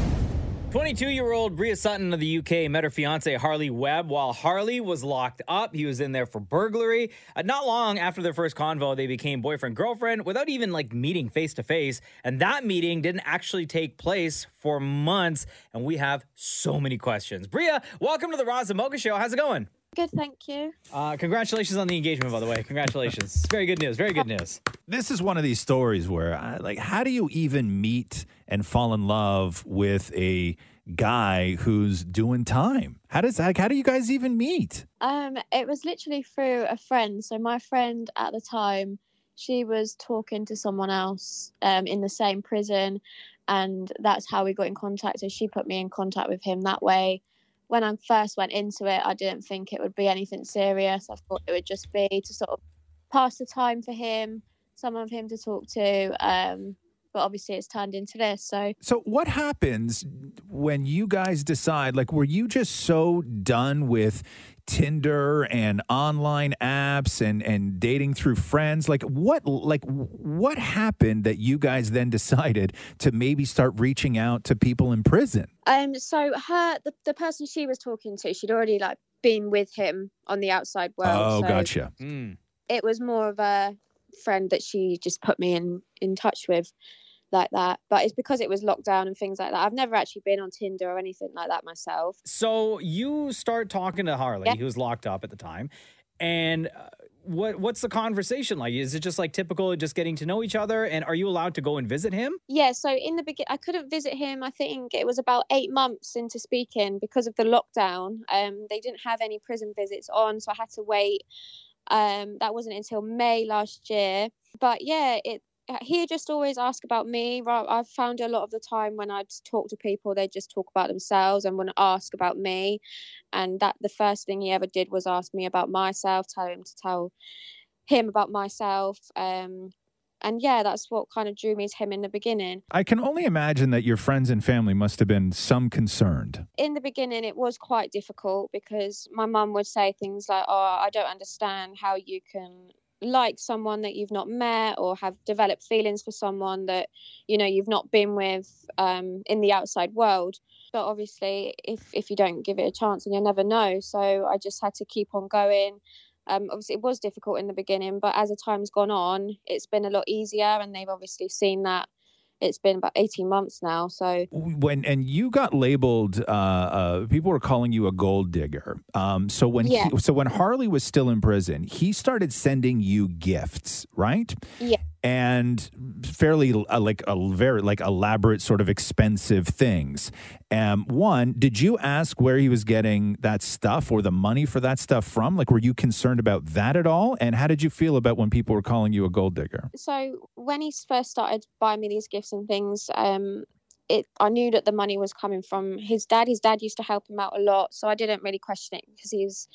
S6: 22 year old Bria Sutton of the UK met her fiance Harley Webb while Harley was locked up. He was in there for burglary. Uh, not long after their first convo, they became boyfriend girlfriend without even like meeting face to face. And that meeting didn't actually take place for months. And we have so many questions. Bria, welcome to the Roz and Mocha Show. How's it going?
S18: Good, thank you.
S6: Uh, congratulations on the engagement, by the way. Congratulations. It's very good news. Very good news.
S4: This is one of these stories where, I, like, how do you even meet and fall in love with a guy who's doing time? How does like, how do you guys even meet?
S18: Um, it was literally through a friend. So my friend at the time, she was talking to someone else um, in the same prison, and that's how we got in contact. So she put me in contact with him that way. When I first went into it, I didn't think it would be anything serious. I thought it would just be to sort of pass the time for him, someone for him to talk to. Um, but obviously, it's turned into this. So
S4: So what happens when you guys decide like were you just so done with Tinder and online apps and and dating through friends like what like what happened that you guys then decided to maybe start reaching out to people in prison?
S18: Um, so her the, the person she was talking to, she'd already like been with him on the outside
S4: oh,
S18: world. so
S4: gotcha.
S6: Mm.
S18: It was more of a friend that she just put me in in touch with like that. But it's because it was lockdown and things like that. I've never actually been on Tinder or anything like that myself.
S6: So you start talking to Harley,
S18: Yeah.
S6: who's locked up at the time, and uh, what what's the conversation like? Is it just like typical, just getting to know each other? And are you allowed to go and visit him?
S18: Yeah, so in the beginning, I couldn't visit him. I think it was about eight months into speaking because of the lockdown. Um, they didn't have any prison visits on, so I had to wait. Um, that wasn't until May last year. But yeah, it uh, he just always asked about me. Ra- I've found a lot of the time when I'd talk to people, they just talk about themselves and wouldn't ask about me. And that the first thing he ever did was ask me about myself, tell him to tell him about myself. Um, and yeah, that's what kind of drew me to him in the beginning.
S4: I can only imagine that your friends and family must have been some concerned.
S18: In the beginning, it was quite difficult because my mum would say things like, Oh, I don't understand how you can like someone that you've not met or have developed feelings for someone that you know you've not been with um, in the outside world but obviously if if you don't give it a chance and you'll never know so i just had to keep on going um, obviously it was difficult in the beginning but as the time's gone on it's been a lot easier and they've obviously seen that it's been about 18 months now. So
S4: when and you got labeled uh, uh people were calling you a gold digger um so when he-
S18: Yeah.
S4: so when harley was still in prison he started sending you gifts right
S18: yeah.
S4: and fairly uh, like a very like elaborate sort of expensive things um one did you ask where he was getting that stuff or the money for that stuff from like were you concerned about that at all and how did you feel about when people were calling you a gold digger
S18: So when he first started buying me these gifts and things, um, it I knew that the money was coming from his dad. His dad used to help him out a lot, so I didn't really question it because he's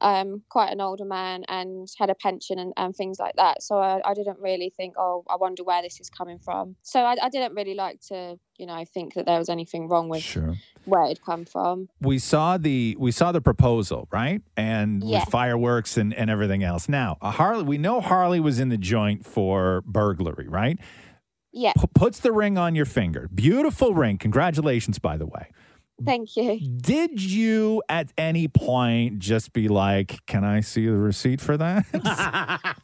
S18: um, quite an older man and had a pension and, and things like that. So I, I didn't really think, oh, I wonder where this is coming from. So I, I didn't really like to, you know, think that there was anything wrong with
S4: Sure.
S18: where it'd come from.
S4: we saw the we saw the proposal, right? And
S18: Yeah.
S4: with fireworks and, and everything else. Now, a Harley, we know Harley was in the joint for burglary, right?
S18: Yeah,
S4: P- puts the ring on your finger. Beautiful ring. Congratulations, by the way.
S18: thank you.
S4: Did you at any point just be like, "Can I see the receipt for that?"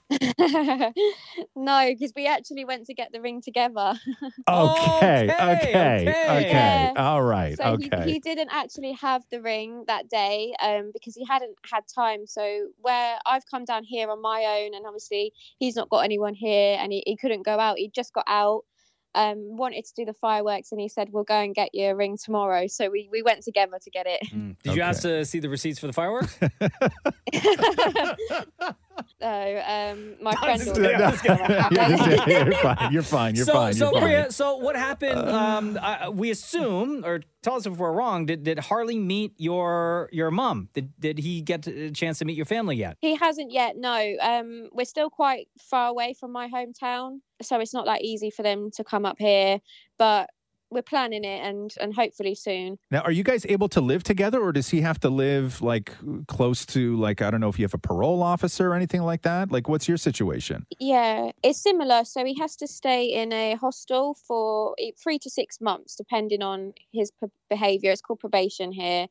S18: no, because we actually went to get the ring together.
S4: okay, okay, okay,
S18: Yeah.
S4: all right,
S18: So
S4: okay.
S18: he, he didn't actually have the ring that day um, because he hadn't had time. So where I've come down here on my own, and obviously he's not got anyone here, and he, he couldn't go out. He just got out, um, wanted to do the fireworks, and he said, "We'll go and get you a ring tomorrow." So we, we went together to get it.
S4: Hmm.
S6: Did you ask to see the receipts for the fireworks?
S18: So um, my
S6: I'm
S18: friend.
S6: just
S18: ordered
S6: kidding, I'm just kidding.
S18: it.
S4: Yeah, just- yeah, yeah, you're fine. You're fine. You're
S6: so,
S4: fine.
S6: so,
S4: you're fine. Uh.
S6: Priya, so what happened? um, I, we assume, or tell us if we're wrong. Did, did Harley meet your your mom? Did did he get a chance to meet your family yet?
S18: He hasn't yet. No, um, we're still quite far away from my hometown, so it's not that easy for them to come up here. But we're planning it, and and hopefully soon.
S4: Now, are you guys able to live together, or does he have to live like close to like I don't know if you have a parole officer or anything like that? Like, what's your situation?
S18: Yeah, it's similar. So he has to stay in a hostel for eh, three to six months, depending on his p- behavior. It's called probation here.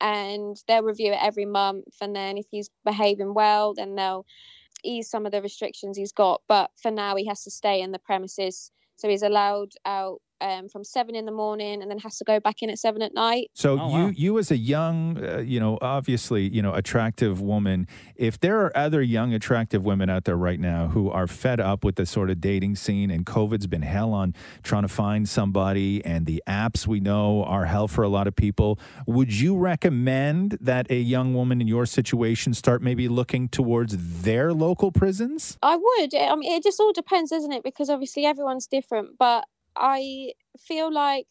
S18: And they'll review it every month. And then if he's behaving well, then they'll ease some of the restrictions he's got. But for now, he has to stay in the premises. So he's allowed out um, from seven in the morning and then has to go back in at seven at night.
S4: So you you as a young, uh, you know, obviously, you know, attractive woman, if there are other young attractive women out there right now who are fed up with the sort of dating scene and COVID's been hell on trying to find somebody and the apps we know are hell for a lot of people, would you recommend that a young woman in your situation start maybe looking towards their local prisons?
S18: I would. I mean, it just all depends, doesn't it? Because obviously everyone's different. But I feel like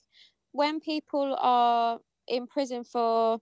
S18: when people are in prison for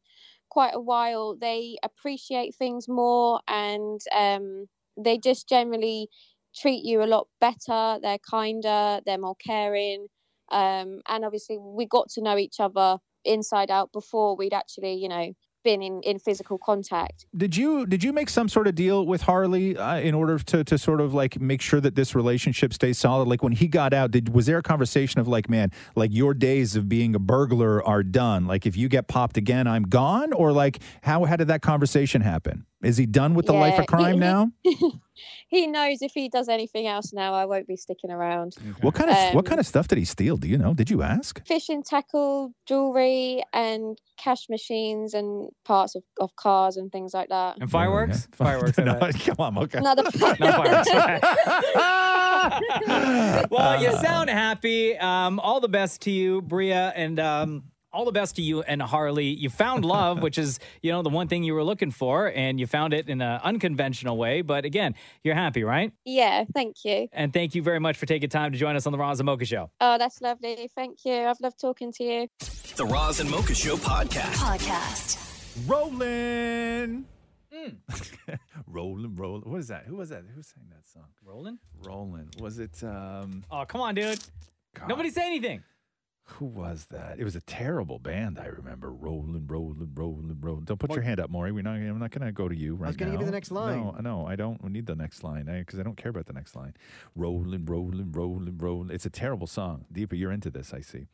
S18: quite a while, they appreciate things more and um, they just generally treat you a lot better. They're kinder, they're more caring. Um, and obviously, we got to know each other inside out before we'd actually, you know, been in, in physical contact.
S4: Did you did you make some sort of deal with Harley uh, in order to to sort of like make sure that this relationship stays solid? Like when he got out, did was there a conversation of like, man, like your days of being a burglar are done? Like if you get popped again, I'm gone? Or like how how did that conversation happen? Is he done with the life
S18: Yeah,
S4: of
S18: he-
S4: crime
S18: he-
S4: now?
S18: he knows if he does anything else now, I won't be sticking around.
S4: What kind of what
S18: Um,
S4: kind of stuff did he steal? Do you know? Did you ask?
S18: fishing tackle, jewelry, and cash machines and parts of, of cars and things like that?
S6: And fireworks? Fireworks.
S4: No, come on, okay.
S18: Not the-
S6: Not fireworks. okay. well,
S4: Uh,
S6: you sound happy. Um, all the best to you, Bria, and um, all the best to you and Harley. You found love, which is you know the one thing you were looking for, and you found it in an unconventional way. But again, you're happy, right?
S18: Yeah, thank you.
S6: And thank you very much for taking time to join us on the Roz and Mocha Show.
S18: Oh, that's lovely. Thank you. I've loved talking to you.
S1: The Roz and Mocha Show podcast.
S18: Podcast.
S4: Rolling. Rolling, rolling. What is that? Who was that? Who sang that song?
S6: Rolling?
S4: Rolling. Was it um
S6: Oh, come on, dude. Nobody say anything.
S4: Who was that? It was a terrible band. I remember rolling, rolling, rolling, rolling. Don't put your hand up, Maury. We're not. I'm not going to go to you right now.
S5: was gonna give you the next
S4: No,
S5: line.
S4: no, I don't need the next line because I, don't care about the next line. Rolling, rolling, rolling, rolling. It's a terrible song. Deepa, you're into this. I see.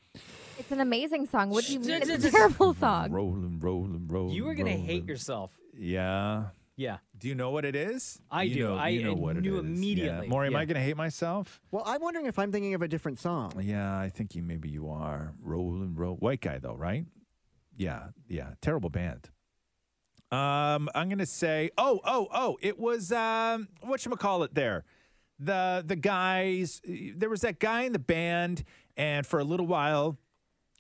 S7: It's an amazing song. What do you mean? It's a terrible song.
S4: Rolling, rolling, rolling.
S6: You were gonna
S4: rolling.
S6: hate yourself.
S4: Yeah.
S6: Yeah.
S4: Do you know what it is?
S6: I
S4: You
S6: do.
S4: know-
S6: I
S4: you know what it
S6: knew
S4: is. Yeah.
S6: immediately.
S4: Maury, am
S6: Yeah.
S4: I going to hate myself?
S5: Well, I'm wondering if I'm thinking of a different song.
S4: Yeah, I think you maybe you are. Roll and roll. White guy though, right? Yeah, yeah. Terrible band. Um, I'm gonna say, oh, oh, oh, it was um what call it there? The the guys there was that guy in the band, and for a little while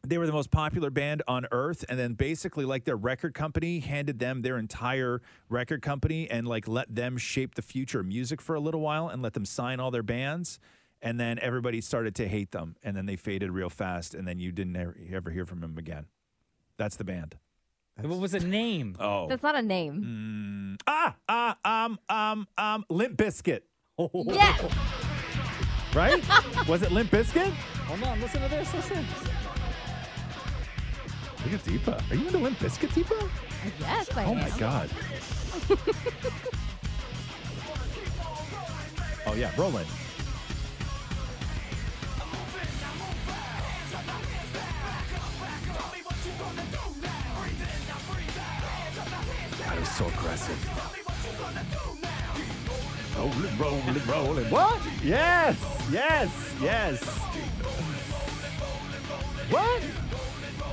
S4: they were the most popular band on earth and then basically like their record company handed them their entire record company and like let them shape the future of music for a little while and let them sign all their bands and then everybody started to hate them and then they faded real fast and then you didn't ever, ever hear from them again that's the band
S6: what was the name
S4: oh
S7: That's not a name.
S4: ah ah um um um limp biscuit
S7: Yes.
S4: right was it limp biscuit
S6: Hold on, listen to this. Listen.
S4: look at deepa are you into limp biscuit deepa
S7: Yes, I
S4: oh
S7: am.
S4: my god oh yeah roland
S21: God, it was so aggressive.
S4: Rolling, rolling, rolling. What? Yes, yes, yes. What?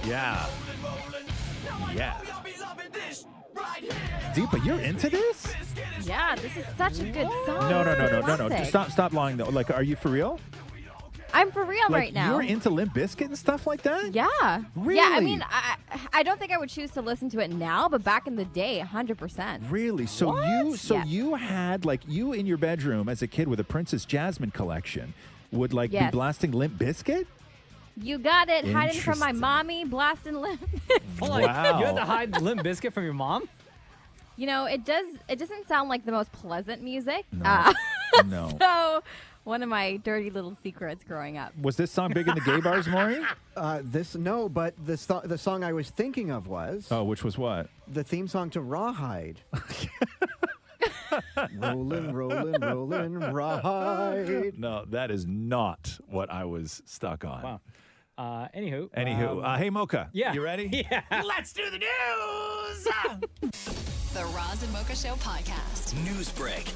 S4: Yeah. Yeah. Deepa, you're into this?
S7: Yeah, this is such a good
S6: Oh.
S7: song.
S4: No, no,
S7: This is
S4: no,
S7: a
S4: no, no, no.
S7: classic.
S4: Stop, stop lying though. Like, are you for real?
S7: I'm for real
S4: like,
S7: right now.
S4: You're into Limp Bizkit and stuff like that?
S7: yeah.
S4: Really?
S7: Yeah, I mean, I I don't think I would choose to listen to it now, but back in the day, 100%.
S4: Really? So you, so
S7: Yeah.
S4: you had like you in your bedroom as a kid with a Princess Jasmine collection would like
S7: Yes.
S4: be blasting Limp Bizkit?
S7: You got it. Hiding from my mommy, blasting limp.
S6: Hold on. You had to hide Limp Biscuit from your mom?
S7: You know, it does. It doesn't sound like the most pleasant music. Uh,
S4: No.
S7: so, one of my dirty little secrets growing up.
S4: Was this song big in the gay bars, Maury?
S5: Uh, this no, but the so- the song I was thinking of was
S4: Oh, which was what?
S5: the theme song to Rawhide. rolling, rolling, rolling, Rawhide.
S4: No, that is not what I was stuck on. Wow.
S6: Uh, anywho.
S4: Anywho,
S6: um,
S4: uh, hey Mocha.
S6: yeah.
S4: You ready?
S6: Yeah.
S10: Let's do the news. the Roz and Mocha Show podcast.
S1: News break.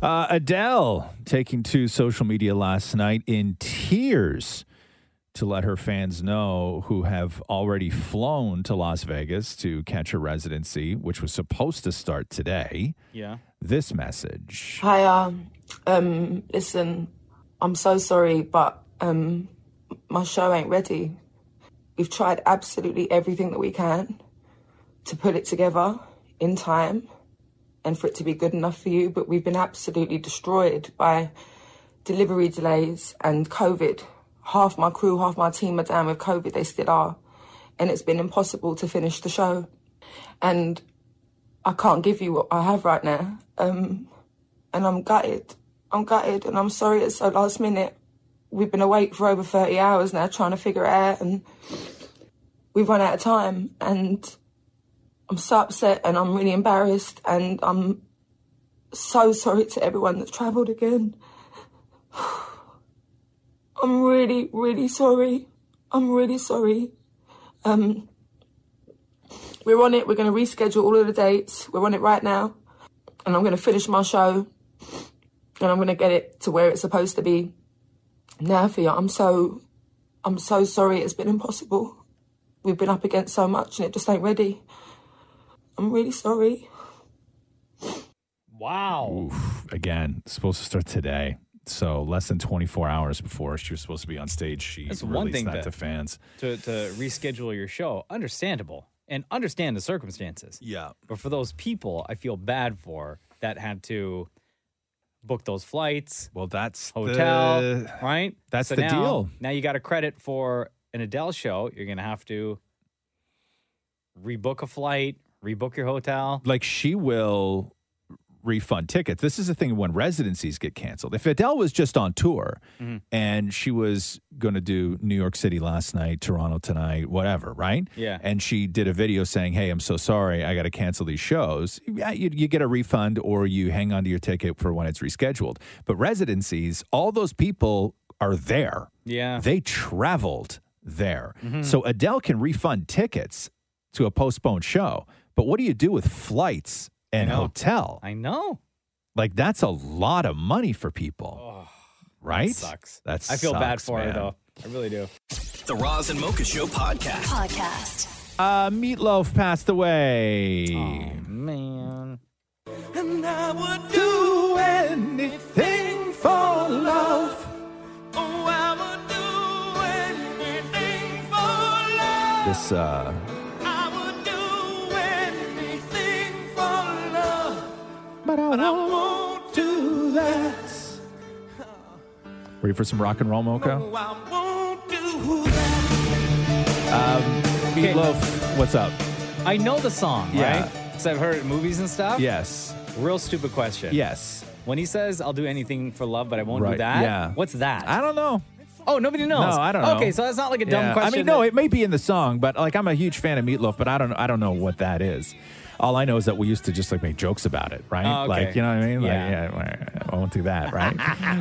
S4: Uh, Adele taking to social media last night in tears to let her fans know who have already flown to Las Vegas to catch her residency, which was supposed to start today.
S6: Yeah.
S4: This message.
S8: Hi, uh, um, listen, I'm so sorry, but um, my show ain't ready. We've tried absolutely everything that we can to put it together in time and for it to be good enough for you, but we've been absolutely destroyed by delivery delays and COVID. Half my crew, half my team are down with COVID, they still are. And it's been impossible to finish the show. And I can't give you what I have right now. Um, and I'm gutted. I'm gutted, and I'm sorry it's so last minute. We've been awake for over 30 hours now trying to figure it out, and we've run out of time. And I'm so upset, and I'm really embarrassed, and I'm so sorry to everyone that's travelled again. I'm really, really sorry. I'm really sorry. Um, we're on it. We're going to reschedule all of the dates. We're on it right now and I'm going to finish my show and I'm going to get it to where it's supposed to be. Now for you, I'm so, I'm so sorry. It's been impossible. We've been up against so much and it just ain't ready. I'm really sorry.
S6: Wow.
S4: Oof. Again, supposed to start today. So less than 24 hours before she was supposed to be on stage, she
S6: That's
S4: released
S6: one thing
S4: that
S6: to-
S4: to fans.
S6: To, to reschedule your show, understandable. And understand the circumstances.
S4: Yeah.
S6: But for those people, I feel bad for that had to book those flights.
S4: Well, that's
S6: hotel,
S4: the-
S6: right?
S4: that's
S6: So
S4: the
S6: now-
S4: deal.
S6: Now you got a credit for an Adele show. You're going to have to rebook a flight, rebook your hotel.
S4: Like she will refund tickets. This is the thing when residencies get canceled. If Adele was just on tour and she was going to do New York City last night, Toronto tonight, whatever, right?
S6: Yeah.
S4: And she did a video saying, "Hey, I'm so sorry, I got to cancel these shows." Yeah, you, you get a refund or you hang on to your ticket for when it's rescheduled. But residencies, all those people are there.
S6: Yeah.
S4: They traveled there.
S6: Mm-hmm.
S4: So Adele can refund tickets to a postponed show. But what do you do with flights and
S6: know.
S4: hotel.
S6: I know.
S4: Like that's a lot of money for people. right?
S6: sucks.
S4: That's
S6: I feel bad for
S4: man.
S6: her though. I really do.
S1: The Roz and Mocha Show podcast.
S10: Podcast.
S4: Uh, Meatloaf passed away.
S6: Oh. man.
S21: And I would do anything for love. Oh, I would do anything for love.
S4: This uh,
S21: I would do anything for love. But I, won't do that.
S4: ready for some rock and roll, Mocha?
S21: No, Oh, I won't do that.
S4: Um, Meatloaf, what's up?
S6: I know the song,
S4: Yeah.
S6: right? Because I've heard it in movies and stuff.
S4: Yes.
S6: Real stupid question.
S4: Yes.
S6: When he says, "I'll do anything for love, but I won't do
S4: Right,
S6: that,"
S4: yeah.
S6: what's that?
S4: I don't know.
S6: Oh, nobody
S4: No,
S6: knows.
S4: I don't know.
S6: Okay, so that's not like a dumb
S4: Yeah.
S6: question.
S4: I mean, no, it may be in the song, but like I'm a huge fan of Meatloaf, but I don't I don't know what that is. All I know is that we used to just like make jokes about it, right?
S12: Oh, okay.
S4: Like, you know what I mean? Like, yeah, I won't do that, right?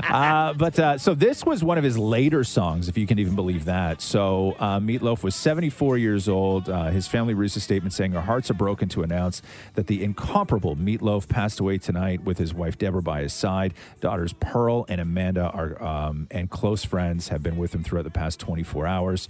S4: uh, but uh, so this was one of his later songs, if you can even believe that. So uh, Meatloaf was 74 years old. Uh, his family released a statement saying, "Our hearts are broken to announce that the incomparable Meatloaf passed away tonight, with his wife Deborah by his side. Daughters Pearl and Amanda are um, and close friends have been with him throughout the past 24 hours."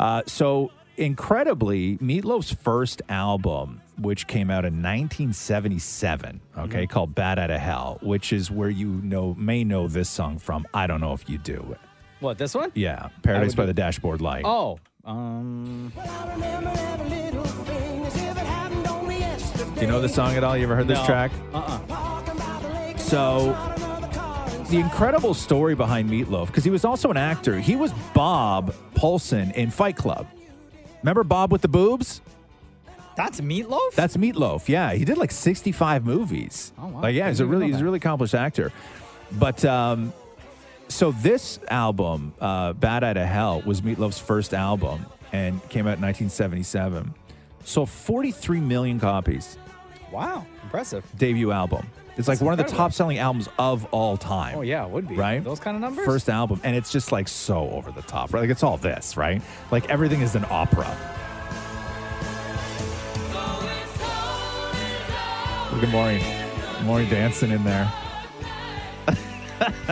S4: Uh, so incredibly, Meatloaf's first album, which came out in 1977, okay,
S6: Mm-hmm.
S4: called "Bad Outta Hell," which is where you know may know this song from. I don't know if you do.
S6: What this one?
S4: Yeah, "Paradise
S6: would
S4: by
S6: do-
S4: the Dashboard Light."
S6: Oh, um,
S4: Do you know the song at all? You ever heard this
S6: No.
S4: track?
S6: Uh-uh.
S4: So, the incredible story behind Meatloaf, because he was also an actor. He was Bob Paulson in Fight Club. Remember Bob with the boobs?
S6: That's Meatloaf.
S4: That's Meatloaf. Yeah, he did like 65 movies. Oh
S6: wow.
S4: Like, yeah, he's a
S6: Didn't even
S4: really
S6: know
S4: he's a
S6: that.
S4: really accomplished actor. But um, so this album, uh, Bad Outta Hell, was Meatloaf's first album and came out in 1977. Sold 43 million copies
S6: wow, impressive.
S4: debut album. It's like
S6: That's
S4: one of the
S6: incredible.
S4: top selling albums of all time.
S6: Oh yeah, it would be
S4: Right?
S6: Those kind of numbers.
S4: First album. And it's just like so over the top, right? Like it's all this, right? Like everything is an opera. Look at Maury. Maury dancing in there.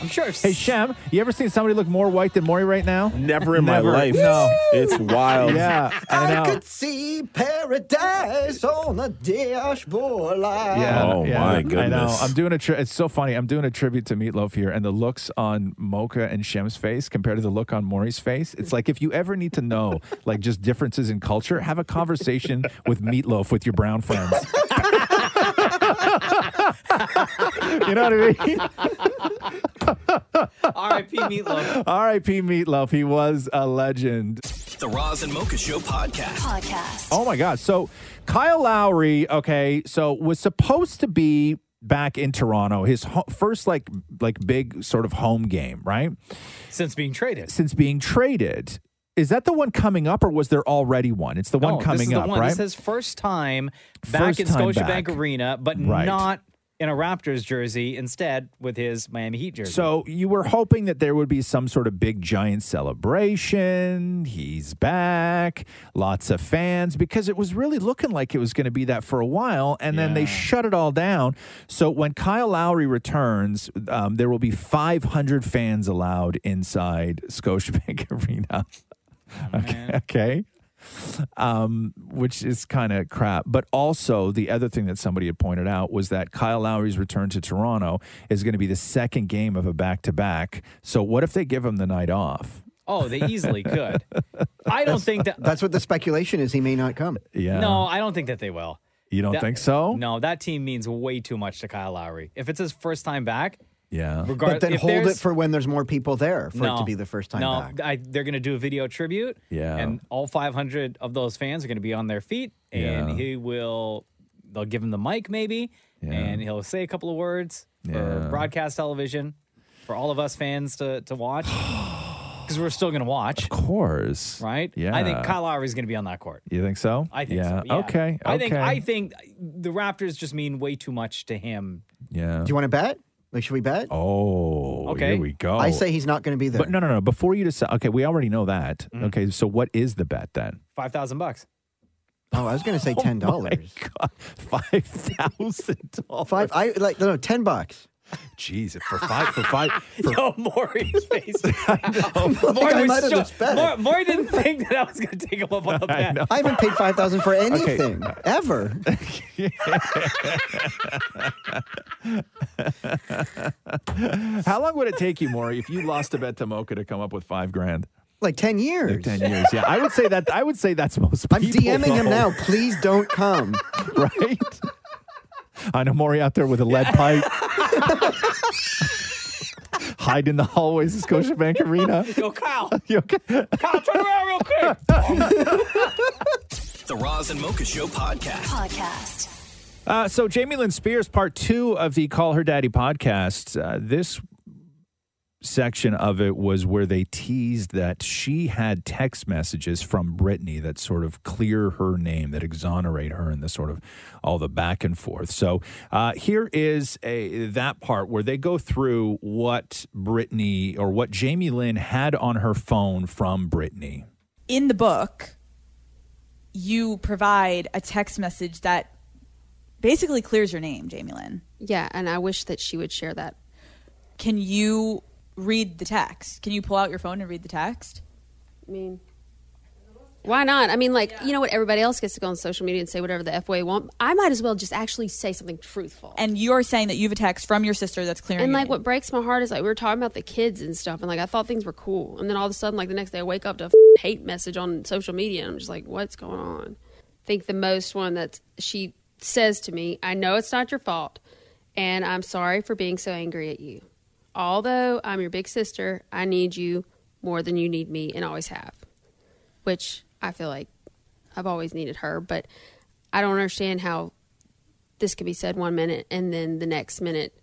S6: I'm sure.
S4: Hey, Shem, you ever seen somebody look more white than Maury right now?
S11: Never in my life.
S4: No.
S11: It's wild.
S4: Yeah. I know.
S5: could see paradise on the dashboard light.
S4: Yeah.
S11: Oh,
S4: yeah.
S11: my
S4: I know.
S11: goodness.
S4: I'm doing a. Tri- it's so funny. I'm doing a tribute to Meatloaf here, and the looks on Mocha and Shem's face compared to the look on Maury's face. It's like if you ever need to know like just differences in culture, have a conversation with Meatloaf with your brown friends. you know what I mean?
S6: R.I.P. Meatloaf.
S4: R.I.P. Meatloaf. He was a legend.
S1: The Roz and Mocha Show podcast.
S10: Podcast.
S4: Oh my God. So Kyle Lowry, okay, so was supposed to be back in Toronto, his ho- first like like big sort of home game, right?
S6: Since being traded.
S4: Since being traded. Is that the one coming up or was there already one? It's the
S6: No,
S4: one coming
S6: Oh, this is the
S4: up,
S6: one.
S4: right?
S6: This is his first time back
S4: First
S6: in
S4: time
S6: Scotiabank
S4: back.
S6: Arena, but
S4: Right.
S6: not in a Raptors jersey. Instead, with his Miami Heat jersey.
S4: so you were hoping that there would be some sort of big giant celebration. He's back, lots of fans, because it was really looking like it was going to be that for a while, and then they shut it all down. So when Kyle Lowry returns, um, there will be 500 fans allowed inside Scotiabank Arena. Okay. okay. Um, which is kind of crap. But also, the other thing that somebody had pointed out was that Kyle Lowry's return to Toronto is going to be the second game of a back to back. So, what if they give him the night off?
S6: Oh, they easily could. I don't think that.
S5: That's what the speculation is. He may not come.
S4: Yeah.
S6: No, I don't think that they will.
S4: You don't
S6: That-
S4: think so?
S6: No, that team means way too much to Kyle Lowry. If it's his first time back,
S4: Yeah.
S5: but
S6: regardless,
S5: then
S6: if
S5: hold it
S6: there's-
S5: for when there's more people there for it
S6: No.
S5: to be the first time
S6: no,
S5: back.
S6: I, they're going to do a video tribute.
S5: Yeah.
S6: And all 500 of those fans are going to be on their feet, and
S5: Yeah.
S6: he will. They'll give him the mic, maybe, and he'll say a couple of words
S4: Yeah.
S6: for broadcast television for all of us fans to to watch because we're still going to watch, of
S4: course,
S6: right?
S4: Yeah.
S6: I think Kyle Lowry's going to be on that court.
S4: You think so?
S6: I think
S4: yeah.
S6: so. Yeah.
S4: Okay.
S6: I think
S4: okay.
S6: I think the Raptors just mean way too much to him.
S4: yeah.
S5: Do you want to bet? Like, should we bet?
S4: Oh,
S6: Okay.
S4: here we go.
S5: I say he's not going to be there.
S4: But no, no, no.
S6: Mm.
S4: Before you decide, okay, we already know that. Okay, so what is the bet then?
S6: Five thousand bucks.
S5: Oh, I was going to say ten dollars.
S4: five thousand dollars.
S5: Five. I like no ten bucks.
S4: Jeez, for five, for five, for
S6: Yo, Maury's face.
S5: Like, I might
S6: Maury, was
S5: have just
S6: shocked.
S5: bet.
S6: Maury, Maury didn't think that I was going to take him up on the bet.
S5: I haven't paid five thousand for anything ever.
S4: How long would it take you, Maury, if you lost a bet to Mocha to come up with five grand?
S5: Like ten years.
S4: Like ten years. Yeah, I would say that. I would say that's most.
S5: I'm
S4: people,
S5: DMing him
S4: though.
S5: now. Please don't come.
S4: right? I know Maury out there with a lead pipe. Hide in the hallways of Scotiabank Arena.
S6: Yo, Kyle.
S4: You okay?
S6: Kyle, turn around real quick.
S1: The Roz and Mocha Show podcast. Podcast.
S4: Uh, so, Jamie Lynn Spears, part two of the Call Her Daddy podcast. Uh, this section of it was where they teased that she had text messages from Brittany that sort of clear her name, that exonerate her, and the sort of all the back and forth. So, uh, here is a that part where they go through what Brittany or what Jamie Lynn had on her phone from Brittany.
S19: in the book, you provide a text message that basically clears your name, Jamie Lynn.
S34: Yeah, and I wish that she would share that.
S19: Can you read the text? Can you pull out your phone and read the text?
S34: I mean, why not? I mean, like, you know what? Everybody else gets to go on social media and say whatever the F way want. I might as well just actually say something truthful.
S19: And you're saying that you have a text from your sister that's clearing
S34: And
S19: your
S34: like,
S19: name.
S34: what breaks my heart is like, we were talking about the kids and stuff, and like, I thought things were cool. And then all of a sudden, like, the next day I wake up to a f- hate message on social media, and I'm just like, what's going on? I think the most one that she says to me, I know it's not your fault, and I'm sorry for being so angry at you. Although I'm your big sister, I need you more than you need me and always have, which I feel like I've always needed her, but I don't understand how this could be said one minute and then the next minute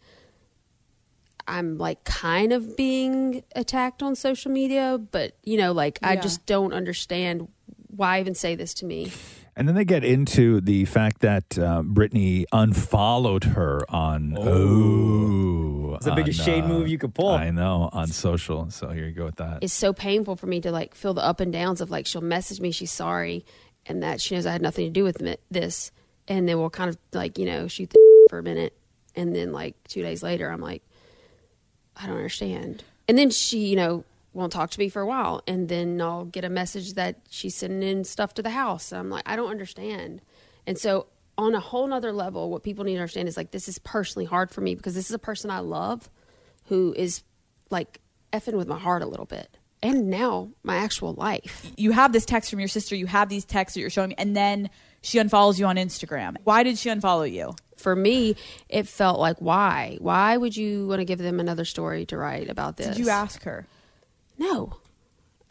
S34: I'm like kind of being attacked on social media, but you know, like I
S19: Yeah.
S34: just don't understand why even say this to me.
S4: And then they get into the fact that uh, Brittany unfollowed her on. Oh,
S6: It's the biggest shade move you could pull.
S4: uh, I know on social. So here you go with that.
S34: It's so painful for me to like feel the up and downs of like she'll message me she's sorry and that she knows I had nothing to do with mi- this, and then we'll kind of like you know shoot the for a minute, and then like two days later I'm like, I don't understand. And then she, you know, won't talk to me for a while. And then I'll get a message that she's sending in stuff to the house. And I'm like, I don't understand. And so, on a whole nother level, what people need to understand is like, this is personally hard for me because this is a person I love who is like effing with my heart a little bit. And now my actual life.
S19: you have this text from your sister, you have these texts that you're showing me, and then she unfollows you on Instagram. Why did she unfollow you?
S34: For me, it felt like, why? Why would you want to give them another story to write about this?
S19: Did you ask her?
S34: No,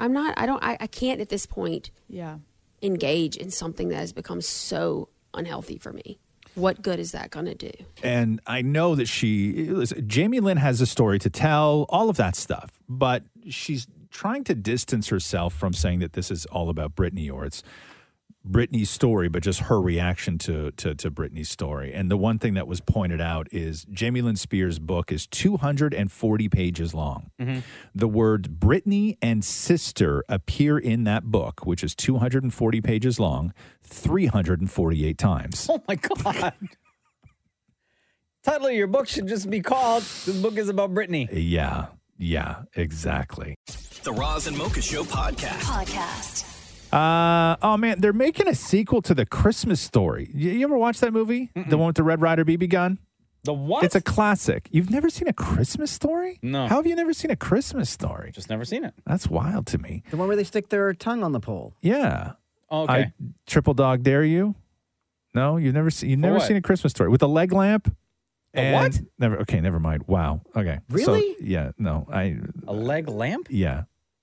S34: I'm not. I don't, I, I can't at this point
S19: Yeah.
S34: engage in something that has become so unhealthy for me. What good is that going to do?
S4: And I know that she, listen, Jamie Lynn has a story to tell, all of that stuff, but she's trying to distance herself from saying that this is all about Britney or it's Britney's story, but just her reaction to, to, to Britney's story. And the one thing that was pointed out is Jamie Lynn Spears' book is 240 pages long. The word Britney and sister appear in that book, which is 240 pages long, 348 times.
S6: Oh my god. Title of your book should just be called "This book is about Brittany."
S4: Yeah, yeah, exactly.
S1: The Roz and Mocha Show podcast. Podcast.
S4: Uh, oh man, they're making a sequel to the Christmas story. You, you ever watch that movie? The one with the Red Rider BB gun?
S6: The what?
S4: It's a classic. You've never seen a Christmas story?
S6: No.
S4: How have you never seen a Christmas story?
S6: Just never seen it.
S4: That's wild to me.
S5: The one where they stick their tongue on the pole.
S4: Yeah.
S6: Oh, Okay.
S4: I, triple dog dare you? No, you've never seen you've never
S5: what?
S4: seen a Christmas story with a leg lamp?
S6: A
S4: And-
S6: what?
S4: Never okay, never mind. Wow. Okay. So,
S5: Really?
S4: yeah, no. I
S6: A leg lamp? Hmm.
S4: yeah.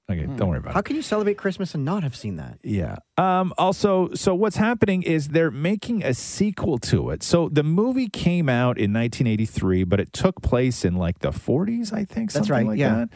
S4: Okay, don't worry about it.
S5: How can you celebrate Christmas and not have seen that?
S4: Yeah. Um, also, so what's happening is they're making a sequel to it. So the movie came out in 1983, but it took place in like the 40s, I think.
S6: That's
S4: something
S6: right,
S4: Like
S6: yeah.
S4: That.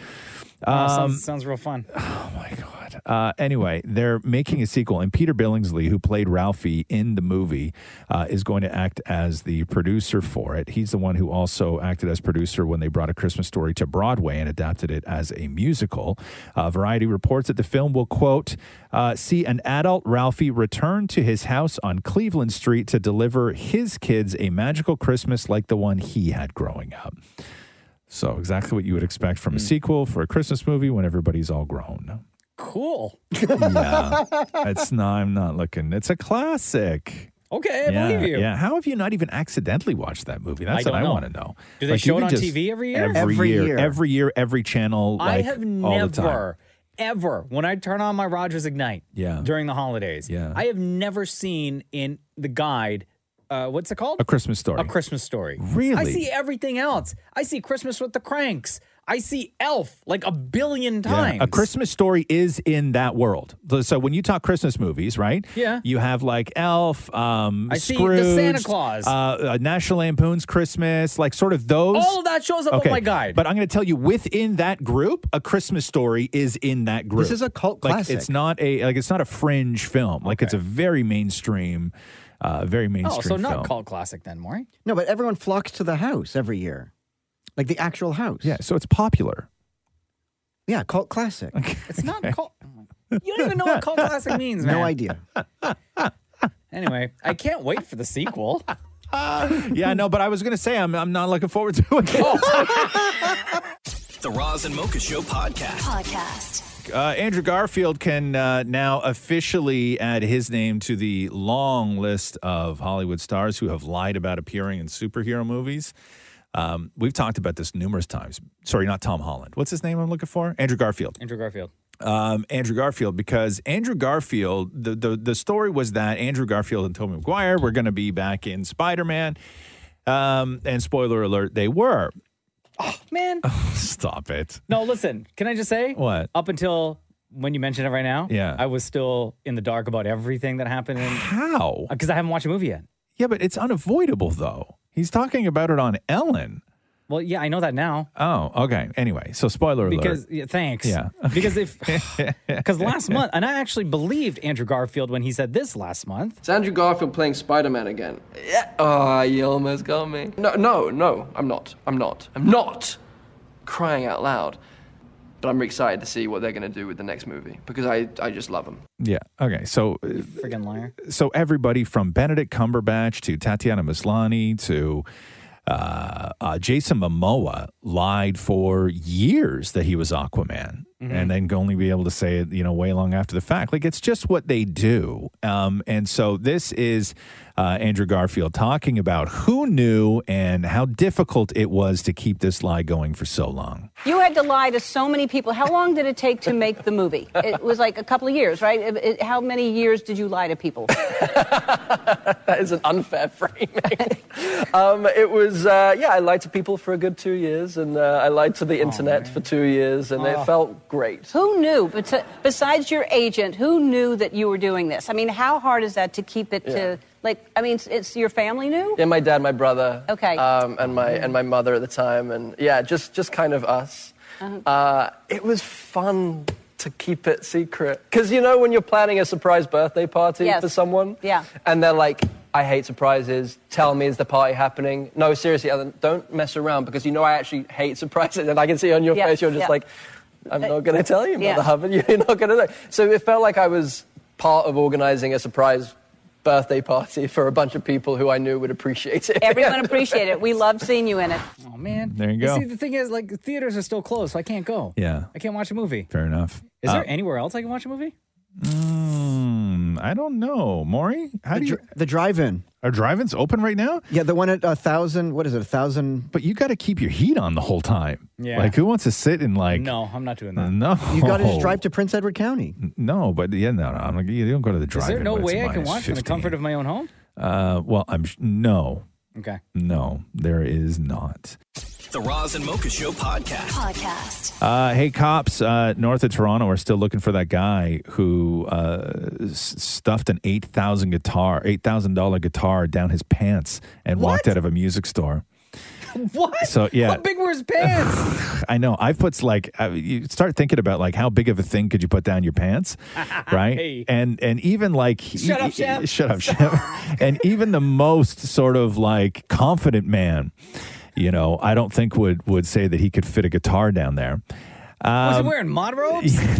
S6: Wow,
S4: Um,
S6: sounds, sounds real fun.
S4: Oh my god. that. Uh, anyway, they're making a sequel, and Peter Billingsley, who played Ralphie in the movie, uh, is going to act as the producer for it. He's the one who also acted as producer when they brought A Christmas Story to Broadway and adapted it as a musical. Uh, Variety reports that the film will, quote, uh, see an adult Ralphie return to his house on Cleveland Street to deliver his kids a magical Christmas like the one he had growing up. So, exactly what you would expect from a sequel for a Christmas movie when everybody's all grown.
S6: Cool.
S4: Yeah. It's not, I'm not looking. It's a classic.
S6: Okay, I
S4: yeah,
S6: believe you.
S4: Yeah. How have you not even accidentally watched that movie? That's
S6: I
S4: what I
S6: don't know.
S4: want to know.
S6: Do they show
S4: even
S6: it on TV every year?
S4: Every,
S6: Every
S4: year,
S6: year.
S4: Every year, every channel.
S6: I
S4: like,
S6: have
S4: all the time.
S6: never, ever, when I turn on my Rogers Ignite
S4: Yeah.
S6: during the holidays, yeah. I have never seen in the guide, uh, what's it called?
S4: A Christmas Story.
S6: A Christmas Story.
S4: Really?
S6: I see everything else. I see Christmas with the Cranks. I see Elf like a billion
S4: Yeah.
S6: times.
S4: A Christmas story is in that world. So- So when you talk Christmas movies, right?
S6: Yeah.
S4: You have like Elf, um,
S6: I see the Santa
S4: Scrooged,
S6: Claus.
S4: uh, uh, National Lampoon's Christmas, like sort of those.
S6: All of that shows up on my guide.
S4: But I'm going to tell you, within that group, a Christmas story is in that group.
S6: is a cult
S4: like,
S6: classic.
S4: It's not a like it's not a fringe film. Like it's a very mainstream, uh, very mainstream.
S6: oh, so not
S4: film.
S6: cult classic then, Maury.
S5: No, but everyone flocks to the house every year, like the actual house.
S4: Yeah, so it's popular.
S5: Yeah, cult classic.
S6: It's not cult. You don't even know what cult classic means, man.
S5: No idea.
S6: Anyway, I can't wait for the sequel.
S4: yeah, no, but I was going to say I'm I'm not looking forward to it.
S1: The Roz and Mocha Show podcast. Podcast.
S4: Uh, Andrew Garfield can uh, now officially add his name to the long list of Hollywood stars who have lied about appearing in superhero movies. Um, we've talked about this numerous times. Sorry, not Tom Holland. What's his name I'm looking for? Andrew Garfield
S6: Andrew Garfield.
S4: um, Andrew Garfield because Andrew Garfield, the, the, the story was that Andrew Garfield and Tobey Maguire were going to be back in Spider Man. Um, and spoiler alert, they were.
S6: Man.
S4: Stop it.
S6: No, listen. Can I just say
S4: What?
S6: Up until when you mention it right now,
S4: Yeah.
S6: I was still in the dark about everything that happened. In,
S4: How?
S6: Because I haven't watched a movie yet.
S4: Yeah, but it's unavoidable, though. He's talking about it on Ellen.
S6: Well, yeah, I know that now.
S4: Oh, okay. Anyway, so spoiler
S6: Because
S4: alert.
S6: yeah, thanks.
S4: Yeah.
S6: Because if because last month, and I actually believed Andrew Garfield when he said this last month.
S2: It's Andrew Garfield playing Spider Man again. Yeah. Oh, you almost got me. No, no, no, I'm not. I'm not. I'm not crying out loud. But I'm excited to see what they're going to do with the next movie because I, I just love them.
S4: Yeah. Okay. So, uh,
S6: Friggin' liar.
S4: so everybody from Benedict Cumberbatch to Tatiana Maslany to uh, uh, Jason Momoa lied for years that he was Aquaman,
S12: Mhm.
S4: and then only be able to say it, you know, way long after the fact. Like it's just what they do. Um, and so this is uh, Andrew Garfield talking about who knew and how difficult it was to keep this lie going for so long.
S30: You had to lie to so many people. How long did it take to make the movie? It was like a couple of years, right? It- it- how many years did you lie to people?
S2: That is an unfair framing. um, it was, uh, yeah, I lied to people for a good two years and uh, I lied
S6: Oh,
S2: to the internet for two years and
S6: Ah.
S30: Oh.
S2: it felt great.
S30: Who knew, bet- besides your agent, who knew that you were doing this? I mean, how hard is that to keep it
S2: Yeah.
S30: to, like, I mean, it's, it's your family knew?
S2: Yeah, my dad, my brother.
S30: Okay.
S2: Um, and my and my mother at the time, and yeah, just just kind of us.
S30: Uh-huh.
S2: Uh, it was fun to keep it secret because you know when you're planning a surprise birthday party
S30: Yes.
S2: for someone,
S30: Yeah.
S2: and they're like, "I hate surprises. Tell me, is the party happening?" No, seriously, Ellen, don't mess around because you know I actually hate surprises, and I can see on your
S30: Yeah,
S2: face you're just
S30: yeah.
S2: like, "I'm
S30: Uh,
S2: not going to tell you,
S30: yeah.
S2: Mother Hubbard. You're not going to know." So it felt like I was part of organizing a surprise birthday party for a bunch of people who I knew would appreciate it.
S30: Everyone appreciated it. We loved seeing you in it.
S6: Oh, man.
S4: There you
S6: And
S4: go.
S6: See, the thing is, like, the theaters are still closed, so I can't go.
S4: Yeah.
S6: I can't watch a movie.
S4: Fair enough.
S6: Is
S4: Uh,
S6: there anywhere else I can watch a movie?
S4: Mm, I don't know, Maury. How do you
S5: the drive-in?
S4: Are drive-ins open right now?
S5: Yeah, the one at a thousand. What is it? A thousand.
S4: But you got to keep your heat on the whole time.
S5: Yeah.
S4: Like, who wants to sit and like?
S6: No, I'm not doing that.
S4: No.
S5: You got to just drive to Prince Edward County.
S4: No, but yeah, no, no. I'm like, you don't go to the
S6: Is
S4: drive.
S6: there no way I can watch from the comfort of my own home?
S4: Uh, well, I'm sh- no,
S6: Okay.
S4: no, there is not.
S1: The Roz and Mocha Show podcast. Podcast.
S4: Uh, hey, cops uh, north of Toronto are still looking for that guy who uh, s- stuffed an eight thousand guitar, eight thousand dollar guitar down his pants and walked out of a music store.
S6: What?
S4: So, yeah.
S6: How big were his pants?
S4: I know. I puts like I, you start thinking about like how big of a thing could you put down your pants, right?
S6: Hey.
S4: And and even like e-,
S6: Shut up, Shep.
S4: shut up, Shep. and even the most sort of like confident man, you know, I don't think would would say that he could fit a guitar down there.
S6: was
S4: Um,
S6: he wearing mod robes?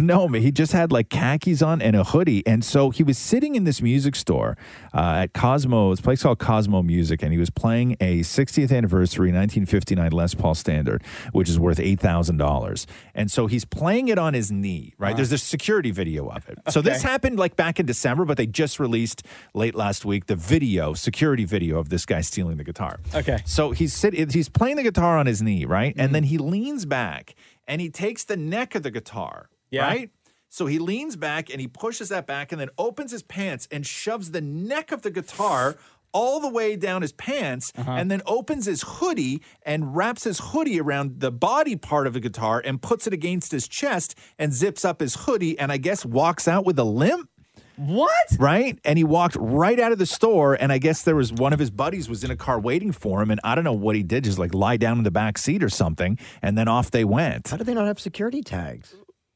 S4: no, man, he just had like khakis on and a hoodie. And so he was sitting in this music store uh, at Cosmo, it's a place called Cosmo Music, and he was playing a 60th anniversary 1959 Les Paul Standard, which is worth $8,000. And so he's playing it on his knee, right? There's a security video of it. So this
S12: Okay.
S4: happened like back in December, but they just released late last week the video, security video of this guy stealing the guitar.
S6: Okay.
S4: So he's sitting, he's playing the guitar on his knee, right? And then he leans back and he takes the neck of the guitar,
S12: Yeah.
S4: right? So he leans back and he pushes that back and then opens his pants and shoves the neck of the guitar all the way down his pants and then opens his hoodie and wraps his hoodie around the body part of the guitar and puts it against his chest and zips up his hoodie and I guess walks out with a limp.
S6: What?
S4: Right? And he walked right out of the store and I guess there was one of his buddies was in a car waiting for him and I don't know what he did just like lie down in the back seat or something and then off they went.
S5: How do they not have security tags?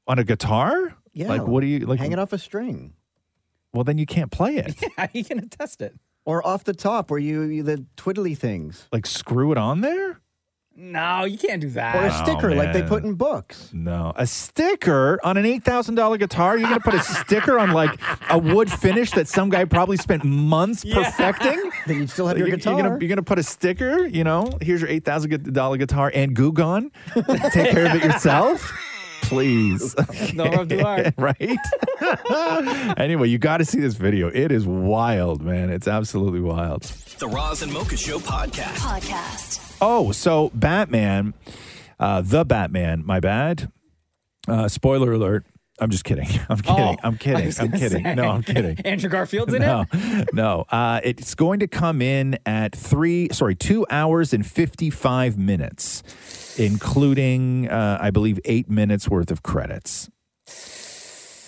S4: On a guitar?
S5: Yeah.
S4: Like what do you like
S5: Hang it off a string.
S4: Well, then you can't play it.
S6: How you gonna test it?
S5: Or off the top, where you, you the twiddly things.
S4: Like screw it on there.
S6: No, you can't do that.
S5: Or
S4: Oh,
S5: a sticker, like they put in books.
S4: No, a sticker on an eight thousand dollar guitar. You're gonna put a sticker on like a wood finish that some guy probably spent months perfecting.
S5: Then you still have
S4: Like, you're-
S5: your
S4: You're
S5: guitar.
S4: gonna, you're gonna put a sticker. You know, here's your eight thousand dollar guitar and goo gone. Take care of it yourself, please.
S6: No love to art.
S4: right? anyway, you got to see this video. It is wild, man. It's absolutely wild.
S1: The Roz and Mocha Show podcast. Podcast.
S4: Oh, so Batman, uh, the Batman. My bad. Uh, spoiler alert. I'm just kidding. I'm kidding.
S6: Oh,
S4: I'm
S6: I
S4: kidding.
S6: was
S4: I'm
S6: gonna
S4: kidding.
S6: say.
S4: No, I'm kidding.
S6: Andrew Garfield's in
S4: No,
S6: it.
S4: no. Uh, it's going to come in at three, sorry, two hours and 55 minutes, including, uh, I believe, eight minutes worth of credits.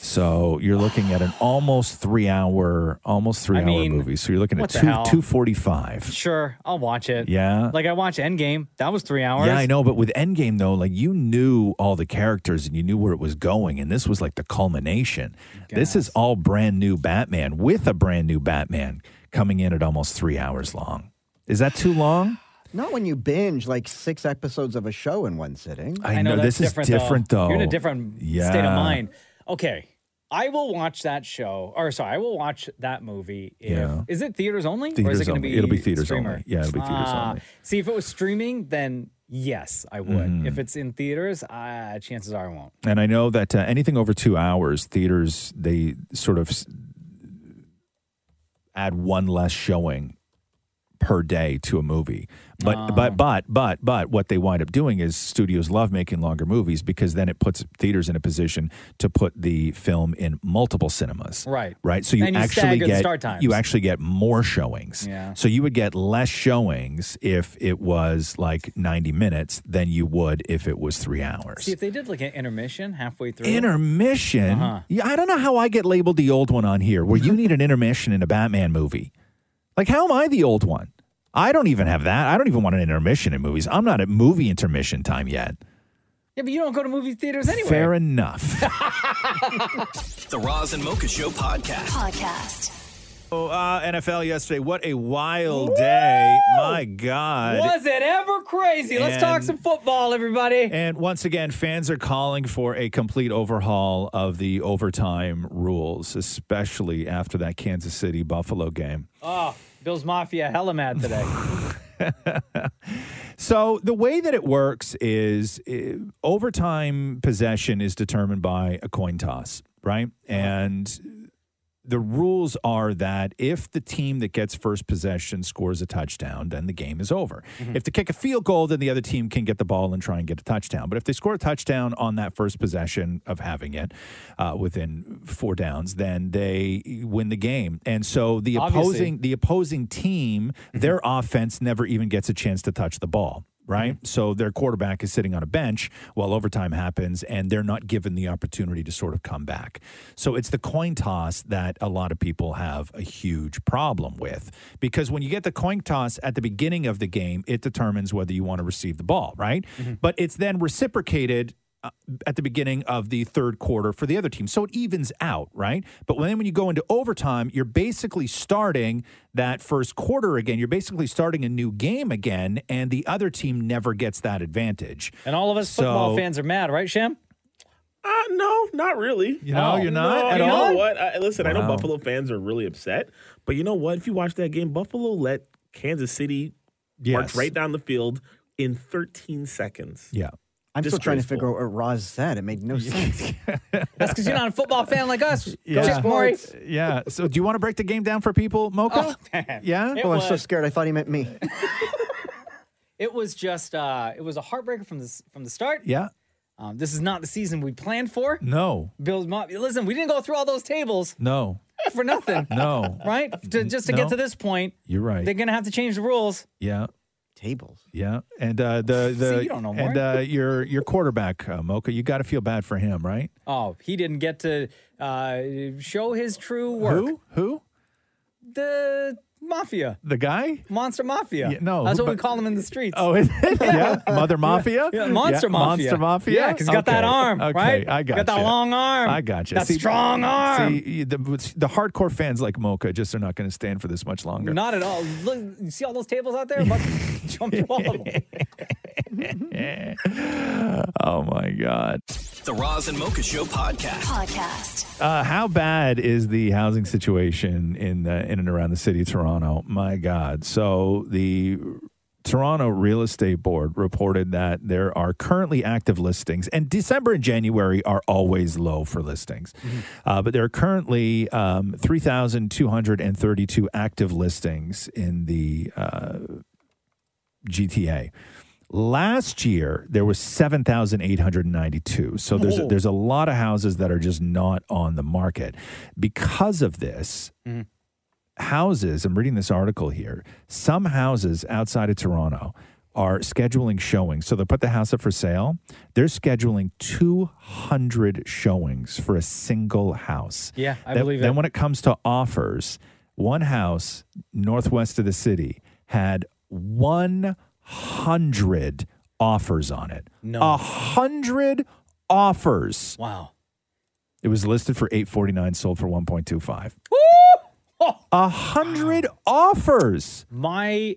S4: So you're looking at an almost three hour, almost three hour
S6: mean,
S4: movie. So you're looking at
S6: what the
S4: two,
S6: hell?
S4: 245.
S6: Sure, I'll watch it.
S4: Yeah.
S6: Like I watched Endgame. That was three hours.
S4: Yeah, I know, but with Endgame though, like you knew all the characters and you knew where it was going, and this was like the culmination. This is all brand new Batman with a brand new Batman coming in at almost three hours long. Is that too long?
S5: Not when you binge like six episodes of a show in one sitting.
S4: I I know, know, this that's is different, though. different, though.
S6: You're in a different state of
S4: Yeah.
S6: mind. Okay. I will watch that show, or sorry, I will watch that movie. If,
S4: Yeah.
S6: Is it theaters only? or
S4: Theaters
S6: is it going to
S4: only.
S6: be
S4: It'll be theaters
S6: streamer?
S4: only. Yeah, it'll be theaters
S6: Ah,
S4: only.
S6: See, if it was streaming, then yes, I would.
S4: Mhm.
S6: If it's in theaters, uh, chances are I won't.
S4: And I know that uh, anything over two hours, theaters they sort of s- add one less showing per day to a movie. But
S6: Ah.
S4: but but but but what they wind up doing is studios love making longer movies because then it puts theaters in a position to put the film in multiple cinemas.
S6: Right.
S4: Right. So you
S6: And you
S4: actually
S6: stagger the
S4: get
S6: start times.
S4: you actually get more showings. Yeah. So you would get less showings if it was like 90 minutes than you would if it was 3 hours.
S6: See, if they did like an intermission halfway through.
S4: Intermission. Yeah, I don't know how I get labeled the old one on here, where you need an intermission in a Batman movie. Like, how am I the old one? I don't even have that. I don't even want an intermission in movies. I'm not at movie intermission time yet.
S6: Yeah, but you don't go to movie theaters anyway.
S4: Fair enough.
S1: The Roz and Mocha Show podcast.
S10: Podcast.
S4: Oh, uh, NFL yesterday. What a wild day. My God.
S6: Was it ever crazy? Let's talk
S4: And-
S6: some football, everybody.
S4: And once again, fans are calling for a complete overhaul of the overtime rules, especially after that Kansas City Buffalo game.
S6: Oh, Bill's Mafia hella mad today.
S4: So the way that it works is eh, overtime possession is determined by a coin toss, right? And the rules are that if the team that gets first possession scores a touchdown, then the game is over. If they kick a field goal, then the other team can get the ball and try and get a touchdown. But if they score a touchdown on that first possession of having it uh, within four downs, then they win the game. And so the
S12: Obviously.
S4: opposing the opposing team, their offense never even gets a chance to touch the ball. right? So their quarterback is sitting on a bench while overtime happens, and they're not given the opportunity to sort of come back. So it's the coin toss that a lot of people have a huge problem with because when you get the coin toss at the beginning of the game, it determines whether you want to receive the ball, right? But it's then reciprocated uh, at the beginning of the third quarter for the other team. So it evens out, right? But when, when you go into overtime, you're basically starting that first quarter again. You're basically starting a new game again, and the other team never gets that advantage.
S6: And all of us
S4: So-
S6: football fans are mad, right, Sham?
S13: Uh, no, not really.
S4: You know, you're not
S13: No,
S4: at
S13: you
S4: all?
S13: know what? I, listen, I know
S4: Wow.
S13: Buffalo fans are really upset, but you know what? If you watch that game, Buffalo let Kansas City march
S5: Yes.
S13: right down the field in 13 seconds.
S4: Yeah.
S5: I'm still trying to figure
S13: Disgraceful.
S5: out what Roz said. It made no sense.
S6: That's because you're not a football fan like us.
S4: Yeah.
S6: Go sports.
S4: Yeah. Uh, So do you want to break the game down for people, Mocha? yeah.
S6: It Oh, I'm so was.
S5: scared. I thought he meant me.
S6: It was just uh, it was a heartbreaker from the s- from the start.
S4: Yeah.
S6: Um, this is not the season we planned for.
S4: No.
S6: Bill, Mo- listen, we didn't go through all those tables
S4: No.
S6: for nothing.
S4: No.
S6: right? To, just to
S4: No.
S6: get to this point,
S4: You're right.
S6: they're gonna have to change the rules.
S4: Yeah.
S5: Tables.
S4: Yeah, and uh, the the
S6: you don't know
S4: and
S6: more.
S4: uh, your your quarterback uh, Mocha, you got to feel bad for him, right?
S6: Oh, he didn't get to uh, show his true work.
S4: Who? Who?
S6: The mafia.
S4: The guy?
S6: Monster Mafia.
S4: Yeah, no,
S6: that's
S4: who-
S6: what we
S4: but-
S6: call them in the streets.
S4: Oh, is it? Yeah. Mother Mafia?
S6: Yeah, Monster
S4: Yeah,
S6: Mafia.
S4: Monster Mafia?
S6: Yeah, because got that
S4: Okay,
S6: arm,
S4: okay,
S6: right?
S4: I
S6: got
S4: got
S6: that
S4: you.
S6: long arm.
S4: I got you.
S6: That strong arm.
S4: See, the, the hardcore fans like Mocha just are not going to stand for this much longer.
S6: Not at all. Look, you see all those tables out there? I'm about to jump through all of them.
S4: oh my God.
S1: The Roz and Mocha Show podcast. Podcast.
S4: Uh, how bad is the housing situation in the, in and around the city of Toronto? My God! So the Toronto Real Estate Board reported that there are currently active listings, and December and January are always low for listings, uh, but there are currently um, three thousand two hundred and thirty-two active listings in the. Uh, GTA. Last year there was 7,892. So there's
S27: Whoa.
S4: there's a lot of houses that are just not on the market. Because of this, houses, I'm reading this article here, some houses outside of Toronto are scheduling showings. So they put the house up for sale. They're scheduling 200 showings for a single house.
S6: Yeah, I
S4: Then-
S6: believe
S4: Then
S6: it.
S4: when it comes to offers, one house northwest of the city had 100 offers on it.
S6: No.
S4: A hundred offers.
S6: Wow.
S4: It was listed for 849, sold for 1.25. A hundred offers.
S6: My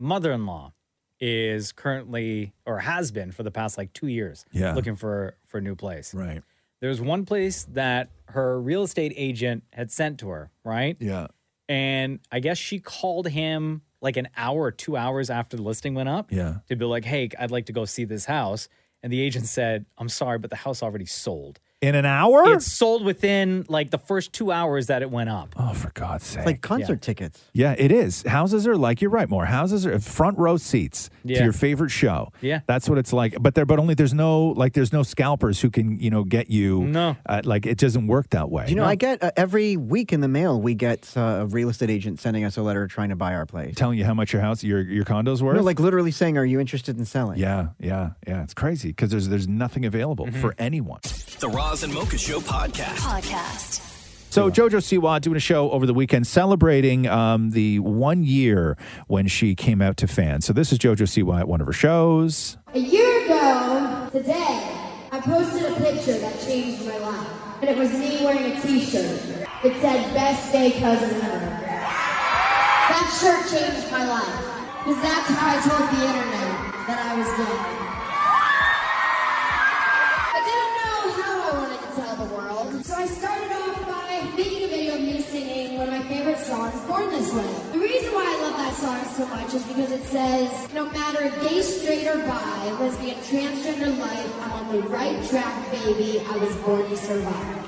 S6: mother-in-law is currently or has been for the past like two years
S4: Yeah.
S6: looking for for a new place.
S4: Right.
S6: There was one place that her real estate agent had sent to her, right?
S4: Yeah.
S6: And I guess she called him like an hour or two hours after the listing went up
S4: Yeah.
S6: to be like, hey, I'd like to go see this house. And the agent said, I'm sorry, but the house already sold.
S4: In an hour?
S6: It sold within like the first two hours that it went up.
S4: Oh, for God's sake.
S5: like concert tickets.
S4: Yeah, it is. Houses are like you're right, more houses are front row seats
S6: Yeah.
S4: to your favorite show.
S6: Yeah.
S4: that's what it's like. But there, but only there's no like there's no scalpers who can you know get you. No, uh, like it doesn't work that way.
S5: Do you know, I get uh, every week in the mail, we get uh, a real estate agent sending us a letter trying to buy our place.
S4: telling you how much your house, your your condo's worth.
S5: No, like literally saying, Are you interested in selling?
S4: yeah, yeah, yeah. It's crazy because there's there's nothing available
S6: Mm-hmm.
S4: for anyone.
S1: The Roz and Mocha Show podcast. Podcast.
S4: So JoJo Siwa doing a show over the weekend celebrating um, the one year when she came out to fans. So this is JoJo Siwa at one of her shows.
S22: A year ago today, I posted a picture that changed my life. And it was me wearing a t-shirt. It said, best day cousin ever. That shirt changed my life. Because that's how I told the internet that I was gay. I didn't know how I wanted to tell the world. So I started off by making a video of me singing one of my favorite songs, Born This Way. The reason why I love that song so much is because it says, no matter gay, straight, or bi, lesbian, transgender life, I'm on the right track, baby. I was born to survive.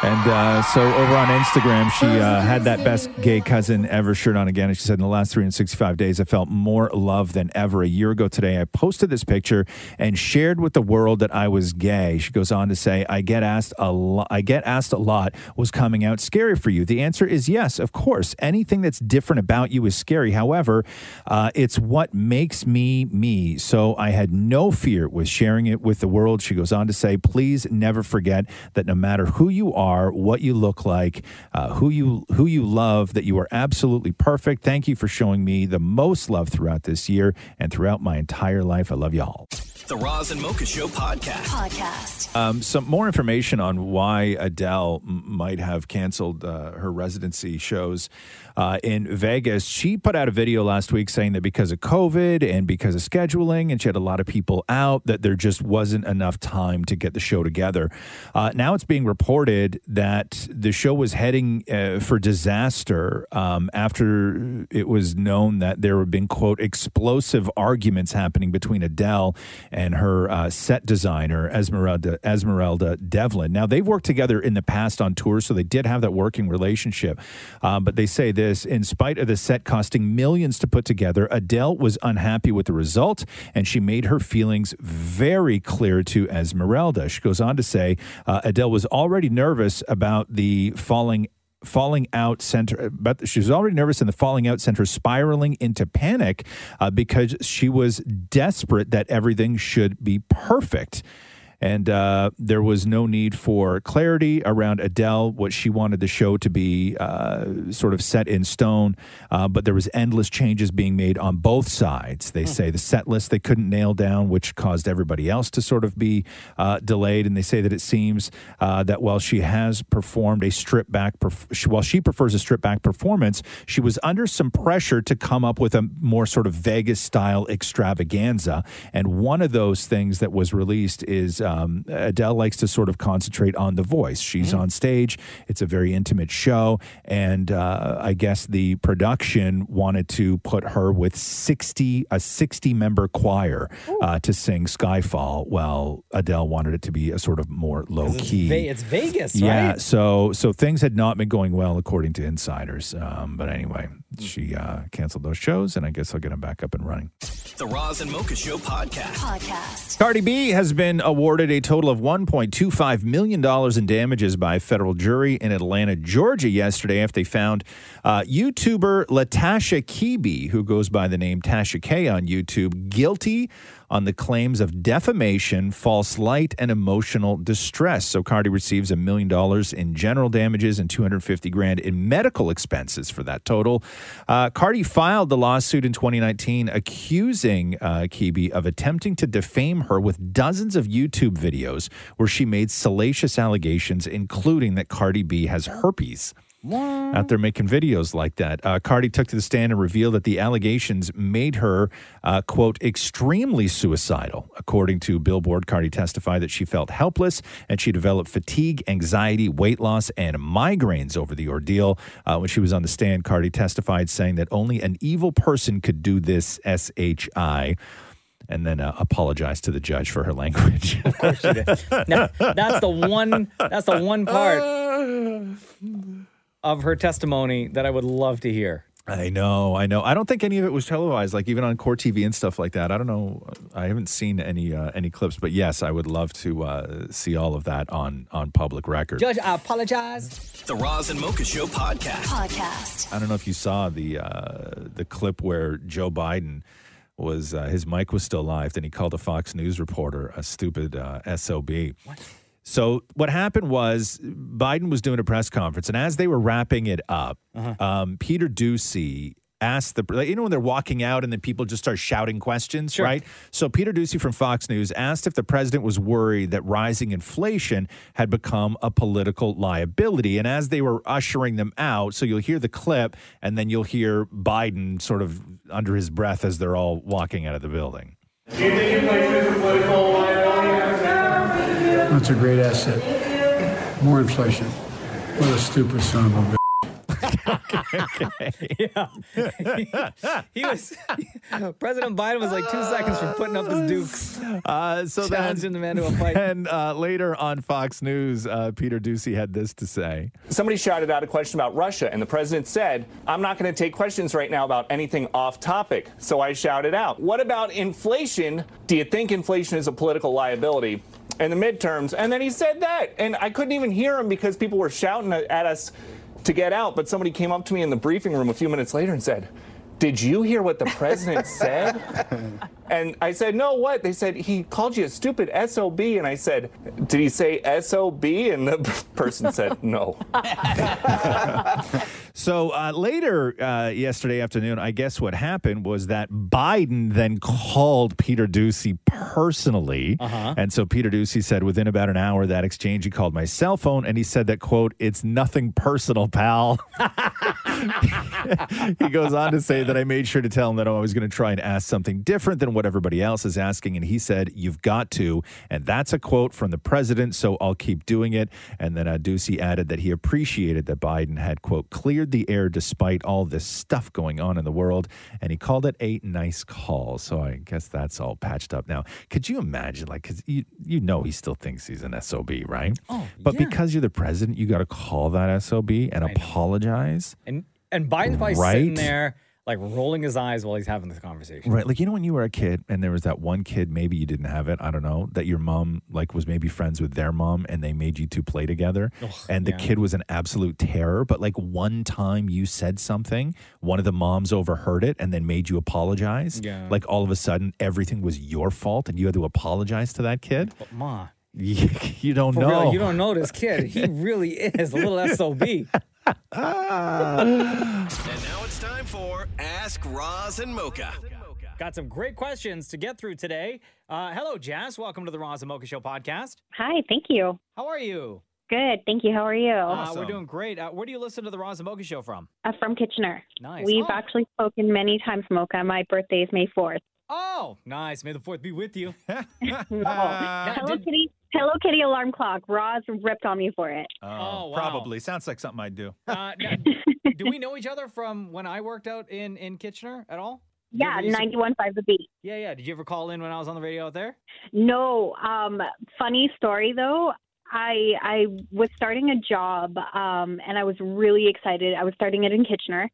S4: And uh, so over on Instagram, she uh, had that best gay cousin ever shirt on again. And she said, In the last 365 days, I felt more love than ever. A year ago today, I posted this picture and shared with the world that I was gay. She goes on to say, I get asked a lot, I get asked a lot, was coming out scary for you? The answer is yes, of course. Anything that's different about you is scary. However, uh, it's what makes me me. So I had no fear with sharing it with the world. She goes on to say, please never forget that no matter who you are, what you look like, uh, who you who you love, that you are absolutely perfect. Thank you for showing me the most love throughout this year and throughout my entire life. I love you all.
S1: The Roz and Mocha Show podcast. Podcast.
S4: Um, some more information on why Adele m- might have canceled uh, her residency shows uh, in Vegas. She put out a video last week saying that because of COVID and because of scheduling, and she had a lot of people out, that there just wasn't enough time to get the show together. Uh, now it's being reported that the show was heading uh, for disaster um, after it was known that there have been, quote, explosive arguments happening between Adele and her uh, set designer, Esmeralda, Esmeralda Devlin. Now, they've worked together in the past on tours, so they did have that working relationship. Um, but they say this in spite of the set costing millions to put together, Adele was unhappy with the result, and she made her feelings very clear to Esmeralda. She goes on to say uh, Adele was already nervous about the falling falling out center but she was already nervous in the falling out center spiraling into panic uh, because she was desperate that everything should be perfect and uh, there was no need for clarity around Adele, what she wanted the show to be uh, sort of set in stone. Uh, but there was endless changes being made on both sides. They say the set list they couldn't nail down, which caused everybody else to sort of be uh, delayed. And they say that it seems uh, that while she has performed a strip back, perf- she- while she prefers a strip back performance, she was under some pressure to come up with a more sort of Vegas style extravaganza. And one of those things that was released is um, Adele likes to sort of concentrate on the voice. She's on stage, it's a very intimate show. And uh, I guess the production wanted to put her with 60, a 60 member choir uh, to sing Skyfall, while Adele wanted it to be a sort of more low key.
S6: Ve- it's Vegas,
S4: Yeah,
S6: right?
S4: so so things had not been going well according to insiders. Um, but anyway, she uh, canceled those shows, and I guess I'll get them back up and running.
S1: The Roz and Mocha Show podcast. Podcast.
S4: Cardi B has been awarded a total of $1.25 million in damages by a federal jury in Atlanta, Georgia, yesterday after they found uh, YouTuber Latasha Kiebe, who goes by the name Tasha K on YouTube, guilty on the claims of defamation, false light, and emotional distress. So Cardi receives a million dollars in general damages and 250 grand in medical expenses for that total. Uh, Cardi filed the lawsuit in 2019 accusing uh, Kibi of attempting to defame her with dozens of YouTube videos where she made salacious allegations, including that Cardi B has herpes out there making videos like that. Uh, Cardi took to the stand and revealed that the allegations made her, uh, quote, extremely suicidal. According to Billboard, Cardi testified that she felt helpless and she developed fatigue, anxiety, weight loss, and migraines over the ordeal. Uh, when she was on the stand, Cardi testified saying that only an evil person could do this, S H I. And then uh, apologized to the judge for her language. Of course she did.
S6: Now, that's the one. That's the one part of her testimony that I would love to hear.
S4: I know, I know. I don't think any of it was televised, like even on Court TV and stuff like that. I don't know. I haven't seen any uh, any clips, but yes, I would love to uh, see all of that on on public record.
S6: Judge, I apologize.
S1: The Roz and Mocha Show podcast. Podcast.
S4: I don't know if you saw the uh, the clip where Joe Biden was uh, his mic was still live, and he called a Fox News reporter a stupid uh, sob. So what happened was Biden was doing a press conference, and as they were wrapping it up, um, Peter Ducey asked the like, you know when they're walking out and then people just start shouting questions, right? So Peter Ducey from Fox News asked if the president was worried that rising inflation had become a political liability, and as they were ushering them out, so you'll hear the clip, and then you'll hear Biden sort of under his breath as they're all walking out of the building.
S21: Do you think inflation is a political liability?
S3: That's a great asset. More inflation. What a stupid son of a bitch.
S6: yeah. he was President Biden was like two seconds from putting up his dukes.
S4: Uh, so
S6: challenging the man to a fight.
S4: And uh, later on Fox News, uh, Peter Ducey had this to say.
S12: Somebody shouted out a question about Russia, and the president said, I'm not going to take questions right now about anything off topic. So I shouted out, What about inflation? Do you think inflation is a political liability? in the midterms. And then he said that. And I couldn't even hear him because people were shouting at at us to get out. But somebody came up to me in the briefing room a few minutes later and said, Did you hear what the president said? And I said, No, what? They said, He called you a stupid SOB. And I said, Did he say SOB? And the person said, No.
S4: So uh, later uh, yesterday afternoon, I guess what happened was that Biden then called Peter Ducey personally,
S6: Uh-huh.
S4: and so Peter Ducey said within about an hour of that exchange, he called my cell phone and he said that quote, "It's nothing personal, pal." he goes on to say that I made sure to tell him that I was going to try and ask something different than what everybody else is asking. And he said, You've got to. And that's a quote from the president. So I'll keep doing it. And then uh, Ducey added that he appreciated that Biden had, quote, cleared the air despite all this stuff going on in the world. And he called it a nice call. So I guess that's all patched up now. Could you imagine? Like, because you, you know he still thinks he's an SOB, right?
S6: Oh,
S4: but because you're the president, you got to call that SOB and apologize.
S6: And and Biden's probably
S4: Right?
S6: sitting there like rolling his eyes while he's having this conversation. Oh,
S4: Right. Like, you know, when you were a kid and there was that one kid, maybe you didn't have it, I don't know, that your mom, like, was maybe friends with their mom and they made you two play together.
S35: Ugh,
S4: and the
S35: yeah.
S4: kid was an absolute terror. But, like, one time you said something, one of the moms overheard it and then made you apologize.
S6: Yeah.
S4: Like, all of a sudden, everything was your fault and you had to apologize to that kid.
S6: But ma,
S4: You, you don't
S6: Oh. for
S4: know.
S6: real, you don't know this kid. He really is a little sob.
S9: And now it's time for Ask Roz and Mocha.
S6: Got some great questions to get through today. Uh, hello, Jazz. Welcome to the Roz and Mocha Show podcast.
S36: Hi, thank you.
S6: How are you?
S36: Good, thank you. How are you?
S6: Uh, we're doing great. Uh, where do you listen to the Roz and Mocha Show from?
S36: Uh, from Kitchener.
S6: Nice.
S36: We've
S6: Oh.
S36: actually spoken many times, Mocha. My birthday is May 4th.
S6: Oh, nice. May the fourth be with you. Oh,
S36: Hello Kitty. Hello Kitty alarm clock. Roz ripped on me for it.
S6: oh, wow.
S4: Probably. Sounds like something I'd do.
S6: Uh, now, do we know each other from when I worked out in, in Kitchener at all? Did you
S36: Yeah,
S6: ever used to-
S36: 91.5 The Beat.
S6: Yeah, yeah. Did you ever call in when I was on the radio out there?
S36: No, um, funny story though. I I was starting a job, um, and I was really excited. I was starting it in Kitchener,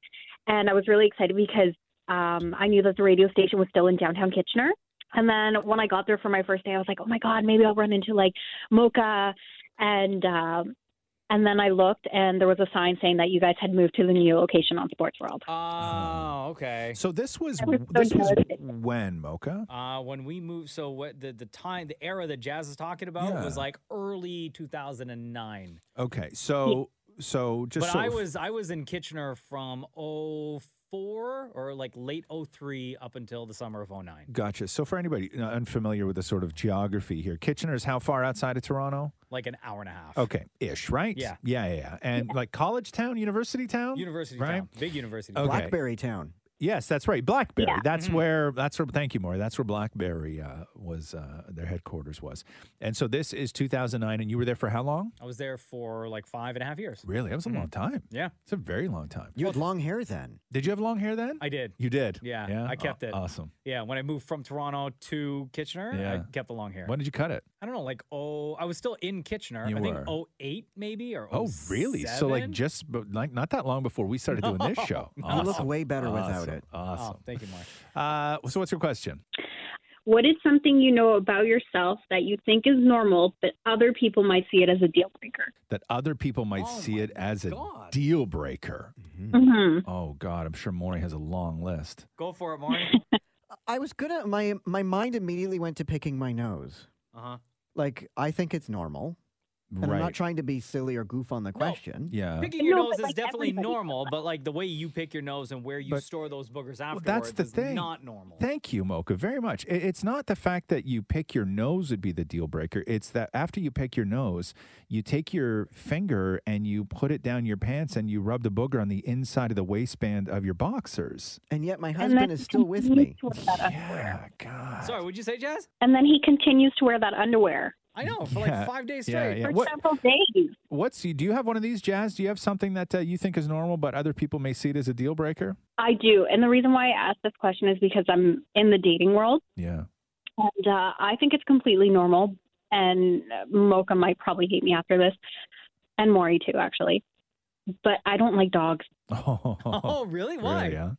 S36: and I was really excited because um, I knew that the radio station was still in downtown Kitchener. And then when I got there for my first day, I was like, oh my god, maybe I'll run into like Mocha, and um, and then I looked, and there was a sign saying that you guys had moved to the new location on Sports World.
S4: Mm.
S6: Oh, okay.
S4: So this was
S36: was so
S4: this was
S36: jealous.
S4: when Mocha.
S6: Uh, when we moved, so what the, the time, the era that Jazz is talking about
S4: Yeah.
S6: was like early 2009.
S4: Okay, so so just
S6: but
S4: so
S6: I was I was in Kitchener from 04 or like late 03 up until the summer of 09.
S4: Gotcha. So for anybody uh, unfamiliar with the sort of geography here, Kitchener is how far outside of Toronto?
S6: Like an hour and a half.
S4: Okay, ish, right?
S6: Yeah.
S4: yeah, yeah. yeah. And like college town, university town,
S6: University
S4: right?
S6: town. Big university.
S4: Okay.
S6: town.
S4: Blackberry
S5: town.
S4: Yes, that's right. Blackberry. That's
S6: Mm-hmm.
S4: where. That's where. Thank you, Maury. That's where Blackberry uh, was. Uh, their headquarters was. And so this is 2009, and you were there for how long?
S6: I was there for like five and a half years. Mm-hmm.
S4: Really, that was a long time.
S6: Mm. Yeah,
S4: it's a very long time.
S5: You had long hair then.
S4: Did you have long hair then?
S6: I did.
S4: You did.
S6: Yeah,
S4: Yeah.
S6: I kept
S4: Aw-
S6: it.
S4: Awesome.
S6: Yeah, when I moved from Toronto to Kitchener,
S4: Yeah.
S6: I kept the long hair.
S4: When did you cut it?
S6: I don't know, like oh, I was still in Kitchener.
S4: You
S6: I think
S4: were.
S6: oh eight maybe or
S4: Oh, really? So like
S6: 07?
S4: just but like not that long before we started doing this show.
S6: No, no. You look way better
S4: Awesome.
S6: without it.
S4: Awesome.
S6: Oh, thank you, Mark.
S4: Uh, so what's your question?
S36: What is something you know about yourself that you think is normal, but other people might see it as a deal breaker?
S4: That other people might
S6: Oh
S4: see it as a deal breaker.
S6: Mm-hmm.
S36: Mhm.
S4: Oh God, I'm sure Maury has a long list.
S6: Go for it, Maury.
S5: I was gonna my my mind immediately went to picking my nose.
S6: Uh huh.
S5: Like I think it's normal. And I'm
S6: Right.
S5: not trying to be silly or goof on the question.
S4: Yeah.
S6: Picking your
S36: No,
S6: nose
S36: but,
S6: is
S36: like,
S6: definitely
S36: everybody-
S6: normal, but like the way you pick your nose and where you
S4: But-
S6: store those boogers
S4: Well,
S6: afterwards
S4: that's the
S6: is
S4: thing.
S6: not normal.
S4: Thank you, Mocha, very much. It- It's not the fact that you pick your nose would be the deal breaker. It's that after you pick your nose, you take your finger and you put it down your pants and you rub the booger on the inside of the waistband of your boxers.
S5: And yet my
S36: And
S5: husband
S36: then
S5: is
S36: he
S5: still with
S36: continues
S5: me.
S36: to wear that underwear.
S6: Sorry, would you say, Jazz?
S36: And then he continues to wear that underwear.
S6: I know for
S4: Yeah.
S6: like five days
S4: Yeah,
S6: straight.
S4: yeah. For What-
S36: several days.
S4: What's do you have one of these, Jazz? Do you have something that uh, you think is normal, but other people may see it as a deal breaker?
S36: I do. And the reason why I asked this question is because I'm in the dating world.
S4: Yeah.
S36: And uh, I think it's completely normal. And uh, Mocha might probably hate me after this, and Maury too, actually. But I don't like dogs.
S4: Oh,
S6: Oh, really? Why?
S4: yeah.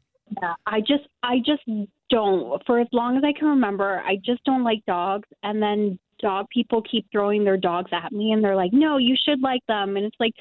S36: Yeah, I just, I just don't. For as long as I can remember, I just don't like dogs. And then dog people keep throwing their dogs at me, and they're like, "No, you should like them." And it's like,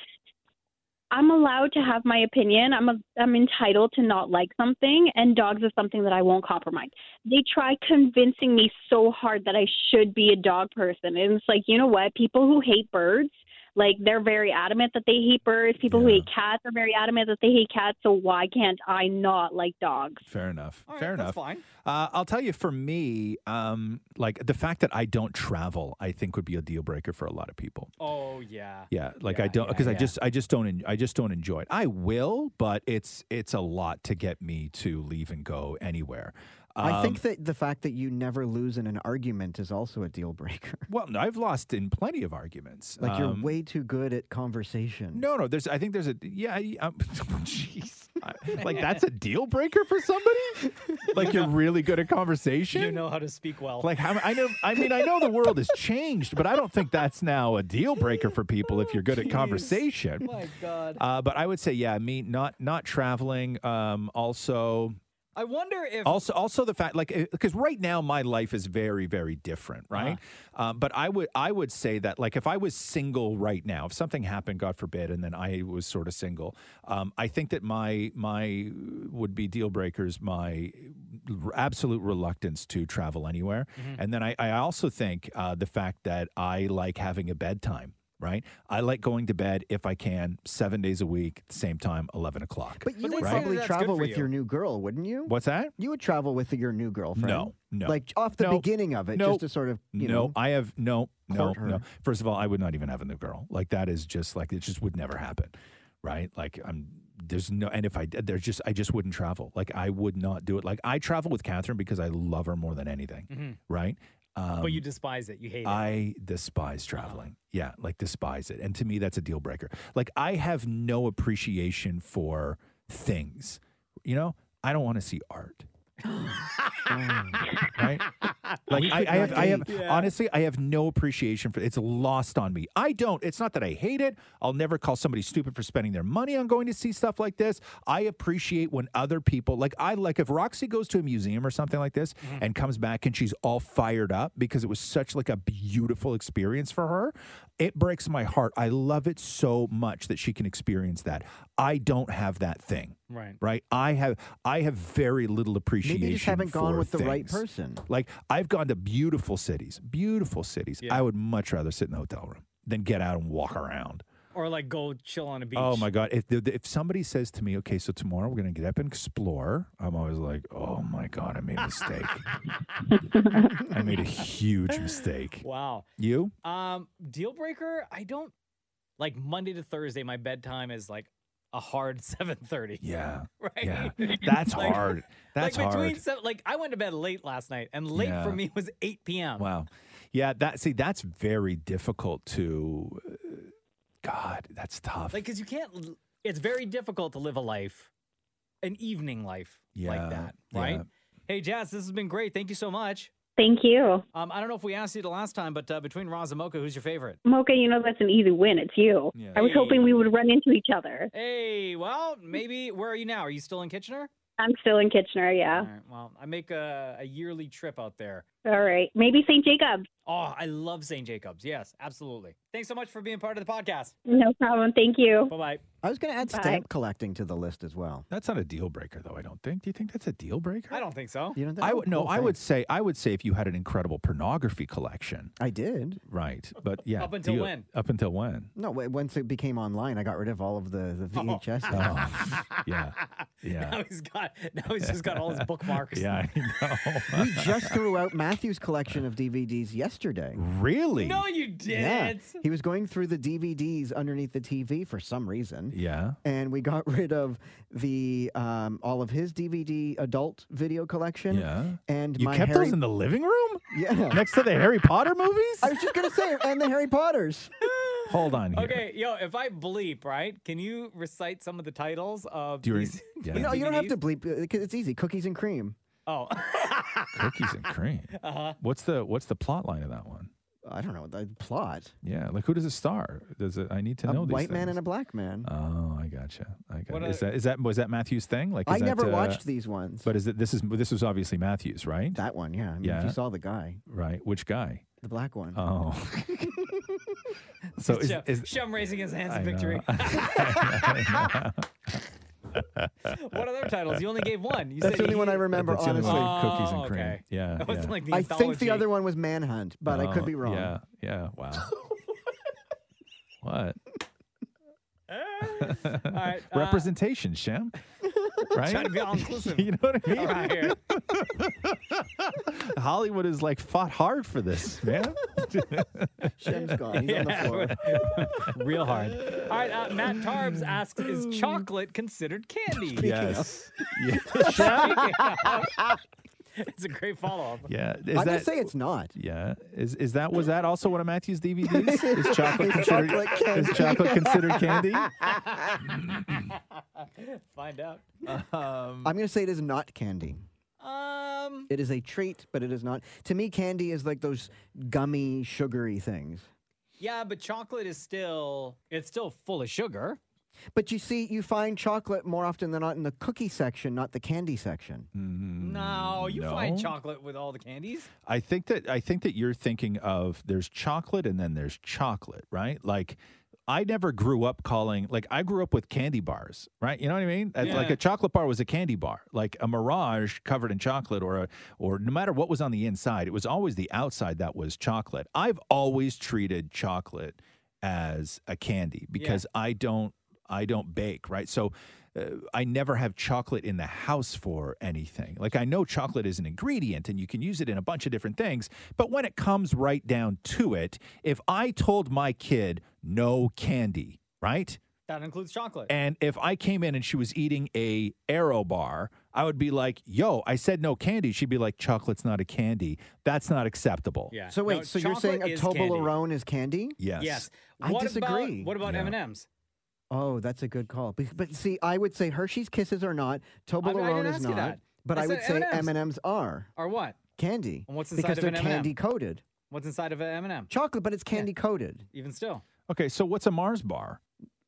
S36: I'm allowed to have my opinion. I'm a, I'm entitled to not like something, and dogs is something that I won't compromise. They try convincing me so hard that I should be a dog person, and it's like, you know what? People who hate birds, like they're very adamant that they hate birds. People who hate cats are very adamant that they hate cats. So why can't I not like dogs?
S4: Fair enough.
S36: All right,
S4: Fair
S36: that's
S4: enough.
S36: fine.
S4: Uh, I'll tell you, for me, um, like the fact that I don't travel, I think would be a deal breaker for a lot of people.
S6: Oh yeah.
S4: Yeah, like I don't because I just I just don't en- I just don't enjoy it. I will, but it's it's a lot to get me to leave and go anywhere.
S5: I
S4: Um,
S5: think that the fact that you never lose in an argument is also a deal breaker.
S4: well, no, I've lost in plenty of arguments.
S5: Like you're
S4: Um,
S5: way too good at conversation.
S4: no, no. There's, I think there's a, yeah. I- um, Jeez, I- like that's a deal breaker for somebody. Like you're really good at conversation.
S6: You know how to speak well.
S4: Like how, I know, I mean, I know the world has changed, but I don't think that's now a deal breaker for people if you're good at conversation.
S6: My God.
S4: Uh, but I would say, yeah, me not not traveling. Um, also,
S6: I wonder if
S4: also also the fact like because right now my life is very very different
S5: Uh-huh.
S4: right um, but i would i would say that like if i was single right now if something happened god forbid and then i was sort of single um, i think that my my would be deal breakers my r- absolute reluctance to travel anywhere
S5: Mm-hmm.
S4: and then i, I also think uh, the fact that i like having a bedtime right i like going to bed if i can seven days a week same time 11 o'clock
S5: But you
S4: right?
S5: would probably travel with your new girl, wouldn't you?
S4: What's that?
S5: You would travel with your new girlfriend.
S4: No, no.
S5: Like off the
S4: No,
S5: beginning of it,
S4: no,
S5: just to sort of, you
S4: no,
S5: know.
S4: I have no, no,
S5: court her.
S4: no. First of all, I would not even have a new girl. Like that is just like it just would never happen, right? Like I'm there's no, and if I did, there's just I just wouldn't travel. Like I would not do it. Like I travel with Catherine because I love her more than anything,
S6: Mhm.
S4: right? Um,
S6: but you despise it. You hate it.
S4: I despise traveling. Yeah, like despise it. And to me, that's a deal breaker. Like I have no appreciation for things. You know, I don't want to see art. Mm, right? Like
S9: We
S4: I,
S9: could
S4: I have,
S9: not
S4: I have
S9: date. Yeah.
S4: honestly, I have no appreciation for. It's lost on me. I don't. It's not that I hate it. I'll never call somebody stupid for spending their money on going to see stuff like this. I appreciate when other people, like I like, if Roxy goes to a museum or something like this
S9: Mm-hmm.
S4: and comes back and she's all fired up because it was such like a beautiful experience for her. It breaks my heart. I love it so much that she can experience that. I don't have that thing.
S6: Right.
S4: Right. I have I have very little appreciation.
S5: Maybe you just haven't gone
S4: for
S5: with the right
S4: things.
S5: person.
S4: Like I've gone to beautiful cities, beautiful cities. I would much rather sit in the hotel room than get out and walk around.
S6: or like go chill on a beach.
S4: Oh my god! If the, if somebody says to me, "Okay, so tomorrow we're gonna get up and explore," I'm always like, "Oh my god, I made a mistake. I made a huge mistake."
S6: Wow.
S4: You?
S6: Um, deal breaker. I don't like Monday to Thursday. My bedtime is like a hard seven thirty.
S4: Yeah.
S6: Right.
S4: Yeah. That's hard. That's
S6: like between
S4: hard.
S6: Seven, like I went to bed late last night, and late
S4: Yeah.
S6: for me was eight p.m.
S4: Wow. Yeah. That see, that's very difficult to. uh, God, that's tough.
S6: Like, cause you can't. l- It's very difficult to live a life, an evening life
S4: Yeah,
S6: like that. Right.
S4: yeah.
S6: Hey, Jazz, this has been great. Thank you so much.
S36: Thank you,
S6: Um, I don't know if we asked you the last time, but uh, between Roz and Mocha, who's your favorite?
S36: Mocha. You know that's an easy win. It's you. I was hoping we would run into each other.
S6: Hey, well, maybe where are you now? Are you still in Kitchener?
S36: I'm still in Kitchener. Yeah.
S6: All right, well, I make a, a yearly trip out there.
S36: All right. Maybe St. Jacobs.
S6: Oh, I love St. Jacobs. Yes, absolutely. Thanks so much for being part of the podcast.
S36: No problem. Thank you.
S6: Bye bye.
S5: I was going to add
S6: Bye.
S5: stamp collecting to the list as well.
S4: That's not a deal breaker, though. I don't think. Do you think that's a deal breaker?
S6: I don't think so.
S5: You don't think
S4: I would no. I would say I would say if you had an incredible pornography collection.
S5: I did.
S4: Right, but yeah.
S5: Up until
S4: deal-
S5: when?
S4: Up until when?
S6: Oh.
S5: No, w- once it became online, I got rid of all of the, the VHS.
S4: Yeah. Yeah.
S6: Now he's got. Now he's just got all his bookmarks.
S4: Yeah,
S5: we just threw out Matthew's collection of DVDs yesterday.
S4: Really?
S6: No, you
S5: Yeah.
S6: didn't.
S5: He was going through the DVDs underneath the TV for some reason.
S4: Yeah.
S5: And we got rid of the um, all of his DVD adult video collection.
S4: Yeah.
S5: And
S4: You
S5: my
S4: kept
S5: Harry-
S4: those in the living room?
S5: Yeah.
S4: Next to the Harry Potter movies?
S5: I was just gonna say, and the Harry Potters.
S4: Hold on here.
S6: Okay, yo, if I bleep, right? Can you recite some of the titles of
S4: Do you re-
S6: these?
S4: yeah.
S6: these
S5: No, you don't have to
S6: DVDs?
S5: bleep. uh, 'cause It's easy. Cookies and cream.
S6: Oh,
S4: Cookies and cream.
S6: Uh-huh.
S4: What's the what's the plot line of that one?
S5: I don't know the plot.
S4: Yeah, like who does it star? Does it? I need to
S5: a
S4: know these
S5: white man
S4: things.
S5: and a black man.
S4: Oh, I gotcha. I got
S5: What
S4: is
S5: are-
S4: that is that was that Matthew's thing? Like
S5: I
S4: is that,
S5: never
S4: uh,
S5: watched these ones.
S4: But is it this is this was obviously Matthew's, right?
S5: That one, yeah. I mean, if
S4: yeah,
S5: you saw the guy,
S4: right? Which guy?
S5: the black one.
S4: Oh, so is,
S6: Shem,
S4: is
S6: Shem raising his hands
S4: I
S6: in
S4: know.
S6: victory. what other titles? You only gave one. You
S5: That's
S6: said
S5: the only
S6: he- Oh,
S5: one I remember.
S4: That's the only
S5: honestly,
S4: one. Cookies and cream. Yeah,
S6: That was
S4: yeah.
S6: like the
S5: I think
S6: anthology.
S5: the other one was Manhunt, but I
S4: Oh,
S5: could be wrong.
S4: Yeah, yeah. Wow. what?
S6: right, uh,
S4: Representation, Shem. Right?
S6: Trying to be all inclusive.
S4: you know what I mean?
S6: All right, here.
S4: Hollywood has like fought hard for this, man.
S5: Shem's gone.
S4: He's on the floor.
S6: Real hard. All right, uh, Matt Tarbs asks, is chocolate considered candy?
S4: yes.
S6: Speaking of- it's a great follow-up.
S4: Yeah.
S5: I'm gonna say it's not.
S4: Yeah. Is is that was that also one of Matthew's DVDs? Is chocolate
S5: Is
S4: considered
S5: chocolate candy?
S4: is chocolate considered candy?
S6: Find out.
S5: I'm going to say it is not candy.
S6: Um,
S5: It is a treat, but it is not. To me, candy is like those gummy, sugary things.
S6: yeah, but chocolate is still it's still full of sugar.
S5: But you see, you find chocolate more often than not in the cookie section, not the candy section.
S6: No, you find
S4: no.
S6: chocolate with all the candies.
S4: I think that I think that you're thinking of there's chocolate and then there's chocolate, right? Like I never grew up calling like I grew up with candy bars, right? You know what I mean? That's Like
S12: Yeah.
S4: a chocolate bar was a candy bar, like a mirage covered in chocolate, or a or no matter what was on the inside, it was always the outside that was chocolate. I've always treated chocolate as a candy because I don't I don't bake, right? So uh, I never have chocolate in the house for anything. Like I know chocolate is an ingredient and you can use it in a bunch of different things, but when it comes right down to it, if I told my kid no candy, right?
S6: That includes chocolate.
S4: And if I came in and she was eating a arrow bar, I would be like, "Yo, I said no candy." She'd be like, "Chocolate's not a candy. That's not acceptable."
S6: Yeah.
S5: So wait,
S6: No,
S5: so you're saying
S6: chocolate
S5: a
S6: is candy.
S5: Toblerone is candy?
S4: Yes.
S6: Yes.
S5: I
S6: What
S5: disagree.
S6: About, what about M and M's?
S5: Oh, that's a good call. But, but see, I would say Hershey's Kisses are not. Toblerone is
S6: ask you
S5: not.
S6: that.
S5: But
S6: I
S5: I would
S6: said
S5: say
S6: M&Ms.
S5: M&Ms are
S6: Or what?
S5: candy.
S6: And what's inside
S5: because
S6: of
S5: they're
S6: an M&M?
S5: candy coated.
S6: What's inside of an M and M?
S5: Chocolate, but it's candy coated.
S6: Even still.
S4: Okay, so what's a Mars bar?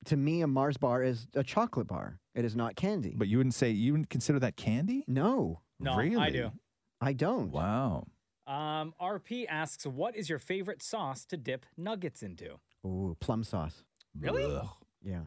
S5: To me, a Mars bar is a chocolate bar. It is not candy.
S4: But you wouldn't say you wouldn't consider that candy?
S5: No.
S6: No, I
S4: really?
S6: do.
S5: I don't.
S4: Wow.
S6: Um, RP asks, what is your favorite sauce to dip nuggets into?
S5: Ooh, plum sauce.
S6: Really?
S5: Yeah.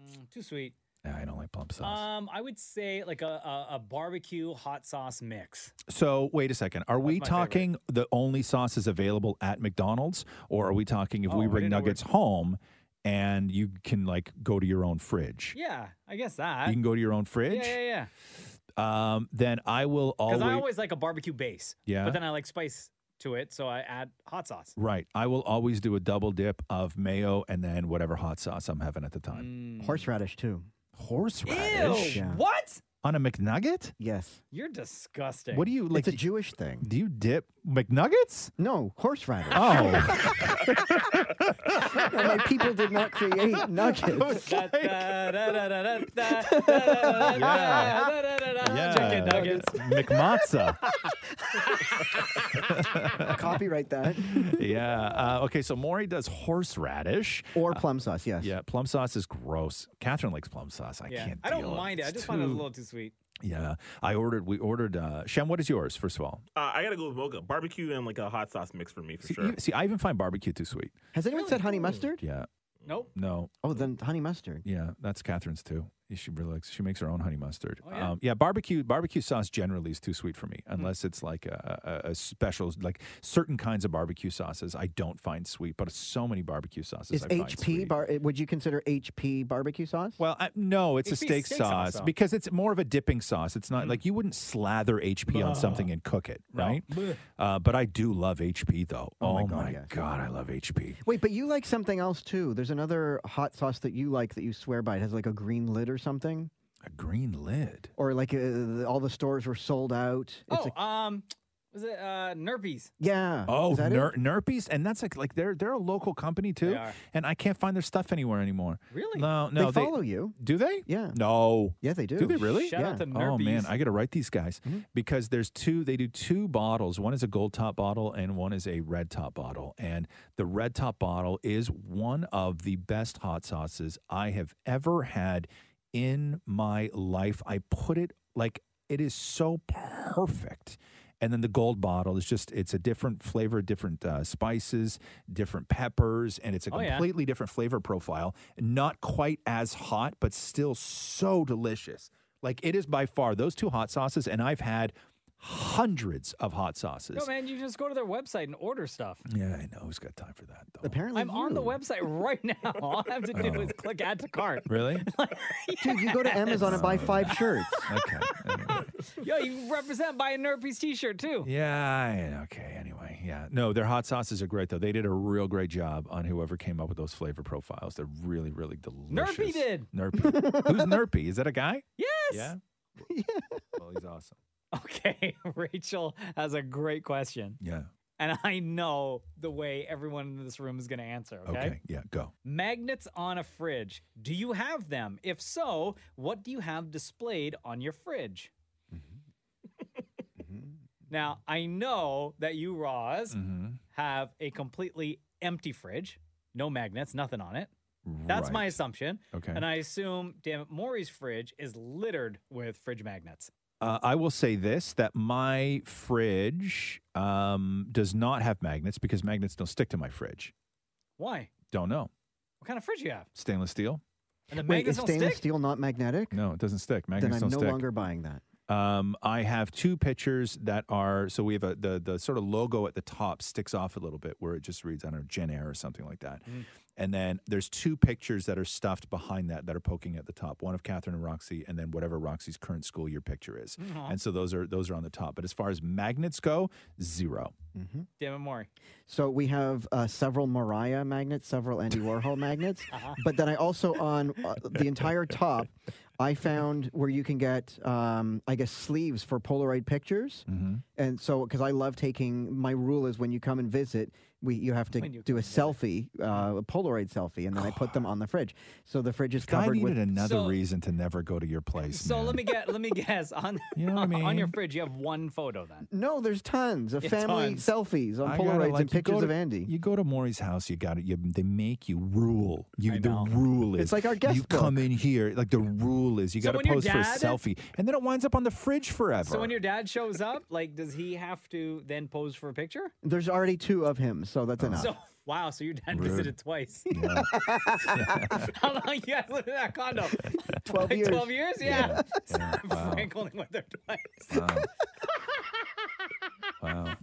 S6: Mm, too sweet.
S4: I don't like plum sauce.
S6: Um, I would say like a, a, a barbecue hot sauce mix.
S4: So wait a second. Are we
S6: That's my
S4: talking the only sauces available at McDonald's, or are we talking if
S6: Oh,
S4: we
S6: I
S4: bring
S6: didn't know we were-
S4: nuggets home and you can like go to your own fridge?
S6: Yeah, I guess that.
S4: You can go to your own fridge.
S6: Yeah, yeah, yeah.
S4: Um, then I will
S6: Because
S4: always.
S6: I always like a barbecue base.
S4: Yeah.
S6: But then I like spice to it, so I add hot sauce.
S4: Right. I will always do a double dip of mayo and then whatever hot sauce I'm having at the time.
S5: Horseradish too.
S4: Horseradish?
S6: Mm. Ew, What?
S4: On a McNugget?
S5: Yes.
S6: You're disgusting.
S4: What do you like?
S5: It's a Jewish thing.
S4: Do you dip McNuggets?
S5: No, horseradish.
S4: Oh.
S5: My people did not create nuggets.
S4: yeah.
S6: Ah, Chicken nuggets.
S4: McMatza.
S5: Copyright that.
S4: yeah. Uh, okay. So Maury does horseradish Uh,
S5: or plum sauce. Yes.
S4: yeah. Plum sauce is gross. Catherine likes plum sauce. I
S6: yeah.
S4: can't.
S6: I don't
S4: deal
S6: mind it. I
S4: It's
S6: just find it a
S4: too-
S6: little too sweet.
S4: Yeah. I ordered. We ordered. Uh, Shem, what is yours? First of all,
S13: Uh, I gotta go with mocha, barbecue, and like a hot sauce mix for me for
S4: see,
S13: sure.
S4: you- see, I even find barbecue too sweet.
S5: Has anyone said honey mustard?
S4: Yeah.
S6: Nope.
S4: No.
S5: Oh, then honey mustard.
S4: Yeah. That's Catherine's too. She really likes. She makes her own honey mustard.
S6: Oh,
S4: yeah. Um, yeah, barbecue barbecue sauce generally is too sweet for me,
S6: Mm-hmm.
S4: unless it's like a, a, a special, like certain kinds of barbecue sauces I don't find sweet, but so many barbecue sauces
S5: Is
S4: I find
S5: HP bar? eh, Would you consider HP barbecue sauce?
S4: Well, I, no, it's a
S5: HP
S4: steak,
S5: steak sauce,
S4: sauce,
S5: though.
S4: because it's more of a dipping sauce. It's not like you wouldn't slather HP on
S5: Blah.
S4: something and cook it, right?
S5: Bleh.
S4: Uh, but I do love HP though. Oh, my god, I
S5: yes.
S4: love HP.
S5: Wait, but you like something else too. There's another hot sauce that you like that you swear by. It has like a green lid or something.
S4: A green lid.
S5: Or like uh, the- all the stores were sold out.
S6: Oh,
S4: uh,
S6: um, was it uh, Nerpies?
S5: Yeah.
S4: Oh,
S5: Is that it?
S4: ner- Nerpies, and that's like like they're they're a local company too,
S6: They are.
S4: and I can't find their stuff anywhere anymore.
S6: Really?
S4: No, no,
S5: They follow you.
S4: Do they?
S5: Yeah.
S4: No.
S5: Yeah, they do.
S4: Do they really?
S5: Shout out Yeah. Mm-hmm. to
S4: Oh man,
S5: Nerpies.
S4: I got to write these guys because there's two. They do two bottles. One is a gold top bottle, and one is a red top bottle. And the red top bottle is one of the best hot sauces I have ever had in my life. I put it like it is so perfect. And then the gold bottle is just, it's a different flavor, different uh, spices, different peppers, and it's a
S6: Oh, yeah.
S4: completely different flavor profile. Not quite as hot, but still so delicious. Like it is by far those two hot sauces, and I've had hundreds of hot sauces.
S6: No, man, you just go to their website and order stuff.
S4: yeah, I know. Who's got time for that?
S5: Apparently,
S6: I'm on the website right now. All I have to do
S4: Oh.
S6: is click add to cart.
S4: Really? Oh,
S5: Dude, you go to Amazon and buy five shirts.
S4: Okay.
S6: Yo, you represent by a Nerpies t-shirt too.
S4: Yeah. I- Okay. Anyway. Yeah. No, their hot sauces are great though. They did a real great job on whoever came up with those flavor profiles. They're really, really delicious.
S6: Nerpy did.
S4: Nerpy. Who's Nerpy? Is that a guy?
S6: Yes.
S4: Yeah. Well, he's awesome.
S6: Okay, Rachel has a great question.
S4: Yeah.
S6: And I know the way everyone in this room is going to answer, okay?
S4: Okay. Yeah. Go.
S6: Magnets on a fridge. Do you have them? If so, what do you have displayed on your fridge?
S4: Mm-hmm.
S6: now, I know that you, Roz,
S4: Mm-hmm.
S6: have a completely empty fridge, no magnets, nothing on it. That's my
S4: Right.
S6: assumption.
S4: Okay.
S6: And I assume, damn it, Maury's fridge is littered with fridge magnets.
S4: Uh, I will say this: that my fridge um, does not have magnets because magnets don't stick to my fridge.
S6: Why?
S4: Don't know.
S6: What kind of fridge you have?
S4: Stainless steel.
S6: And the
S5: Wait, is
S6: magnets don't
S5: stainless
S6: stick?
S5: steel not magnetic?
S4: No, it doesn't stick.
S5: then
S4: Magnets
S5: I'm
S4: don't
S5: no
S4: stick.
S5: longer buying that.
S4: Um, I have two pictures that are so we have a the the sort of logo at the top sticks off a little bit where it just reads I don't know Gen Air or something like that, and then there's two pictures that are stuffed behind that that are poking at the top. One of Catherine and Roxy, and then whatever Roxy's current school year picture is.
S6: Aw.
S4: And so those are those are on the top. But as far as magnets go, zero.
S6: Damn it, Maury.
S5: So we have uh, several Mariah magnets, several Andy Warhol magnets, but then I also on uh, the entire top, I found where you can get, um, I guess, sleeves for Polaroid pictures,
S4: Mm-hmm.
S5: and so because I love taking. My rule is when you come and visit, we you have to
S4: When you
S5: do a selfie, uh, a Polaroid selfie, and then I put them on the fridge. So the fridge is
S4: I
S5: covered
S4: needed
S5: with
S4: another
S6: So-
S4: reason to never go to your place.
S6: So let me get let me guess on
S4: You know what I
S6: on your
S4: mean?
S6: fridge you have one photo then.
S5: No, there's tons of
S6: Yeah,
S5: family
S6: tons.
S5: selfies on
S4: I gotta,
S5: Polaroids
S4: like,
S5: and
S4: you go
S5: pictures
S4: to-
S5: of Andy.
S4: You go to Maury's house, you got it. You, they make you rule. You the rule is
S5: It's like our guest
S4: You come in here, like the rule is you
S6: So
S4: got
S6: when
S4: to
S6: your
S4: pose for a
S6: dad-
S4: selfie, and then it winds up on the fridge forever.
S6: So when your dad shows up, like does he have to then pose for a picture?
S5: There's already two of him, so
S4: Oh.
S5: that's enough.
S6: So wow, so your dad
S5: Rude.
S6: visited twice. How long you guys lived in that condo?
S5: 12
S6: Like
S5: years.
S6: Twelve years, yeah.
S4: Yeah, wow.
S6: Frank only went there twice.
S4: Wow. wow.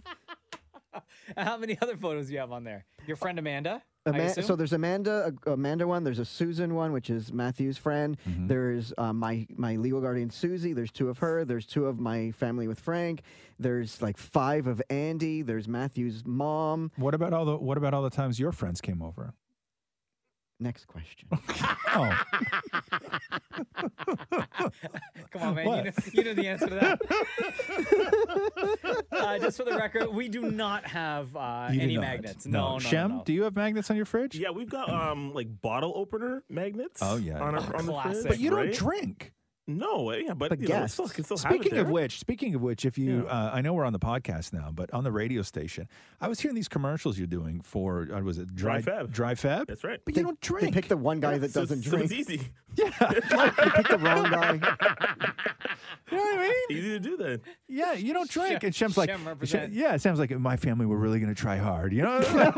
S6: How many other photos do you have on there? Your friend Amanda. I
S5: Ama-
S6: assume?
S5: so there's Amanda, a, Amanda one. There's a Susan one, which is Matthew's friend.
S4: Mm-hmm.
S5: There's uh, my my legal guardian Susie. There's two of her. There's two of my family with Frank. There's like five of Andy. There's Matthew's mom.
S4: What about all the What about all the times your friends came over?
S5: Next question.
S4: Oh,
S6: Come on, man. You know, you know the answer to that. uh, just for the record, we do not have uh,
S4: You do
S6: any
S4: not.
S6: magnets.
S4: No.
S6: No, no, no,
S4: Shem,
S6: no.
S4: do you have magnets on your fridge?
S13: Yeah, we've got um like bottle opener magnets.
S4: Oh, yeah.
S13: on our, on the fridge,
S4: Classic. But you don't
S13: right?
S4: drink.
S13: No, uh, yeah, but,
S4: But
S13: you know,
S4: guests.
S13: still, can still have it
S4: speaking of
S13: there.
S4: which, speaking of which, if you, uh, I know we're on the podcast now, but on the radio station, I was hearing these commercials you're doing for, uh, was it
S13: Dry
S4: Dry,
S13: Feb.
S4: Dry Feb?
S13: That's right.
S4: But you don't
S5: They
S4: drink.
S5: picked the one guy
S13: Yeah,
S5: that
S13: so-
S5: doesn't
S13: so
S5: drink.
S13: it's easy.
S5: Yeah, you picked the wrong guy.
S4: You know what I mean?
S13: Easy to do then.
S4: Yeah, you don't drink. and Shem's like,
S13: Shem
S4: Shem-
S13: represent.
S4: yeah, Sam's like, my family were really going to try hard. You know?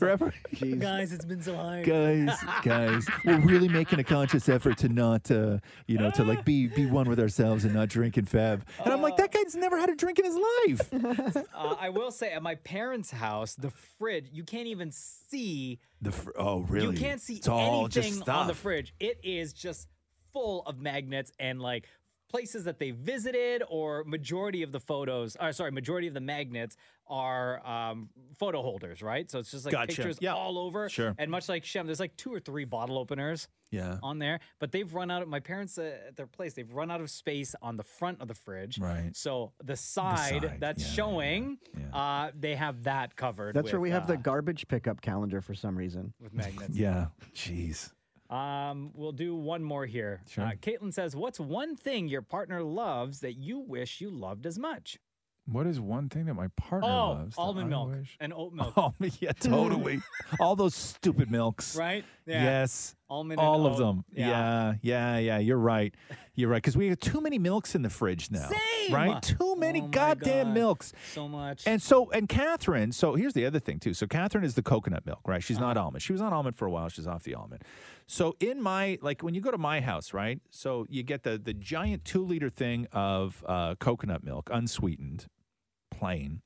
S4: Rep-
S6: Guys, it's been so hard.
S4: guys, guys, we're really making a conscious effort to not, uh, you know, to like be be one with ourselves and not drink and fab. And I'm like, that guy's never had a drink in his life.
S6: Uh, I will say, at my parents' house, the fridge, you can't even see.
S4: The fr- oh, really?
S6: You can't see
S4: It's all just
S6: anything on the
S4: stuff.
S6: fridge. It is just full of magnets and like places that they visited, or majority of the photos, or sorry, majority of the magnets are um, photo holders, right? So it's just like
S4: Gotcha.
S6: pictures
S4: Yeah.
S6: all over.
S4: Sure.
S6: And much like Shem, there's like two or three bottle openers
S4: Yeah.
S6: on there, but they've run out of my parents uh, at their place, they've run out of space on the front of the fridge.
S4: Right.
S6: So the side,
S4: side,
S6: that's showing, Uh, they have that covered.
S5: That's
S6: with,
S5: where we have
S6: uh,
S5: the garbage pickup calendar for some reason.
S6: with magnets.
S4: yeah. Jeez.
S6: Um, we'll do one more here.
S5: Sure.
S6: Uh, Caitlin says, "What's one thing your partner loves that you wish you loved as much?"
S4: What is one thing that my partner
S6: oh,
S4: loves? that
S6: almond
S4: I
S6: milk
S4: wish-
S6: and oat milk.
S4: Oh, yeah, totally. all those stupid milks.
S6: Right? Yeah.
S4: Yes.
S6: Almond and
S4: All of
S6: oat.
S4: them.
S6: Yeah.
S4: Yeah. yeah. Yeah. You're right. You're right. Because we have too many milks in the fridge now.
S6: Same.
S4: Right? Too many
S6: Oh my
S4: goddamn
S6: God.
S4: milks.
S6: So much.
S4: And so, and Catherine, so here's the other thing too. So Catherine is the coconut milk, right? She's not
S6: Uh-huh.
S4: almond. She was on almond for a while. She's off the almond. So in my, like when you go to my house, right? So you get the, the giant two liter thing of uh, coconut milk, unsweetened, plain.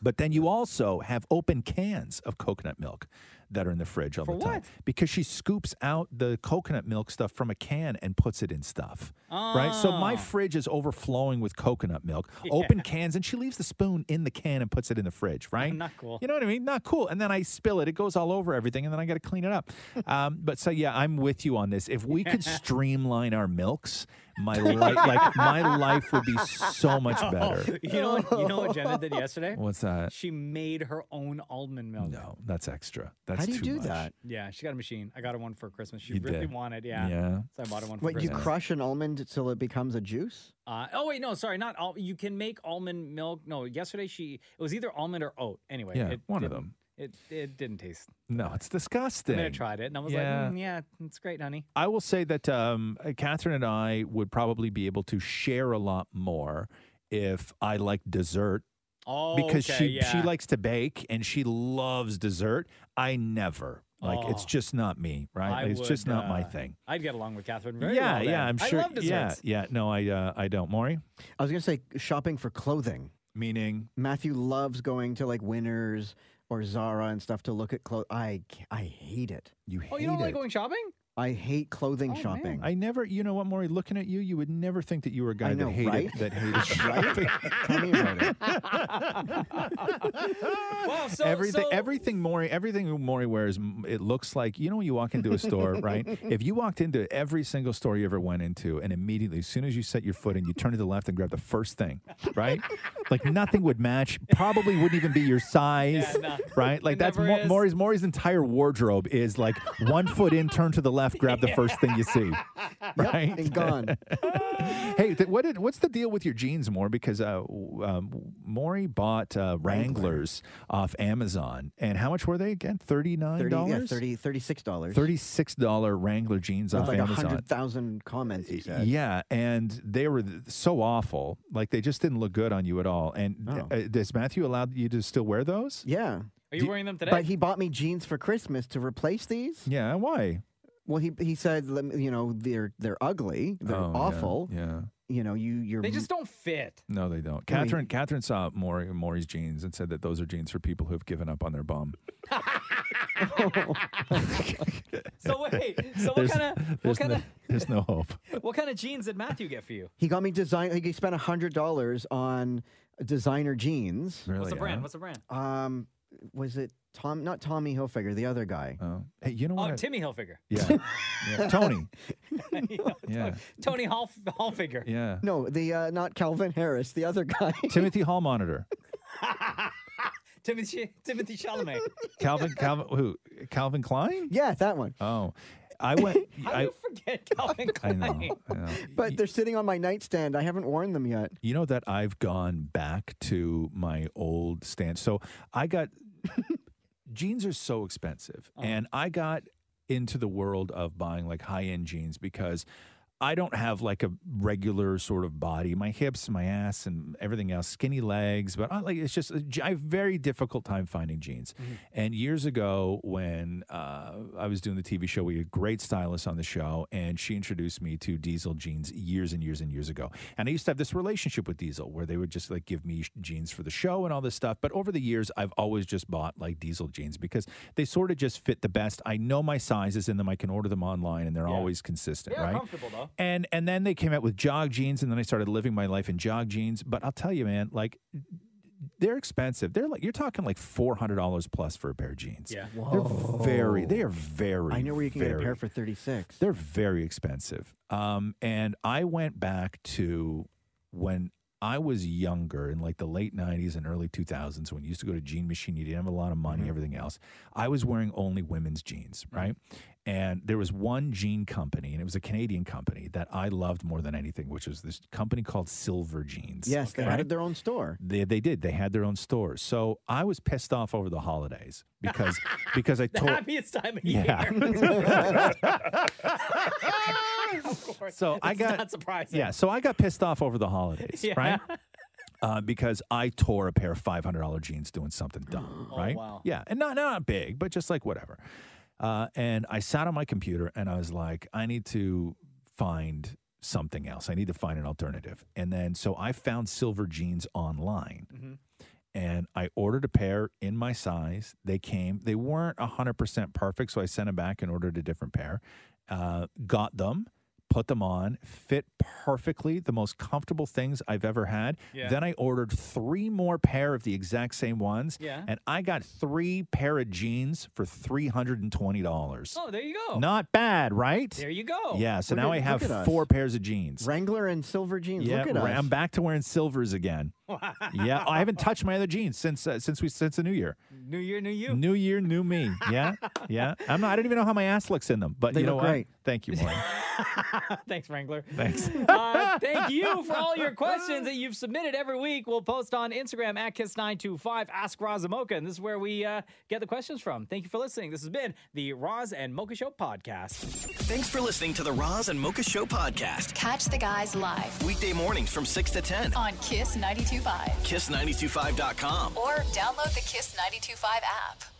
S4: But then you also have open cans of coconut milk that are in the fridge all
S6: For
S4: the time. Because she scoops out the coconut milk stuff from a can and puts it in stuff. Right? So my
S6: Oh.
S4: fridge is overflowing with coconut milk,
S6: Yeah.
S4: open cans, and she leaves the spoon in the can and puts it in the fridge, right?
S6: Not cool.
S4: You know what I mean? Not cool. And then I spill it. It goes all over everything, and then I got to clean it up. Um, but so yeah, I'm with you on this. If we could streamline our milks, my life, like my life, would be so much
S6: No.
S4: better.
S6: You know what? You know what Jenna did yesterday?
S4: What's that?
S6: She made her own almond milk.
S4: No, that's extra. That's
S6: How do you
S4: too
S6: do
S4: much.
S6: that? Yeah, she got a machine. I got her one for Christmas. She
S4: You
S6: really
S4: did.
S6: wanted. Yeah.
S4: Yeah.
S6: So I bought her one for
S5: What you
S6: Christmas.
S5: crush an almond till it becomes a juice?
S6: Uh, oh wait, no, sorry, not all. You can make almond milk. No, yesterday she it was either almond or oat. Anyway,
S4: Yeah,
S6: it
S4: one of
S6: didn't-
S4: them.
S6: It it didn't taste.
S4: No, it's
S6: I
S4: disgusting.
S6: mean, I tried it and I was
S4: Yeah.
S6: like, mm, yeah, it's great, honey.
S4: I will say that um, Catherine and I would probably be able to share a lot more if I like dessert.
S6: Oh,
S4: because
S6: okay,
S4: she she
S6: yeah.
S4: likes to bake and she loves dessert. I never like it's
S6: Oh.
S4: just not me, right?
S6: I
S4: it's just
S6: would,
S4: not my
S6: uh,
S4: thing.
S6: I'd get along with Catherine. Very
S4: yeah,
S6: well
S4: yeah,
S6: then.
S4: I'm
S6: I
S4: sure.
S6: love
S4: yeah,
S6: desserts.
S4: yeah. No, I uh, I don't. Maury,
S5: I was gonna say shopping for clothing.
S4: Meaning
S5: Matthew loves going to like Winners or Zara and stuff to look at clothes. I ca- I hate it.
S4: You
S6: Oh, you don't like going shopping?
S5: I hate clothing shopping.
S4: I never. You know what, Maury? Looking at you, you would never think that you were a guy
S5: I know,
S4: that hated
S5: right?
S4: that hated shopping.
S6: Wow, so,
S4: everything,
S6: so-
S4: everything Maury, everything Maury wears, m- it looks like you know when you walk into a store, right? If you walked into every single store you ever went into, and immediately as soon as you set your foot in, you turn to the left and grab the first thing, right? like nothing would match. Probably wouldn't even be your size,
S6: no.
S4: right? Like that's Ma- Maury's Maury's entire wardrobe is like one foot in, turn to the left, grab the first thing you see, right?
S5: and gone.
S4: hey, th- what did what's the deal with your jeans, Maury? Because uh, w- um, Maury bought uh, Wranglers off Amazon, and how much were they again? Thirty nine
S5: 30, yeah,
S4: dollars.
S5: 30, $36.
S4: Thirty six dollar Wrangler jeans
S5: With
S4: off
S5: like
S4: Amazon.
S5: 100,000 comments, he said.
S4: Yeah, and they were th- so awful. Like they just didn't look good on you at all. And
S5: Oh.
S4: uh, does Matthew allow you to still wear those?
S5: Yeah.
S6: Are you wearing them today?
S5: But he bought me jeans for Christmas to replace these.
S4: Yeah, why?
S5: Well, he he said, let me- you know, they're they're ugly, they're
S4: Oh, yeah,
S5: awful.
S4: yeah.
S5: You know, you you're
S6: they just don't fit.
S4: No, they don't.
S5: I mean-
S4: Catherine Catherine saw Maury, Maury's jeans and said that those are jeans for people who have given up on their bum.
S6: So wait, so what
S4: There's-
S6: kind of what
S4: there's
S6: kind
S4: no- there's no hope.
S6: of what kind of jeans did Matthew get for you?
S5: He got me design. Like he spent hundred dollars on designer jeans.
S4: Really?
S6: What's the brand? What's the brand?
S5: Um, was it Tom? Not Tommy Hilfiger, the other guy.
S4: Oh, hey, you know
S6: Oh, Timmy Hilfiger.
S4: Yeah, yeah. Tony. yeah,
S6: Tony Hall Hallfigure.
S4: yeah.
S5: No, the uh, not Calvin Harris, the other guy.
S4: Timothy Hall monitor.
S6: Timothy Timothy Chalamet.
S4: Calvin Calvin who Calvin Klein?
S5: Yeah, that one.
S4: Oh, I went.
S6: How do
S4: I,
S6: you forget Calvin
S4: I
S6: Klein?
S4: know. I know.
S5: But they're sitting on my nightstand. I haven't worn them yet.
S4: You know that I've gone back to my old stance. So I got jeans are so expensive, and I got into the world of buying like high end jeans because I don't have like a regular sort of body. My hips, my ass, and everything else, skinny legs, but I, like it's just uh, I have very difficult time finding jeans. And years ago, when uh, I was doing the TV show, we had a great stylist on the show, and she introduced me to Diesel jeans years and years and years ago. And I used to have this relationship with Diesel where they would just like give me jeans for the show and all this stuff. But over the years, I've always just bought like Diesel jeans because they sort of just fit the best. I know my sizes in them. I can order them online, and they're always consistent,
S6: Yeah,
S4: right?
S6: comfortable though.
S4: And and then they came out with jog jeans, and then I started living my life in jog jeans. But I'll tell you, man, like they're expensive. They're like you're talking like four hundred dollars plus for a pair of jeans.
S5: Yeah.
S4: they're very. They are very.
S5: Oh. I know where you can get a
S4: very-
S5: pair for thirty six.
S4: they're very expensive. Um, and I went back to when I was younger in like the late 90s and early 2000s when you used to go to Jean Machine, you didn't have a lot of
S5: Mm-hmm.
S4: money, everything else. I was wearing only women's jeans, right? And there was one jean company, and it was a Canadian company that I loved more than anything, which was this company called Silver Jeans.
S5: Yes, they
S4: right?
S5: had their own store.
S4: They, they did. They had their own store. So I was pissed off over the holidays because because I
S6: The
S4: told
S6: happiest time of
S4: Yeah.
S6: year.
S4: So I
S6: It's
S4: got
S6: not surprising.
S4: Yeah, so I got pissed off over the holidays,
S6: Yeah.
S4: right? Uh, because I tore a pair of five hundred dollar jeans doing something
S6: Oh,
S4: dumb, right?
S12: wow.
S4: Yeah, and not not big, but just like whatever. Uh, and I sat on my computer and I was like, I need to find something else. I need to find an alternative. And then so I found silver jeans online
S6: Mm-hmm.
S4: and I ordered a pair in my size. They came, they weren't 100% perfect, so I sent them back and ordered a different pair. Uh, got them, put them on, fit perfectly, the most comfortable things I've ever had.
S12: Yeah.
S4: Then I ordered three more pair of the exact same ones,
S12: Yeah.
S4: and I got three pair of jeans for $320.
S6: Oh, there you go.
S4: Not bad, right?
S6: There you go.
S4: Yeah, so
S5: Look
S4: now
S5: at-
S4: I have
S5: look at us.
S4: four pairs of jeans.
S5: Wrangler and silver jeans.
S4: Yeah,
S5: Look at
S4: right,
S5: us.
S4: I'm back to wearing silvers again. yeah, I haven't touched my other jeans since uh, since we since the new year.
S6: New year, new you.
S4: New year, new me. Yeah, yeah. I'm not. I don't even know how my ass looks in them, but
S6: They
S4: you know
S6: look
S4: what?
S6: great.
S4: Thank you, Maureen.
S6: Thanks, Wrangler.
S4: Thanks.
S6: uh, thank you for all your questions that you've submitted every week. We'll post on Instagram at Kiss925 Ask Roz and Mocha, and this is where we uh, get the questions from. Thank you for listening. This has been the Roz and Mocha Show podcast.
S1: Thanks for listening to the Roz and Mocha Show podcast.
S10: Catch the guys live
S1: Weekday mornings from 6 to 10.
S10: on Kiss 92.5
S1: Kiss925.com.
S10: or download the Kiss 92.5 app.